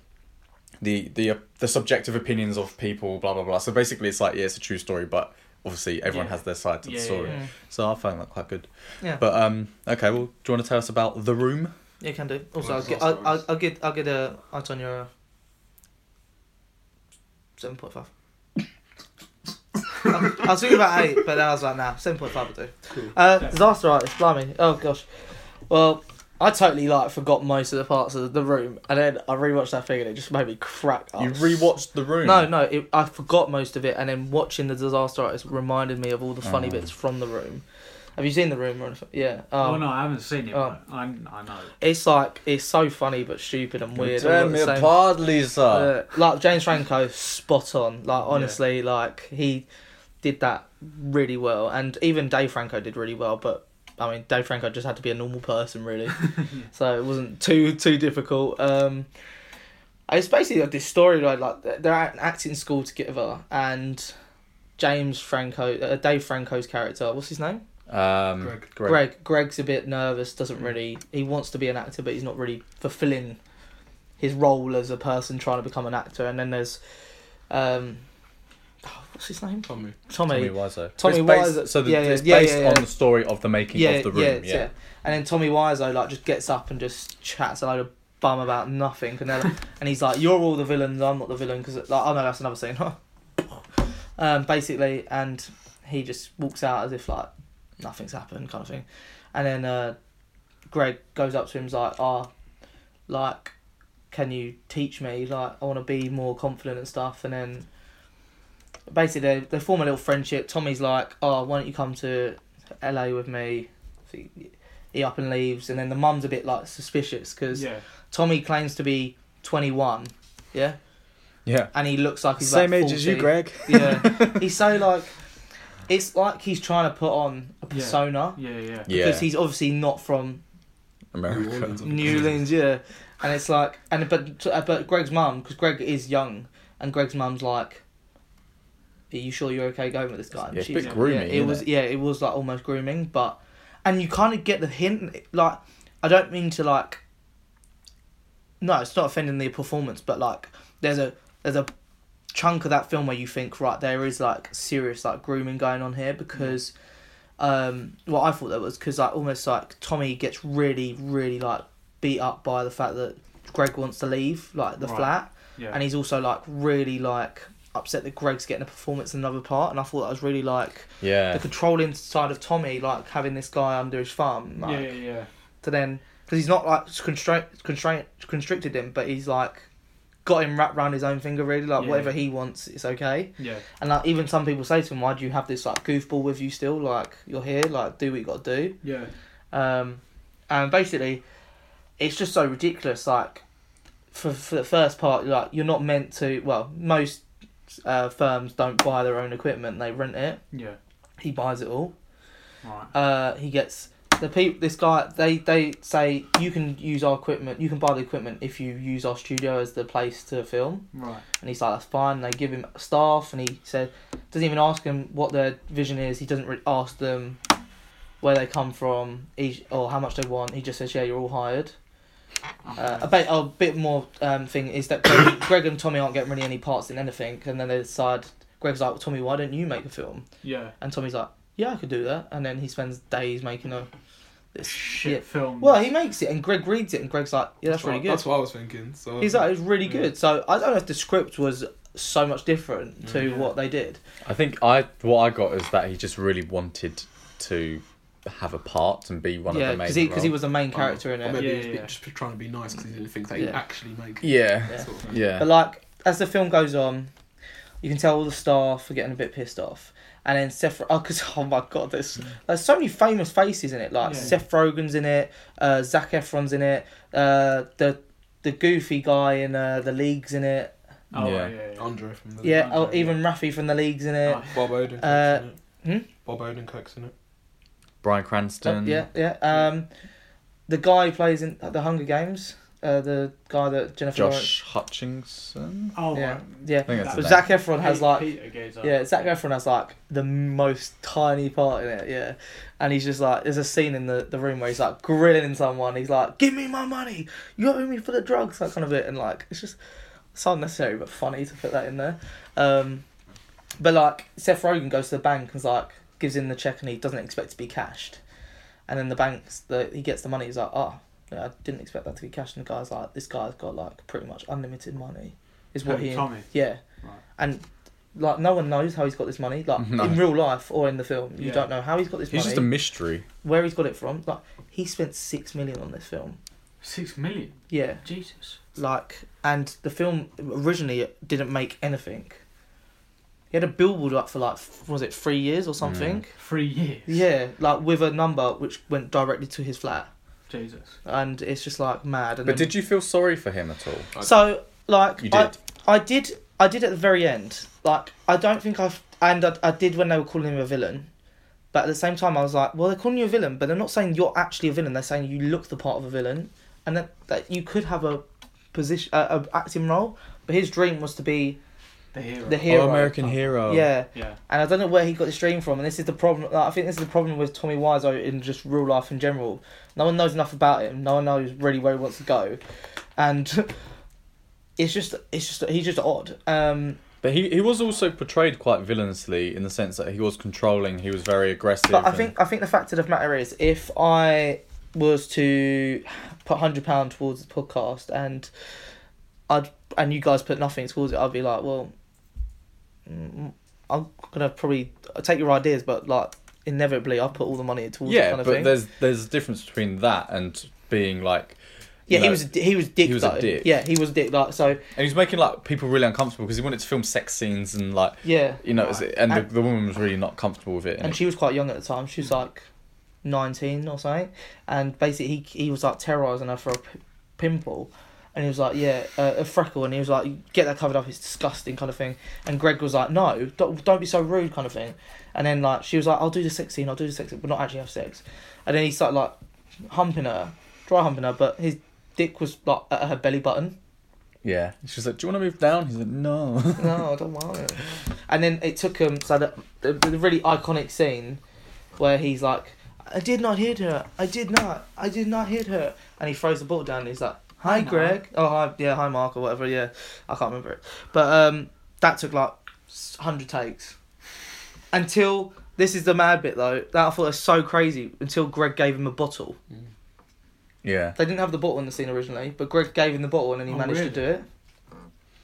S2: the the uh, the subjective opinions of people, blah blah blah. So basically, it's like yeah, it's a true story, but obviously everyone
S4: Yeah.
S2: has their side to
S4: Yeah,
S2: the
S4: yeah,
S2: story.
S1: Yeah,
S2: So I found that quite good.
S1: Yeah.
S2: But um, okay, well, do you want to tell us about the room?
S1: Yeah, can do. Also,
S3: Well,
S1: I'll, get,
S3: disaster
S1: I'll, I'll,
S3: artist.
S1: I'll get I'll get a I'll turn your uh, seven point five. I was thinking about eight, but then I was like, nah, seven point five will do.
S3: Cool.
S1: Uh,
S4: Yeah.
S1: disaster artist, blimey. Oh gosh. Well, I totally like forgot most of the parts of the room, and then I rewatched that thing, and it just made me crack up.
S2: You rewatched the room.
S1: Oh, No, no, it, I forgot most of it, and then watching the disaster artist reminded me of all the funny
S2: Oh.
S1: bits from the room. Have you seen the room or anything? Yeah.
S4: Oh,
S1: Um,
S4: no, I haven't seen it.
S1: oh.
S4: but I, I know.
S1: It's like it's so funny but stupid and weird. all
S2: Turn
S1: at
S2: me
S1: the same-
S2: apart, Lisa.
S1: Uh, like James Franco, spot on. Like honestly, like he did that really well, and even Dave Franco did really well. But I mean, Dave Franco just had to be a normal person, really. So it wasn't too too difficult. Um, it's basically like this storyline. Like they're- they're at an acting school together, and James Franco, uh, Dave Franco's character, what's his name?
S2: um,
S3: Greg.
S1: Uh, Greg. Greg's a bit nervous. Doesn't really. He wants to be an actor, but he's not really fulfilling his role as a person trying to become an actor. And then there's, um, oh, what's his name?
S3: Tommy.
S2: Tommy
S1: Tommy.
S2: Wiseau.
S1: Tommy
S2: It's based-
S1: Wiseau.
S2: So the,
S1: Yeah, yeah,
S2: it's
S1: yeah,
S2: based
S1: yeah, yeah.
S2: on the story of the making
S1: Yeah,
S2: of the room.
S1: yeah, it's-
S2: yeah.
S1: yeah. And then Tommy Wiseau like just gets up and just chats a load of bum about nothing. And, they're like, and he's like, "You're all the villains. I'm not the villain." Because like, oh no, that's another scene. um, basically, and he just walks out as if like nothing's happened, kind of thing. And then uh, Greg goes up to him, and's like, "Ah, like, can you teach me? Like, I want to be more confident and stuff." And then basically they, they form a little friendship. Tommy's like, "Oh, why don't you come to LA with me?" So he- he up and leaves, and then the mum's a bit like suspicious because
S4: Yeah.
S1: Tommy claims to be twenty one, yeah,
S2: Yeah.
S1: and he looks like he's
S2: Same
S1: about
S2: age as you,
S1: 40.
S2: Greg.
S1: Yeah, he's so like, it's like he's trying to put on a
S4: Yeah.
S1: persona
S4: Yeah, yeah.
S2: Yeah.
S1: because he's obviously not from
S3: New Orleans.
S1: Newlands, yeah. And it's like, and but uh, but Greg's mum, because Greg is young, and Greg's mum's like, "Are you sure you're okay going with this guy?" And
S2: Yeah, it's a
S1: she's-
S2: bit groomy,
S1: yeah, it
S2: isn't
S1: was,
S2: it?
S1: yeah, it was like almost grooming, but and you kind of get the hint. Like, I don't mean to like. No, it's not offending the performance, but like, there's a there's a chunk of that film where you think, right, there is like serious like grooming going on here because um what I thought that was because like almost like Tommy gets really really like beat up by the fact that Greg wants to leave like the
S4: Right.
S1: flat
S4: Yeah.
S1: and he's also like really like upset that Greg's getting a performance in another part, and I thought that was really like
S2: Yeah.
S1: the controlling side of Tommy, like having this guy under his thumb, like,
S4: yeah, yeah, yeah.
S1: to then because he's not like constraint, constraint, constricted him, but he's like got him wrapped around his own finger really, like
S4: Yeah.
S1: whatever he wants, it's okay.
S4: yeah.
S1: And like even some people say to him, why do you have this like goofball with you still? Like you're here, like do what you got to do.
S4: Yeah,
S1: Um, and basically, it's just so ridiculous. Like, for, for the first part, like you're not meant to. Well, most uh, firms don't buy their own equipment; they rent it.
S4: yeah,
S1: He buys it all.
S4: right.
S1: Uh, he gets the people. This guy, they they say you can use our equipment. You can buy the equipment if you use our studio as the place to film.
S4: Right.
S1: And he's like, that's fine. And they give him staff, and he said doesn't even ask them what their vision is. He doesn't really ask them where they come from each, or how much they want. He just says, yeah, you're all hired. Uh, a, bit, a bit more um, thing is that Greg, Greg and Tommy aren't getting really any parts in anything, and then they decide. Greg's like, Tommy, why don't you make a film?
S4: yeah.
S1: And Tommy's like, yeah, I could do that. And then he spends days making a this
S4: Shit
S1: shit.
S4: films.
S1: Well, he makes it, and Greg reads it, and Greg's like, yeah, that's,
S3: what,
S1: really good.
S3: That's what I was thinking. So um,
S1: He's like, it's really
S3: Yeah.
S1: good. So I don't know if the script was so much different to
S4: Yeah.
S1: what they did.
S2: I think I what I got is that he just really wanted to have a part and be one of
S1: yeah,
S2: the main.
S1: because he, 'cause he
S2: role.
S1: was the main character in
S3: Or
S1: it.
S3: maybe
S4: Yeah,
S3: he's
S4: yeah,
S3: be-
S4: yeah.
S3: just trying to be nice because he didn't think they
S1: Yeah.
S3: actually make. it.
S2: Yeah.
S1: Yeah.
S3: Sort of thing.
S2: Yeah.
S1: But like as the film goes on, you can tell all the staff are getting a bit pissed off, and then Seth. Oh, 'cause- oh my god, there's there's so many famous faces in it. Like
S4: Yeah.
S1: Seth Rogen's in it, uh, Zach Efron's in it, uh, the the goofy guy in uh, the league's in it.
S4: Oh,
S2: Yeah.
S4: yeah, yeah. yeah.
S3: Andre from the
S1: Yeah, oh,
S4: Okay.
S1: even Rafi from the league's in it.
S4: Oh,
S3: Bob Odenkirk's
S1: Uh,
S3: in it.
S1: hmm?
S3: Bob Odenkirk's in it.
S2: Brian
S1: Oh,
S2: Cranston.
S1: yeah, yeah. Um, the guy who plays in the Hunger Games. Uh, the guy that Jennifer Lawrence.
S2: Josh Hutchinson.
S4: oh
S1: Yeah,
S4: right.
S1: yeah. I
S2: think that's
S4: That-
S2: his
S1: Zach Efron has
S4: Pete-
S1: like
S4: Peter Gazer.
S1: Yeah, Zac Efron has like the most tiny part in it, yeah. And he's just like, there's a scene in the, the room where he's like grilling someone. He's like, give me my money. You owe me for the drugs, that kind of it. And like, it's just so unnecessary but funny to put that in there. Um, but like, Seth Rogen goes to the bank and's like, gives him the check and he doesn't expect to be cashed. And then the bank's, the, he gets the money, he's like, oh, yeah, I didn't expect that to be cashed. And the guy's like, this guy's got like pretty much unlimited money, is what
S4: Who,
S1: he
S4: Tommy.
S1: yeah.
S4: Right.
S1: And like no one knows how he's got this money. Like
S2: No.
S1: in real life or in the film, you
S4: Yeah.
S1: don't know how he's got this
S2: He's
S1: money.
S2: just a mystery.
S1: Where he's got it from. Like he spent six million on this film.
S4: Six million.
S1: Yeah.
S4: Jesus.
S1: Like and the film originally didn't make anything. He had a billboard up for like f- was it three years or something?
S2: Mm.
S4: Three years.
S1: Yeah, like with a number which went directly to his flat,
S4: Jesus.
S1: and it's just like mad. And
S2: But did you feel sorry for him at all?
S1: So like
S2: You
S1: I-
S2: did.
S1: I did. I did at the very end. Like I don't think I've and I, I did when they were calling him a villain, but at the same time I was like, well, they're calling you a villain, but they're not saying you're actually a villain. They're saying you look the part of a villain, and that that you could have a position, uh, a acting role. But his dream was to be
S4: The hero.
S1: the hero.
S2: Oh, American Hero.
S1: Yeah,
S4: Yeah.
S1: and I don't know where he got this dream from. And this is the problem. Like, I think this is the problem with Tommy Wiseau in just real life in general. No one knows enough about him. No one knows really where he wants to go, and it's just it's just he's just odd. Um,
S2: But he, he was also portrayed quite villainously in the sense that he was controlling, he was very aggressive.
S1: but I
S2: and-
S1: think I think the fact of the matter is, if I was to put hundred pound towards the podcast and I'd and you guys put nothing towards it, I'd be like, well, mm, I'm gonna probably take your ideas, but like inevitably, I put all the money towards
S2: yeah,
S1: it kind of
S2: but
S1: thing.
S2: there's there's a difference between that and being like you
S1: Yeah, he
S2: know,
S1: was a di- he was dick.
S2: he was a
S1: though.
S2: dick.
S1: Yeah, he was a dick. Like so,
S2: and he was making like people really uncomfortable because he wanted to film sex scenes and like
S1: yeah.
S2: you know
S4: Right.
S2: and the,
S1: And-
S2: the woman was really not comfortable with it.
S1: Uh, And she was quite young at the time. She was like nineteen or something. And basically, he he was like terrorizing her for a p- pimple, and he was like, yeah, uh, a freckle, and he was like, get that covered up. It's disgusting, kind of thing. And Greg was like, no, don't don't be so rude, kind of thing. And then like she was like, I'll do the sex scene. I'll do the sex, scene, but not actually have sex. And then he started like humping her, dry humping her, but his dick was like at her belly button.
S2: yeah, she was like, "Do you want to move down?" He's like, "No."
S1: no, I don't want it. And then it took him. So the, the, the really iconic scene where he's like, "I did not hit her. I did not. I did not hit her." And he throws the ball down. and He's like, "Hi,
S4: Hi, Mark."
S1: Greg." Oh, hi, yeah, hi, Mark, or whatever. Yeah, I can't remember it. But um, that took like hundred takes until. This is the mad bit though. That I thought was so crazy until Greg gave him a bottle.
S2: yeah,
S1: They didn't have the bottle in the scene originally, but Greg gave him the bottle and then he
S4: Oh,
S1: managed
S4: really?
S1: to do it.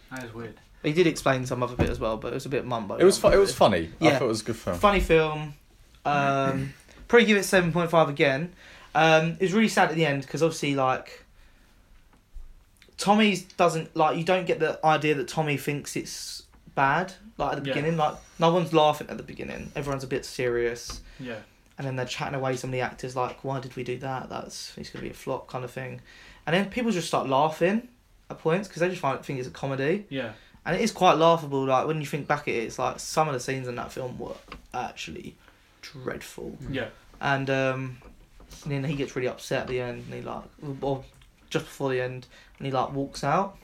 S4: That is weird.
S1: He did explain some other bit as well, but it was a bit mumbo.
S2: It was fu-
S1: jumbo.
S2: it was funny. I
S1: Yeah.
S2: thought it was a good film.
S1: funny film. Um, probably give it seven point five again. Um, it was really sad at the end because obviously like Tommy's doesn't like you don't get the idea that Tommy thinks it's bad like at the
S4: Yeah.
S1: beginning like no one's laughing at the beginning everyone's a bit serious
S4: Yeah.
S1: and then they're chatting away some of the actors like why did we do that that's it's gonna be a flop kind of thing and then people just start laughing at points because they just find think it's a comedy
S4: Yeah.
S1: and it is quite laughable. Like when you think back at it, it's like some of the scenes in that film were actually dreadful.
S4: Yeah.
S1: And um, and then he gets really upset at the end, and he like, or just before the end, and he like walks out.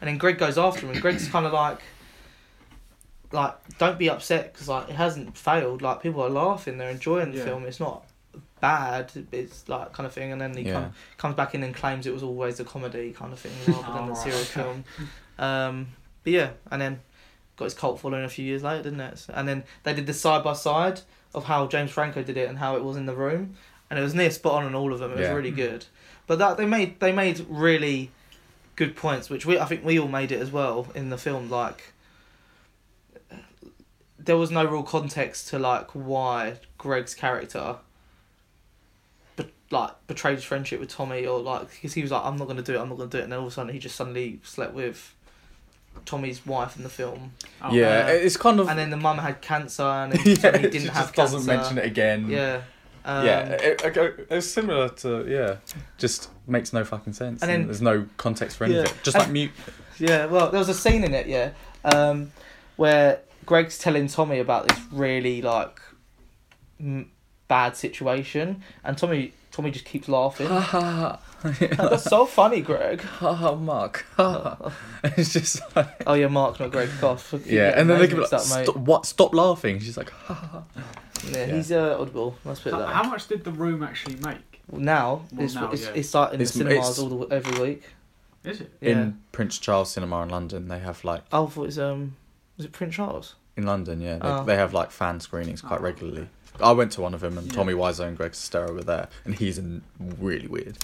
S1: And then Greg goes after him, and Greg's kind of like, like don't be upset because like it hasn't failed. Like people are laughing, they're enjoying the
S4: Yeah.
S1: film. It's not bad. It's like kind of thing. And then he
S2: Yeah.
S1: come, comes back in and claims it was always a comedy kind of thing rather than
S4: Oh,
S1: a
S4: right,
S1: serious
S4: okay.
S1: film. Um, but yeah, and then got his cult following a few years later, didn't it? So- And then they did the side by side of how James Franco did it and how it was in the room, and it was near spot on on all of them. It
S2: Yeah.
S1: was really
S4: Mhm.
S1: good. But that they made they made really good points, which we I think we all made it as well in the film. Like there was no real context to like why Greg's character. be- Like betrayed his friendship with Tommy, or like because he was like, "I'm not gonna do it, I'm not gonna do it," and then all of a sudden he just suddenly slept with Tommy's wife in the film,
S4: Oh,
S2: yeah,
S1: uh,
S2: it's kind of.
S1: and then the mum had cancer, and then
S2: yeah,
S1: Tommy
S2: it just
S1: didn't have cancer.
S2: doesn't mention it again.
S1: Yeah. Um,
S2: yeah, it, it, it- it's similar to yeah, just makes no fucking sense.
S1: And
S2: And,
S1: then-
S2: there's no context for
S1: Yeah.
S2: anything. Just
S1: And-
S2: like mute.
S1: Yeah, well, there was a scene in it, yeah, um, where Greg's telling Tommy about this really like m- bad situation, and Tommy Tommy just keeps laughing.
S2: Ha ha ha.
S1: That's so funny, Greg.
S2: Ha ha, Mark. Ha ha. It's just like
S1: Oh, yeah, Mark, not Greg. Cough. You
S2: yeah,
S1: get
S2: and then they
S1: names
S2: give it
S1: mixed
S2: like
S1: up, mate.
S2: Stop, what? Stop laughing. She's like ha ha. ha.
S1: Yeah,
S2: Yeah.
S1: he's uh, audible. Let's put it
S4: How,
S1: that.
S4: how
S1: way.
S4: much did the room actually make?
S1: Well, now
S4: Well,
S1: it's
S4: now,
S1: it's,
S4: yeah.
S1: it's like in
S2: It's-
S1: the
S2: it's-
S1: cinemas all the, every week.
S4: Is it?
S1: Yeah.
S2: In Prince Charles Cinema in London, they have like
S1: Oh, I thought it was um, was it Prince Charles?
S2: in London, yeah, they,
S1: Oh.
S2: they have like fan screenings quite
S4: Oh,
S2: regularly. I went to one of them, and
S4: Yeah.
S2: Tommy Wiseau and Greg Sestero were there, and he's in really weird.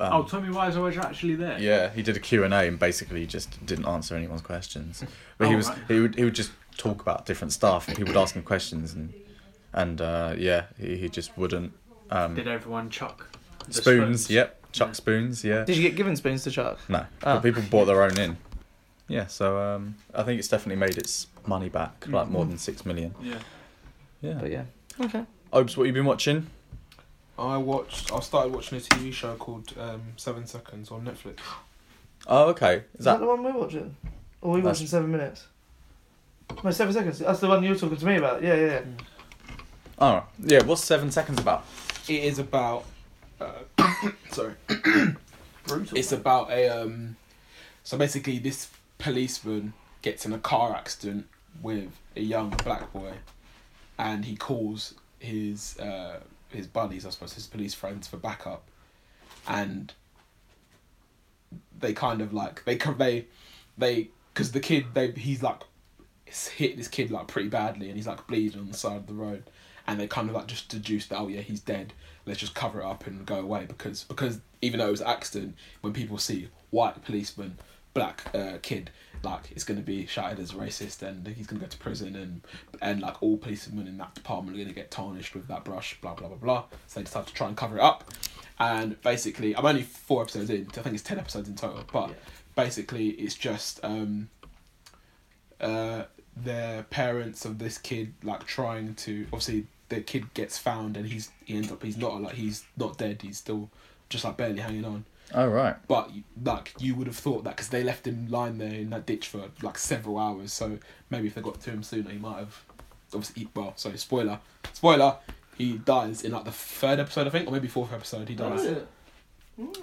S2: Um,
S4: oh, Tommy Wiseau was actually there.
S2: Yeah, he did a Q and A and basically just didn't answer anyone's questions. But he
S4: Oh,
S2: was
S4: right.
S2: he would he would just talk about different stuff. and People would ask him questions and and uh, yeah, he, he just wouldn't. Um,
S4: Did everyone chuck the
S2: spoons, yep, chuck
S4: Yeah.
S2: spoons, yeah.
S1: Did you get given spoons to Chuck?
S2: No,
S1: Ah.
S2: but people bought their own in. Yeah, so um, I think it's definitely made its money back, like more than six million.
S4: Yeah.
S2: Yeah.
S1: But yeah. Okay.
S2: Obes, what you been watching?
S3: I watched. I started watching a TV show called um, Seven Seconds on Netflix.
S2: Oh, okay.
S1: Is that, the one we're watching? Or are we
S2: That's-
S1: watching seven minutes? No, seven seconds. That's the one you were talking to me about. Yeah, yeah, yeah.
S2: Oh, yeah. What's seven seconds about?
S3: It is about. Uh, sorry.
S1: Brutal.
S3: It's about a um so basically this policeman gets in a car accident with a young black boy and he calls his uh his buddies, I suppose, his police friends for backup and they kind of like they convey they because the kid they he's like it's hit this kid like pretty badly and he's like bleeding on the side of the road and they kind of like just deduce that oh yeah he's dead let's just cover it up and go away because because even though it was an accident when people see white policeman black uh, kid like it's going to be shouted as racist and he's going to go to prison and and like all policemen in that department are going to get tarnished with that brush blah blah blah blah so they decide to try and cover it up and basically i'm only four episodes in i think it's 10 episodes in total but
S1: Yeah.
S3: basically it's just um uh, their parents of this kid like trying to obviously the kid gets found and he's he ends up he's not like he's not dead he's still just like barely hanging on
S2: Oh right.
S3: but like you would have thought that because they left him lying there in that ditch for like several hours so maybe if they got to him sooner he might have obviously well sorry spoiler spoiler he dies in like the third episode I think or maybe fourth episode he
S1: Oh,
S3: dies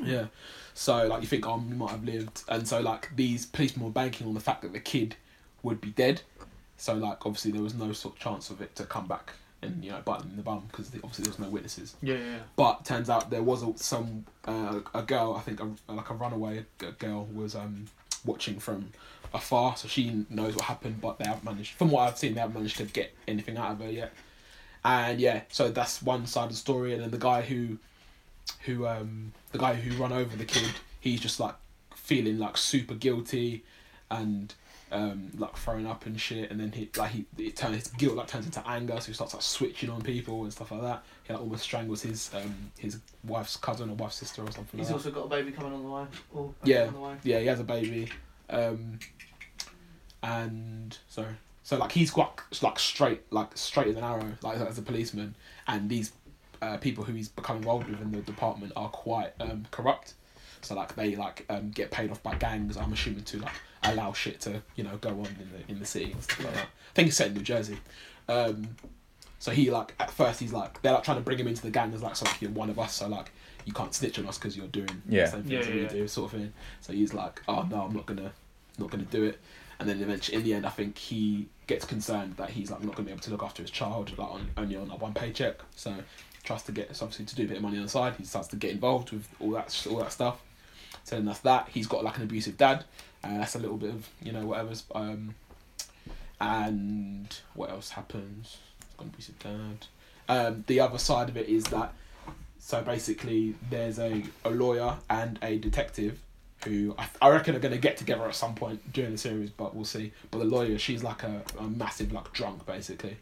S3: yeah. So like you think, oh, we might have lived, and so like these policemen were banking on the fact that the kid would be dead. So like obviously there was no sort of chance of it to come back and you know bite them in the bum because obviously there was no witnesses.
S4: Yeah, yeah. yeah.
S3: But turns out there was a- some uh, a girl, I think, a, like a runaway g- girl was um, watching from afar, so she knows what happened. But they haven't managed, from what I've seen, they haven't managed to get anything out of her yet. And yeah, so that's one side of the story. And then the guy who, who um, the guy who run over the kid, he's just like feeling like super guilty, and um, like throwing up and shit, and then he like he it turns his guilt like turns into anger, so he starts like switching on people and stuff like that. He like almost strangles his um, his wife's cousin or wife's sister or something.
S1: He's
S3: like that.
S1: also got a baby coming on the way. Or
S3: Yeah.
S1: On the way.
S3: yeah, he has a baby, um, and so so like he's quite like straight like straight as an arrow like as a policeman, and these uh, people who he's become involved with in the department are quite um, corrupt. So like they like um, get paid off by gangs. I'm assuming to like allow shit to you know go on in the in the city and stuff like that. I think it's set in New Jersey. Um, so he like at first he's like they're like trying to bring him into the gang as like so like you're one of us. So like you can't snitch on us because you're doing
S2: Yeah.
S3: the same things
S4: Yeah,
S3: that
S4: yeah,
S3: we
S4: yeah.
S3: do sort of thing. So he's like, oh no, I'm not gonna not gonna do it. And then eventually, in the end, I think he gets concerned that he's like not gonna be able to look after his child like on only on like one paycheck. So tries to get so obviously to do a bit of money on the side. He starts to get involved with all that all that stuff. So then that's that. He's got like an abusive dad. Uh, that's a little bit of you know whatever's um, and what else happens? He's got an abusive dad. Um, the other side of it is that so basically there's a, a lawyer and a detective who I, I reckon are going to get together at some point during the series, but we'll see. But the lawyer, she's like a, a massive like drunk basically.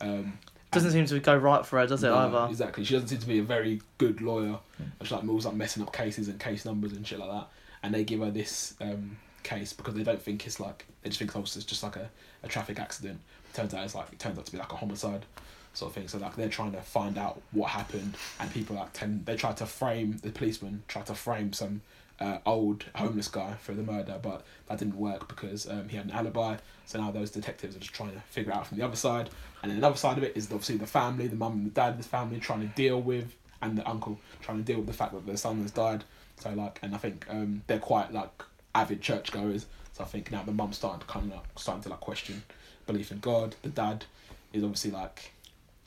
S3: Um,
S1: Doesn't seem to go right for her, does it?
S3: no,
S1: either.
S3: Exactly. She doesn't seem to be a very good lawyer. And She like moves like messing up cases and case numbers and shit like that. And they give her this um, case because they don't think it's like they just think oh, it's just like a, a traffic accident. Turns out it's like it turns out to be like a homicide sort of thing. So like they're trying to find out what happened and people like tend they try to frame the policeman try to frame some uh, old homeless guy for the murder, but that didn't work because um, he had an alibi. So now those detectives are just trying to figure it out from the other side. And then another side of it is obviously the family, the mum and the dad of this family trying to deal with, and the uncle trying to deal with the fact that their son has died. So like, and I think um, they're quite like avid churchgoers. So I think now the mum's starting to kind of like, starting to like question belief in God. The dad is obviously like,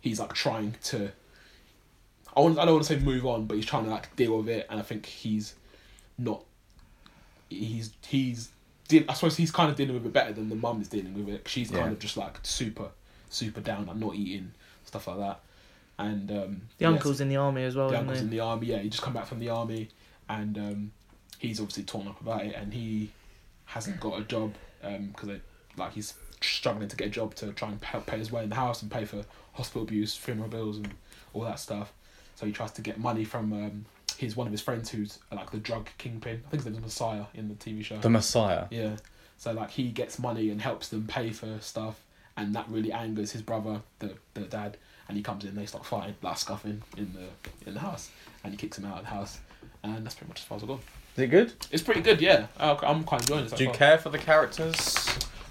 S3: he's like trying to. I, want, I don't want to say move on, but he's trying to like deal with it, and I think he's not. He's he's. deal- I suppose he's kind of dealing with it better than the mum is dealing with it. She's kind
S2: Yeah.
S3: of just like super, super down. I'm not eating stuff like that, and um,
S1: The
S3: yes,
S1: uncle's in the army as well,
S3: the
S1: isn't
S3: uncle's
S1: he?
S3: in the army. Yeah, he just come back from the army, and um, he's obviously torn up about it, and he hasn't got a job because they like he's struggling to get a job to try and help pay his way in the house and pay for hospital abuse, funeral bills, and all that stuff. So he tries to get money from um, his one of his friends who's uh, like the drug kingpin. I think his name's Messiah in the TV show.
S2: The Messiah.
S3: Yeah. So like he gets money and helps them pay for stuff, and that really angers his brother, the the dad, and he comes in. They start fighting, like scuffing in the in the house, and he kicks him out of the house, and that's pretty much as far as I go.
S2: Is it good?
S3: It's pretty good, yeah. I- I'm quite enjoying it. So
S2: Do you
S3: far.
S2: care for the characters?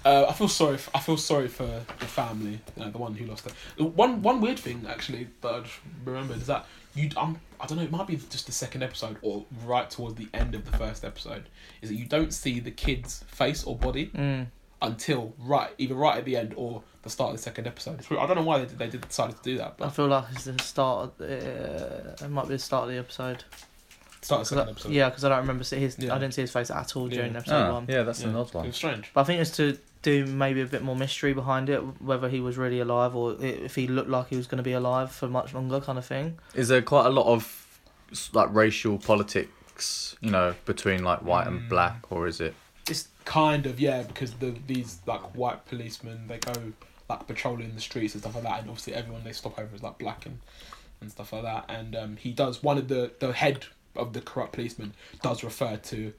S3: Uh, I feel sorry. f I I feel sorry for the family, uh, the one who lost it. One one weird thing actually that I just remembered is that you. Um, I don't know. It might be just the second episode or right towards the end of the first episode. Is that you don't see the kid's face or body
S1: Mm.
S3: until right either right at the end or the start of the second episode. It's weird. I don't know why they did, they did decided to do that,
S1: I
S3: but
S1: feel like it's the start. Of the, uh, it might be the start of the episode.
S3: start of the
S1: 'Cause
S3: second
S1: I-
S3: episode.
S1: Yeah, because I don't remember see his.
S3: Yeah.
S1: I didn't see his face at all during
S3: Yeah.
S1: episode
S2: Ah,
S1: one.
S2: yeah, that's
S3: Yeah.
S2: an odd
S3: It
S2: one.
S3: was strange.
S1: But I think it's to do maybe a bit more mystery behind it, whether he was really alive or i- if he looked like he was going to be alive for much longer, kind of thing.
S2: Is there quite a lot of s- like racial politics, you know, between like white
S3: Mm.
S2: and black, or is it?
S3: It's kind of yeah because the these like white policemen they go like patrolling the streets and stuff like that, and obviously everyone they stop over is like black and and stuff like that. And um, he does one of the the head of the corrupt policeman does refer to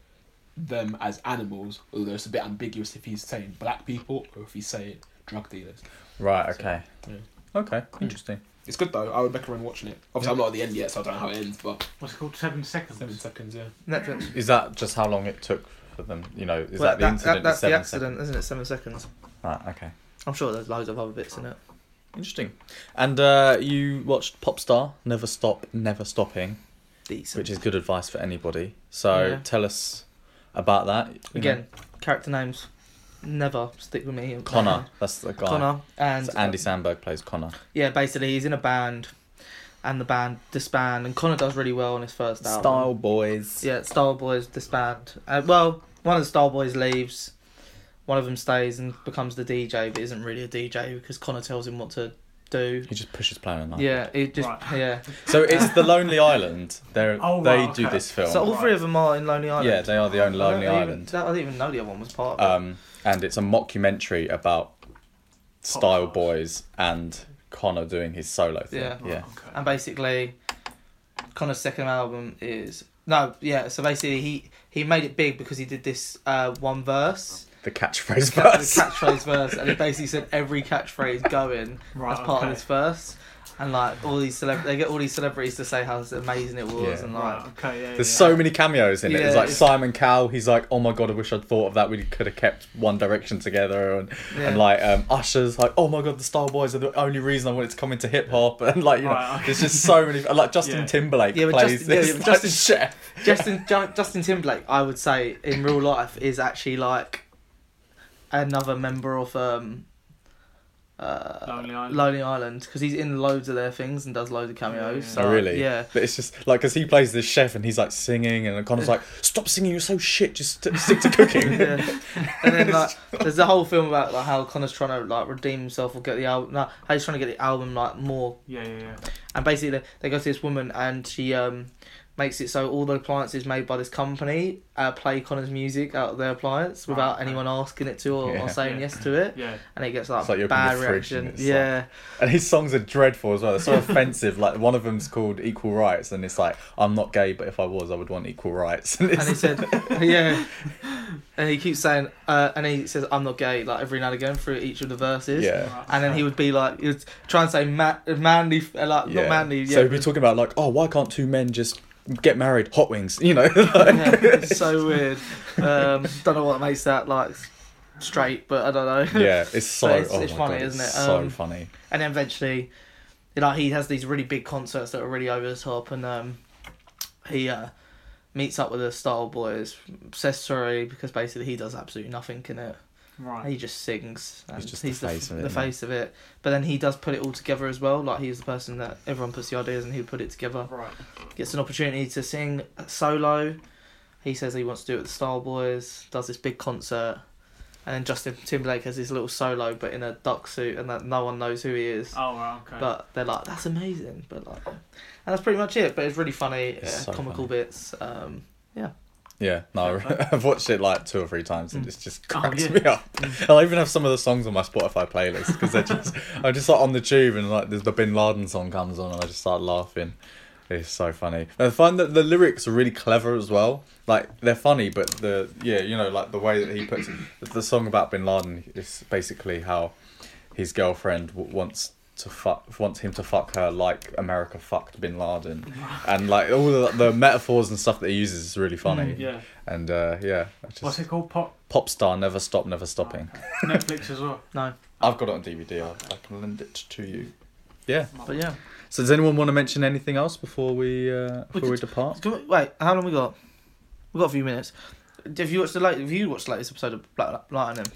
S3: them as animals, although it's a bit ambiguous if he's saying black people or if he's saying drug dealers.
S2: Right.
S3: So,
S2: Okay.
S3: yeah.
S2: Okay. Interesting.
S3: It's good though. I would recommend watching it. Obviously, I'm not at the end yet, so I don't know how it ends. But
S4: What's it called? Seven seconds.
S3: seven seconds, yeah.
S1: Netflix.
S2: Is that just how long it took for them? You know, is
S1: Well,
S2: that the incident?
S1: that's the
S2: seven
S1: accident,
S2: seconds?
S1: isn't it? Seven seconds.
S2: Right. Okay.
S1: I'm sure there's loads of other bits in it.
S2: Interesting. And uh, you watched Popstar, Never Stop, Never Stopping,
S1: Decent.
S2: which is good advice for anybody. So
S1: Yeah.
S2: tell us about that. you know.
S1: Again, character names never stick with me.
S2: Connor. That's the guy.
S1: Connor and
S2: So Andy Sandberg plays Connor.
S1: yeah, basically he's in a band, and the band disband, and Connor does really well on his first album.
S2: Style Boys.
S1: Yeah, Style Boys disband. Uh, well, one of the Style Boys leaves, one of them stays and becomes the DJ, but isn't really a DJ because Connor tells him what to do.
S2: He just pushes planet nine.
S1: Yeah, it just
S4: Right.
S1: yeah.
S2: So it's the Lonely Island. They're,
S4: Oh,
S2: they
S4: right,
S2: do
S4: okay.
S2: this film.
S1: So all three of them are in Lonely Island.
S2: yeah, they are the only
S1: I don't
S2: Lonely
S1: even-
S2: Island.
S1: that- I didn't even know the other one was part of
S2: um, and it's a mockumentary about Style
S4: stars.
S2: Boys and Connor doing his solo thing.
S1: Yeah. Um,
S2: yeah.
S1: it.
S4: Okay.
S1: And basically, Connor's second album is no, yeah. So basically, he he made it big because he did this uh, one verse,
S2: The catchphrase
S1: ca- the
S2: verse.
S1: catchphrase verse, and he basically said every catchphrase going
S4: Right,
S1: as part
S4: okay.
S1: of his verse. And like all these celeb, they get all these celebrities to say how amazing it was,
S2: Yeah.
S1: and like
S4: Right, okay, yeah,
S2: There's
S4: yeah.
S2: so many cameos in it.
S1: Yeah,
S2: It's like
S1: it's-
S2: Simon Cowell. He's like, oh my god, I wish I'd thought of that. We could have kept One Direction together, and,
S1: Yeah.
S2: and like um, Usher's like, oh my god, the Style Boys are the only reason I wanted to come into hip hop, and like you know,
S4: Right, okay.
S2: there's just so many. and, Like Justin
S4: Yeah.
S2: Timberlake
S1: Yeah, but
S2: plays
S1: Justin- yeah,
S2: this
S1: yeah, but
S2: like,
S1: Justin-
S2: chef.
S1: Justin Ju- Justin Timberlake, I would say in real life is actually like another member of um, uh,
S4: Lonely Island.
S1: Lonely Island because he's in loads of their things and does loads of cameos.
S4: Yeah, yeah.
S1: so,
S2: Oh,
S1: like,
S2: really?
S1: Yeah.
S2: But it's just like because he plays this chef and he's like singing, and Connor's like, "Stop singing! You're so shit. Just st- stick to cooking."
S1: yeah. And then like, there's a whole film about like how Connor's trying to like redeem himself or get the album. No, how he's trying to get the album like more.
S4: Yeah, yeah, yeah.
S1: And basically, they, they go to this woman and she um makes it so all the appliances made by this company uh, play Connor's music out of their appliance
S4: Right,
S1: without
S4: okay.
S1: anyone asking it to or,
S2: Ah, Yeah.
S1: or saying
S4: Yeah.
S1: yes to it.
S4: Yeah.
S1: and it gets like,
S2: It's like you open
S1: bad
S2: the fridge and
S1: reaction.
S2: it's
S1: Yeah,
S2: And his songs are dreadful as well. They're so offensive. Like one of them's called "Equal Rights," and it's like, "I'm not gay, but if I was, I would want equal rights." And
S1: and he
S2: it's
S1: said, yeah, and he keeps saying, uh, and he says, "I'm not gay," like every now and again through each of the verses.
S2: yeah.
S4: Right,
S1: And then
S4: okay.
S1: he would be like, he would try and say ma- manly, uh, like
S2: yeah.
S1: not manly. Yeah,
S2: So we're talking about like, oh, why can't two men just get married? Hot wings, you know?
S1: yeah, it's so weird. Um, don't know what makes that like straight, but I don't know.
S2: yeah, it's so.
S1: But it's-
S2: oh
S1: it's
S2: my
S1: funny,
S2: God,
S1: isn't
S2: it's
S1: it?
S2: So
S1: Um,
S2: funny.
S1: and then eventually, you know, he has these really big concerts that are really over the top, and um, he uh, meets up with the Style Boys, says sorry because basically he does absolutely nothing in it.
S4: Right.
S1: He just sings. And
S2: He's just
S1: he's the, face, of it, the
S2: isn't he?
S1: face of it. But then he does put it all together as well. Like he's the person that everyone puts the ideas and he put it together.
S4: Right.
S1: Gets an opportunity to sing solo. He says he wants to do it with the Style Boys. Does this big concert. And then Justin Timberlake has his little solo, but in a duck suit, and that no one knows who he is.
S4: Oh, right, okay.
S1: But they're like, that's amazing. But like, and that's pretty much it. But it's really funny,
S2: It's
S1: yeah,
S2: so
S1: comical bits. Um,
S2: Yeah, no,
S4: Okay.
S2: I've watched it like two or three times and
S1: Mm.
S2: it's just
S4: Oh,
S2: cracks
S4: yeah.
S2: me up. And I even have some of the songs on my Spotify playlist because they're just I'm just like on the tube and like there's the Bin Laden song comes on and I just start laughing. It's so funny. And I find that the lyrics are really clever as well. Like they're funny, but the yeah, you know, like the way that he puts the song about Bin Laden is basically how his girlfriend w- wants to fuck wants him to fuck her like America fucked Bin Laden, and like all the, the metaphors and stuff that he uses is really funny.
S1: Mm,
S4: yeah.
S2: And uh, yeah, I just
S4: What's it called? Pop.
S2: pop star never stop never stopping.
S4: Okay. Netflix as well.
S1: no,
S2: I've got it on DVD. I, I can lend it to you. Yeah.
S1: but yeah.
S2: So does anyone want to mention anything else before we uh, before we,
S1: could-
S2: depart?
S1: Can we- wait, how long we got? We got a few minutes. Have you watched the late? Have you watched the latest episode of Black Lightning?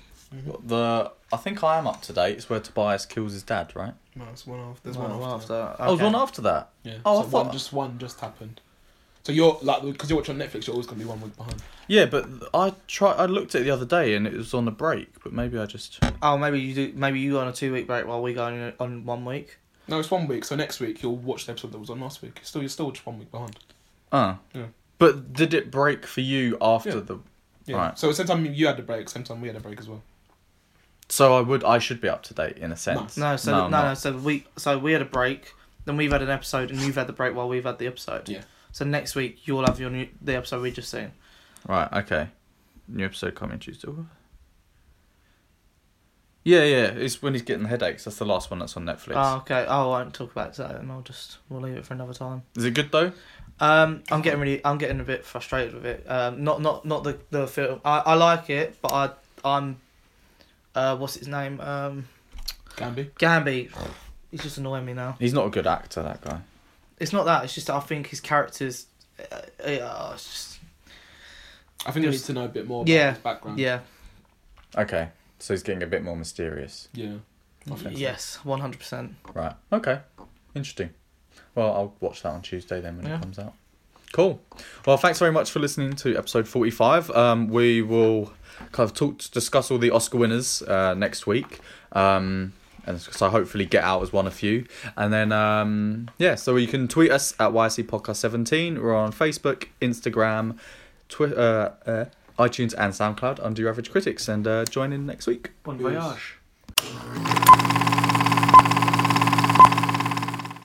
S2: The I think I am up to date. It's where Tobias kills his dad, right?
S3: No, it's one after. There's
S1: Oh,
S3: one,
S1: one
S3: after.
S1: after.
S2: Oh, it was
S1: okay.
S2: one after that.
S3: Yeah.
S2: Oh, I
S3: so
S2: thought-
S3: one just one just happened. So you're like because you watch on Netflix, you're always gonna be one week behind.
S2: Yeah, but I try. I looked at it the other day and it was on a break. But maybe I just
S1: Oh, maybe you do. Maybe you go on a two week break while we go on, on one week.
S3: No, it's one week. So next week you'll watch the episode that was on last week. Still, you're still just one week behind.
S2: uh.
S3: Yeah.
S2: But did it break for you after
S3: Yeah.
S2: the?
S3: Yeah.
S2: Right.
S3: So at the same time you had a break, same time we had a break as well.
S2: So I would. I should be up to date in a sense.
S1: No, so no,
S2: I'm
S1: no,
S2: not.
S1: So we so we had a break. Then we've had an episode, and you've had the break while we've had the episode.
S3: Yeah.
S1: So next week you'll have your new the episode we just seen.
S2: Right, okay. New episode coming Tuesday. Ooh. Yeah, yeah. It's when he's getting the headaches. That's the last one that's on Netflix.
S1: Oh, okay. Oh, I won't talk about that, and I'll just we'll leave it for another time.
S2: Is it good though?
S1: Um, I'm getting really, I'm getting a bit frustrated with it. Um, not, not, not the the film. I, I like it, but I, I'm, uh, what's his name? Um,
S3: Gambi.
S1: Gambi. He's just annoying me now.
S2: He's not a good actor, that guy.
S1: It's not that. It's just that I think his characters, uh, uh, it's just,
S3: I think you need
S1: Just-
S3: to know a bit more about
S1: Yeah.
S3: his background.
S1: yeah,
S2: Okay, so he's getting a bit more mysterious.
S3: Yeah. I think so.
S1: yes, one hundred percent.
S2: Right, okay. Interesting. Well, I'll watch that on Tuesday then when
S1: Yeah.
S2: it comes out. Cool. Well, thanks very much for listening to episode 45. Um, we will kind of talk, discuss all the Oscar winners uh, next week. Um, and so hopefully Get Out is one of few. And then um, yeah, so you can tweet us at YC Podcast Seventeen. We're on Facebook, Instagram, Twitter, uh, uh, iTunes, and SoundCloud under Your Average Critics. And uh, join in next week.
S4: Bon
S3: Yes.
S4: voyage.